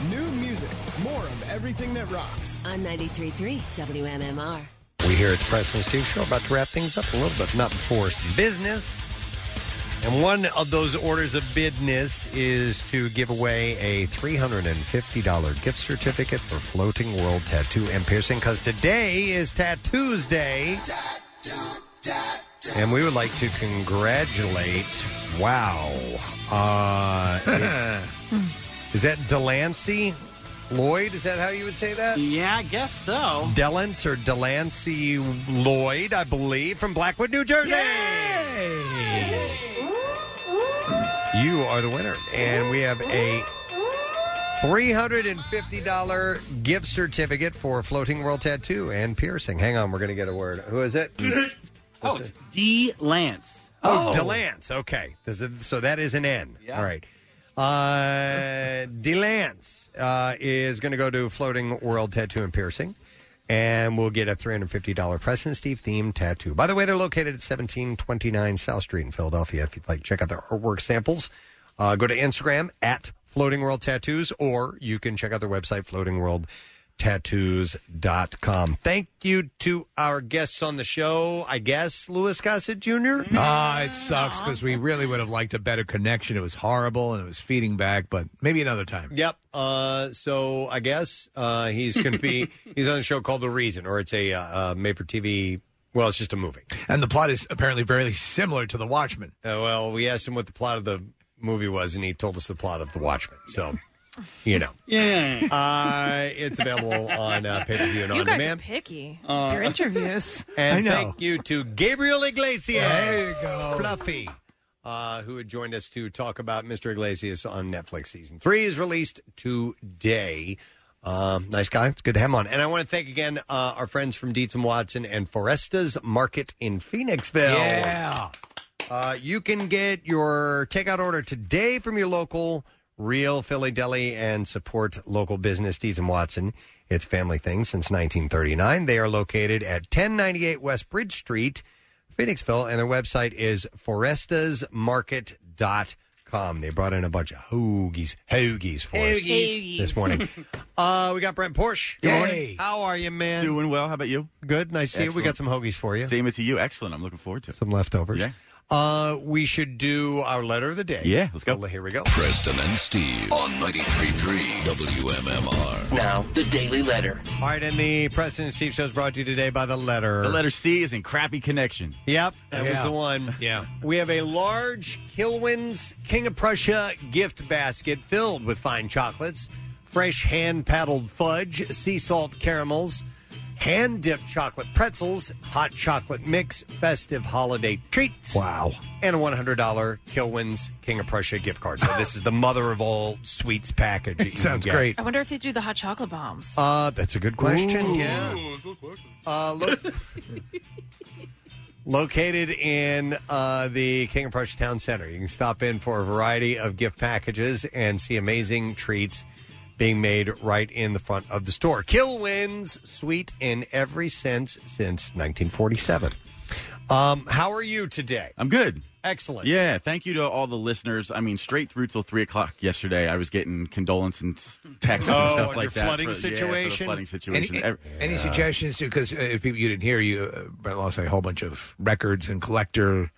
Speaker 16: New music, more of everything that rocks.
Speaker 38: On 93.3 WMMR.
Speaker 3: We here at the Preston and Steve Show about to wrap things up a little bit, not before some business. And one of those orders of business is to give away a $350 gift certificate for Floating World Tattoo and Piercing because today is Tattoos Day. And we would like to congratulate, wow. Uh, it's- is that Delancey? Lloyd, is that how you would say that?
Speaker 40: Yeah, I guess so.
Speaker 3: Delance or Delancey Lloyd, I believe, from Blackwood, New Jersey. You are the winner, and we have a $350 gift certificate for Floating World Tattoo and Piercing. Hang on, we're going to get a word. Who is it?
Speaker 6: Oh, it's D. Lance.
Speaker 3: Oh, DeLance. Okay. There's a- so that is an N. All right. Uh, DeLance uh, is going to go to Floating World Tattoo and Piercing. And we'll get a $350 Preston Steve themed tattoo. By the way, they're located at 1729 South Street in Philadelphia. If you'd like, check out their artwork samples. Uh, go to Instagram at Floating World Tattoos, or you can check out their website, floatingworldtattoos.com. Thank you to our guests on the show, I guess, Louis Gossett Jr.
Speaker 8: Ah, it sucks because we really would have liked a better connection. It was horrible and it was feeding back, but maybe another time.
Speaker 3: Yep. Uh, so I guess uh, he's going to be he's on a show called The Reason, or it's a uh, uh, made for TV. Well, it's just a movie.
Speaker 8: And the plot is apparently very similar to The Watchmen.
Speaker 3: Uh, well, we asked him what the plot of the movie was, and he told us the plot of The Watchmen. So, you know,
Speaker 6: yeah,
Speaker 3: uh, it's available on uh, pay per view and
Speaker 4: you
Speaker 3: on
Speaker 4: guys
Speaker 3: demand.
Speaker 4: are picky.
Speaker 3: Uh,
Speaker 4: Your interviews.
Speaker 3: And thank you to Gabriel Iglesias. Fluffy. Uh, who had joined us to talk about Mr. Iglesias on Netflix season three is released today. Um, nice guy. It's good to have him on. And I want to thank again uh, our friends from Dietz and Watson and Foresta's Market in Phoenixville.
Speaker 8: Yeah.
Speaker 3: Uh, you can get your takeout order today from your local Real Philly Deli and support local business Dees and Watson. It's a family thing since 1939. They are located at 1098 West Bridge Street, Phoenixville, and their website is forestasmarket.com. They brought in a bunch of hoagies, hoagies for us
Speaker 41: Hoagies.
Speaker 3: this morning. uh, we got Brent Porsche. Good morning. How are you, man?
Speaker 2: Doing well. How about you?
Speaker 3: Good. Nice to see you. We got some hoagies for you.
Speaker 2: Same to you. Excellent. I'm looking forward to it.
Speaker 3: Some leftovers.
Speaker 2: Yeah.
Speaker 3: Uh, we should do our letter of the day.
Speaker 2: Yeah, let's go.
Speaker 3: Here we go.
Speaker 5: Preston and Steve on 93.3 WMMR.
Speaker 3: Now,
Speaker 5: the Daily Letter.
Speaker 3: All right, and the Preston and Steve show is brought to you today by the letter.
Speaker 2: The letter C is in crappy connection.
Speaker 3: Yep, that was
Speaker 2: Yeah.
Speaker 3: the one.
Speaker 2: Yeah.
Speaker 3: We have a large Kilwin's King of Prussia gift basket filled with fine chocolates, fresh hand paddled fudge, sea salt caramels, hand dipped chocolate pretzels, hot chocolate mix, festive holiday treats. Wow. And a $100 Kilwin's King of Prussia gift card. So, this is the mother of all sweets package. that you can get.
Speaker 4: I wonder if they do the hot chocolate bombs.
Speaker 3: Uh, that's a good question. Yeah. Uh, look. Located in uh, the King of Prussia Town Center, you can stop in for a variety of gift packages and see amazing treats being made right in the front of the store. Kill wins sweet in every sense since 1947. Um, how are you today?
Speaker 2: I'm good.
Speaker 3: Excellent.
Speaker 2: Yeah, thank you to all the listeners. I mean, straight through till three o'clock yesterday, I was getting condolence and s- texts and
Speaker 3: Oh,
Speaker 2: stuff
Speaker 3: on
Speaker 2: like
Speaker 3: your
Speaker 2: that.
Speaker 3: flooding
Speaker 2: for- yeah, for the
Speaker 3: situation?
Speaker 2: flooding situation.
Speaker 8: Any,
Speaker 2: Every-
Speaker 8: any
Speaker 2: Yeah.
Speaker 8: suggestions to because uh, if people you didn't hear, you uh, Brett lost a whole bunch of records and collector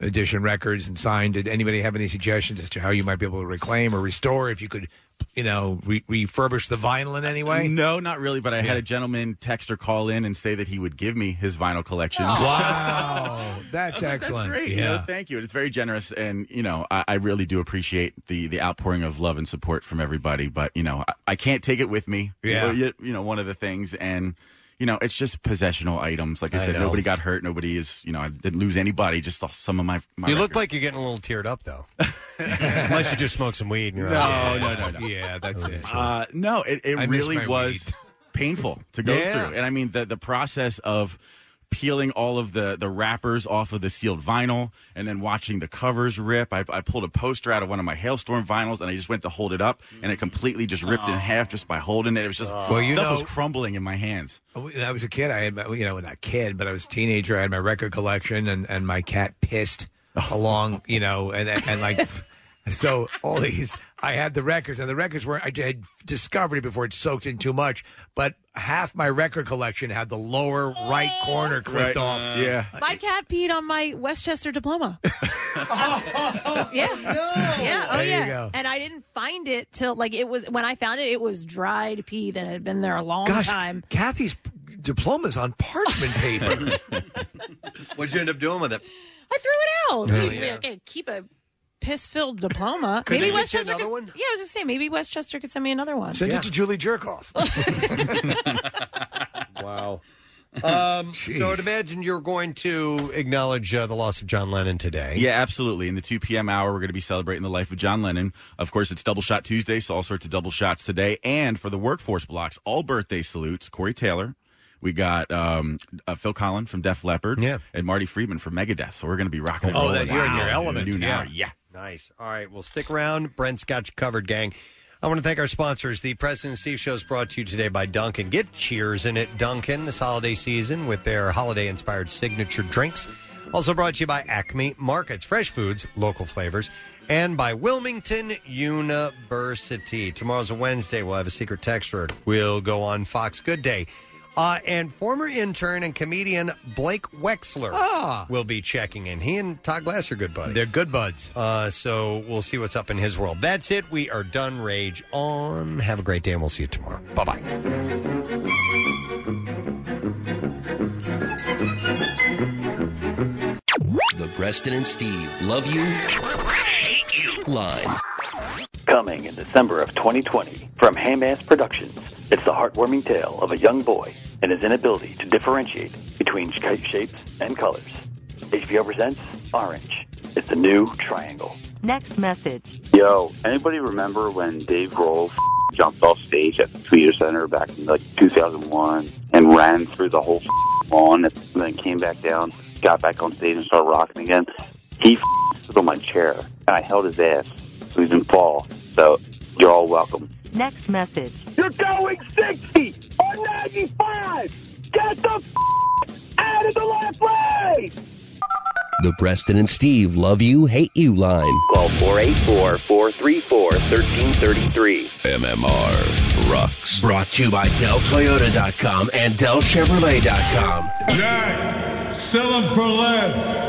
Speaker 8: edition records and signed. Did anybody have any suggestions as to how you might be able to reclaim or restore if you could, you know, re- refurbish the vinyl in any way?
Speaker 2: No, not really. But I had a gentleman text or call in and say that he would give me his vinyl collection.
Speaker 8: Wow, Oh, that's excellent.
Speaker 2: Great.
Speaker 8: Yeah.
Speaker 2: Oh, No, thank you. And it's very generous. And, you know, I, I really do appreciate the, the outpouring of love and support from everybody. But, you know, I, I can't take it with me.
Speaker 8: Yeah.
Speaker 2: Well, You, you know, one of the things. And, you know, it's just possessional items. Like I
Speaker 3: I
Speaker 2: said,
Speaker 3: know.
Speaker 2: nobody got hurt. Nobody is, you know, I didn't lose anybody. Just lost some of my. my
Speaker 3: you look like you're getting a little teared up, though. Unless you just smoke some weed and you're
Speaker 2: No,
Speaker 3: like,
Speaker 2: no, no, no.
Speaker 8: Oh, Yeah, that's it.
Speaker 2: Uh, no, it,
Speaker 8: I
Speaker 2: it
Speaker 8: miss
Speaker 2: really
Speaker 8: my
Speaker 2: was painful to go
Speaker 8: Yeah.
Speaker 2: through. And I mean, the, the process of peeling all of the, the wrappers off of the sealed vinyl and then watching the covers rip. I, I pulled a poster out of one of my Hailstorm vinyls and I just went to hold it up and it completely just ripped in
Speaker 8: Aw.
Speaker 2: half just by holding it. It was just,
Speaker 8: Well, you
Speaker 2: stuff
Speaker 8: know-
Speaker 2: was crumbling in my hands.
Speaker 8: When I was a kid, I had my, you know, not kid, but I was a teenager. I had my record collection, and, and my cat pissed along, you know, and and like, so all these, I had the records, and the records were I had discovered it before it soaked in too much. But half my record collection had the lower right corner clipped
Speaker 2: Right.
Speaker 8: off.
Speaker 2: Yeah.
Speaker 8: Uh,
Speaker 4: My cat peed on my Westchester diploma. yeah. Yeah. Oh,
Speaker 8: Oh, There you
Speaker 4: yeah.
Speaker 8: go.
Speaker 4: And I didn't find it till, like, it was, when I found it, it was dried pee that had been there a long
Speaker 8: Gosh,
Speaker 4: time.
Speaker 8: Kathy's diploma's on parchment paper.
Speaker 3: What'd you end up doing with it?
Speaker 4: I threw it out.
Speaker 8: Oh,
Speaker 4: Geez,
Speaker 8: yeah.
Speaker 4: Okay, keep a piss filled diploma.
Speaker 8: Could they get you
Speaker 4: Westchester.
Speaker 8: another
Speaker 4: could,
Speaker 8: one?
Speaker 4: Yeah, I was just saying, maybe Westchester could send me another one.
Speaker 8: Send it to Julie Jerkoff.
Speaker 3: Wow. Um,
Speaker 2: Jeez.
Speaker 3: so I'd imagine you're going to acknowledge uh, the loss of John Lennon today.
Speaker 2: Yeah, absolutely. In the 2 p.m. hour, we're going to be celebrating the life of John Lennon. Of course, it's Double Shot Tuesday, so all sorts of double shots today. And for the workforce blocks, all birthday salutes Corey Taylor. We got um, uh, Phil Collin from Def Leppard yeah. and Marty Friedman from Megadeth. So we're going to be rocking and
Speaker 3: Oh,
Speaker 2: rolling
Speaker 3: that you're in
Speaker 2: out
Speaker 3: your
Speaker 2: the
Speaker 3: element,
Speaker 2: New
Speaker 3: yeah.
Speaker 2: now. yeah.
Speaker 3: Nice. All right. Well, stick around. Brent's got you covered, gang. I want to thank our sponsors. The President and Steve Show is brought to you today by Duncan. Get cheers in at Duncan this holiday season with their holiday inspired signature drinks. Also brought to you by Acme Markets, fresh foods, local flavors, and by Wilmington University. Tomorrow's a Wednesday. We'll have a secret texter. We'll go on Fox Good Day. Uh, and former intern and comedian Blake Wexler will be checking in. He and Todd Glass are good buddies. They're
Speaker 8: Ah. good buds.
Speaker 3: Uh, so we'll see what's up in his world. That's it. We are done. Rage on. Have a great day, and we'll see you tomorrow. Bye bye.
Speaker 5: The Preston and Steve love you, hate you line.
Speaker 42: Coming in December of 2020 from Hamass Productions, it's the heartwarming tale of a young boy and his inability to differentiate between kite shapes and colors. HBO presents Orange. It's the new triangle.
Speaker 22: Next message.
Speaker 42: Yo, anybody remember when Dave Grohl f- jumped off stage at the Tweeter Center back in like 2001 and ran through the whole f- lawn and then came back down, got back on stage and started rocking again? He f- stood on my chair and I held his ass so he didn't fall. So you're all welcome.
Speaker 22: Next message.
Speaker 5: You're going 60 or 95. Get the f- out of the left lane.
Speaker 31: The Preston and Steve love you, hate you line.
Speaker 42: Call 484 434 1333.
Speaker 43: MMR rocks.
Speaker 31: Brought to you by DelToyota.com and DelChevrolet.com.
Speaker 15: Jack, sell them for less.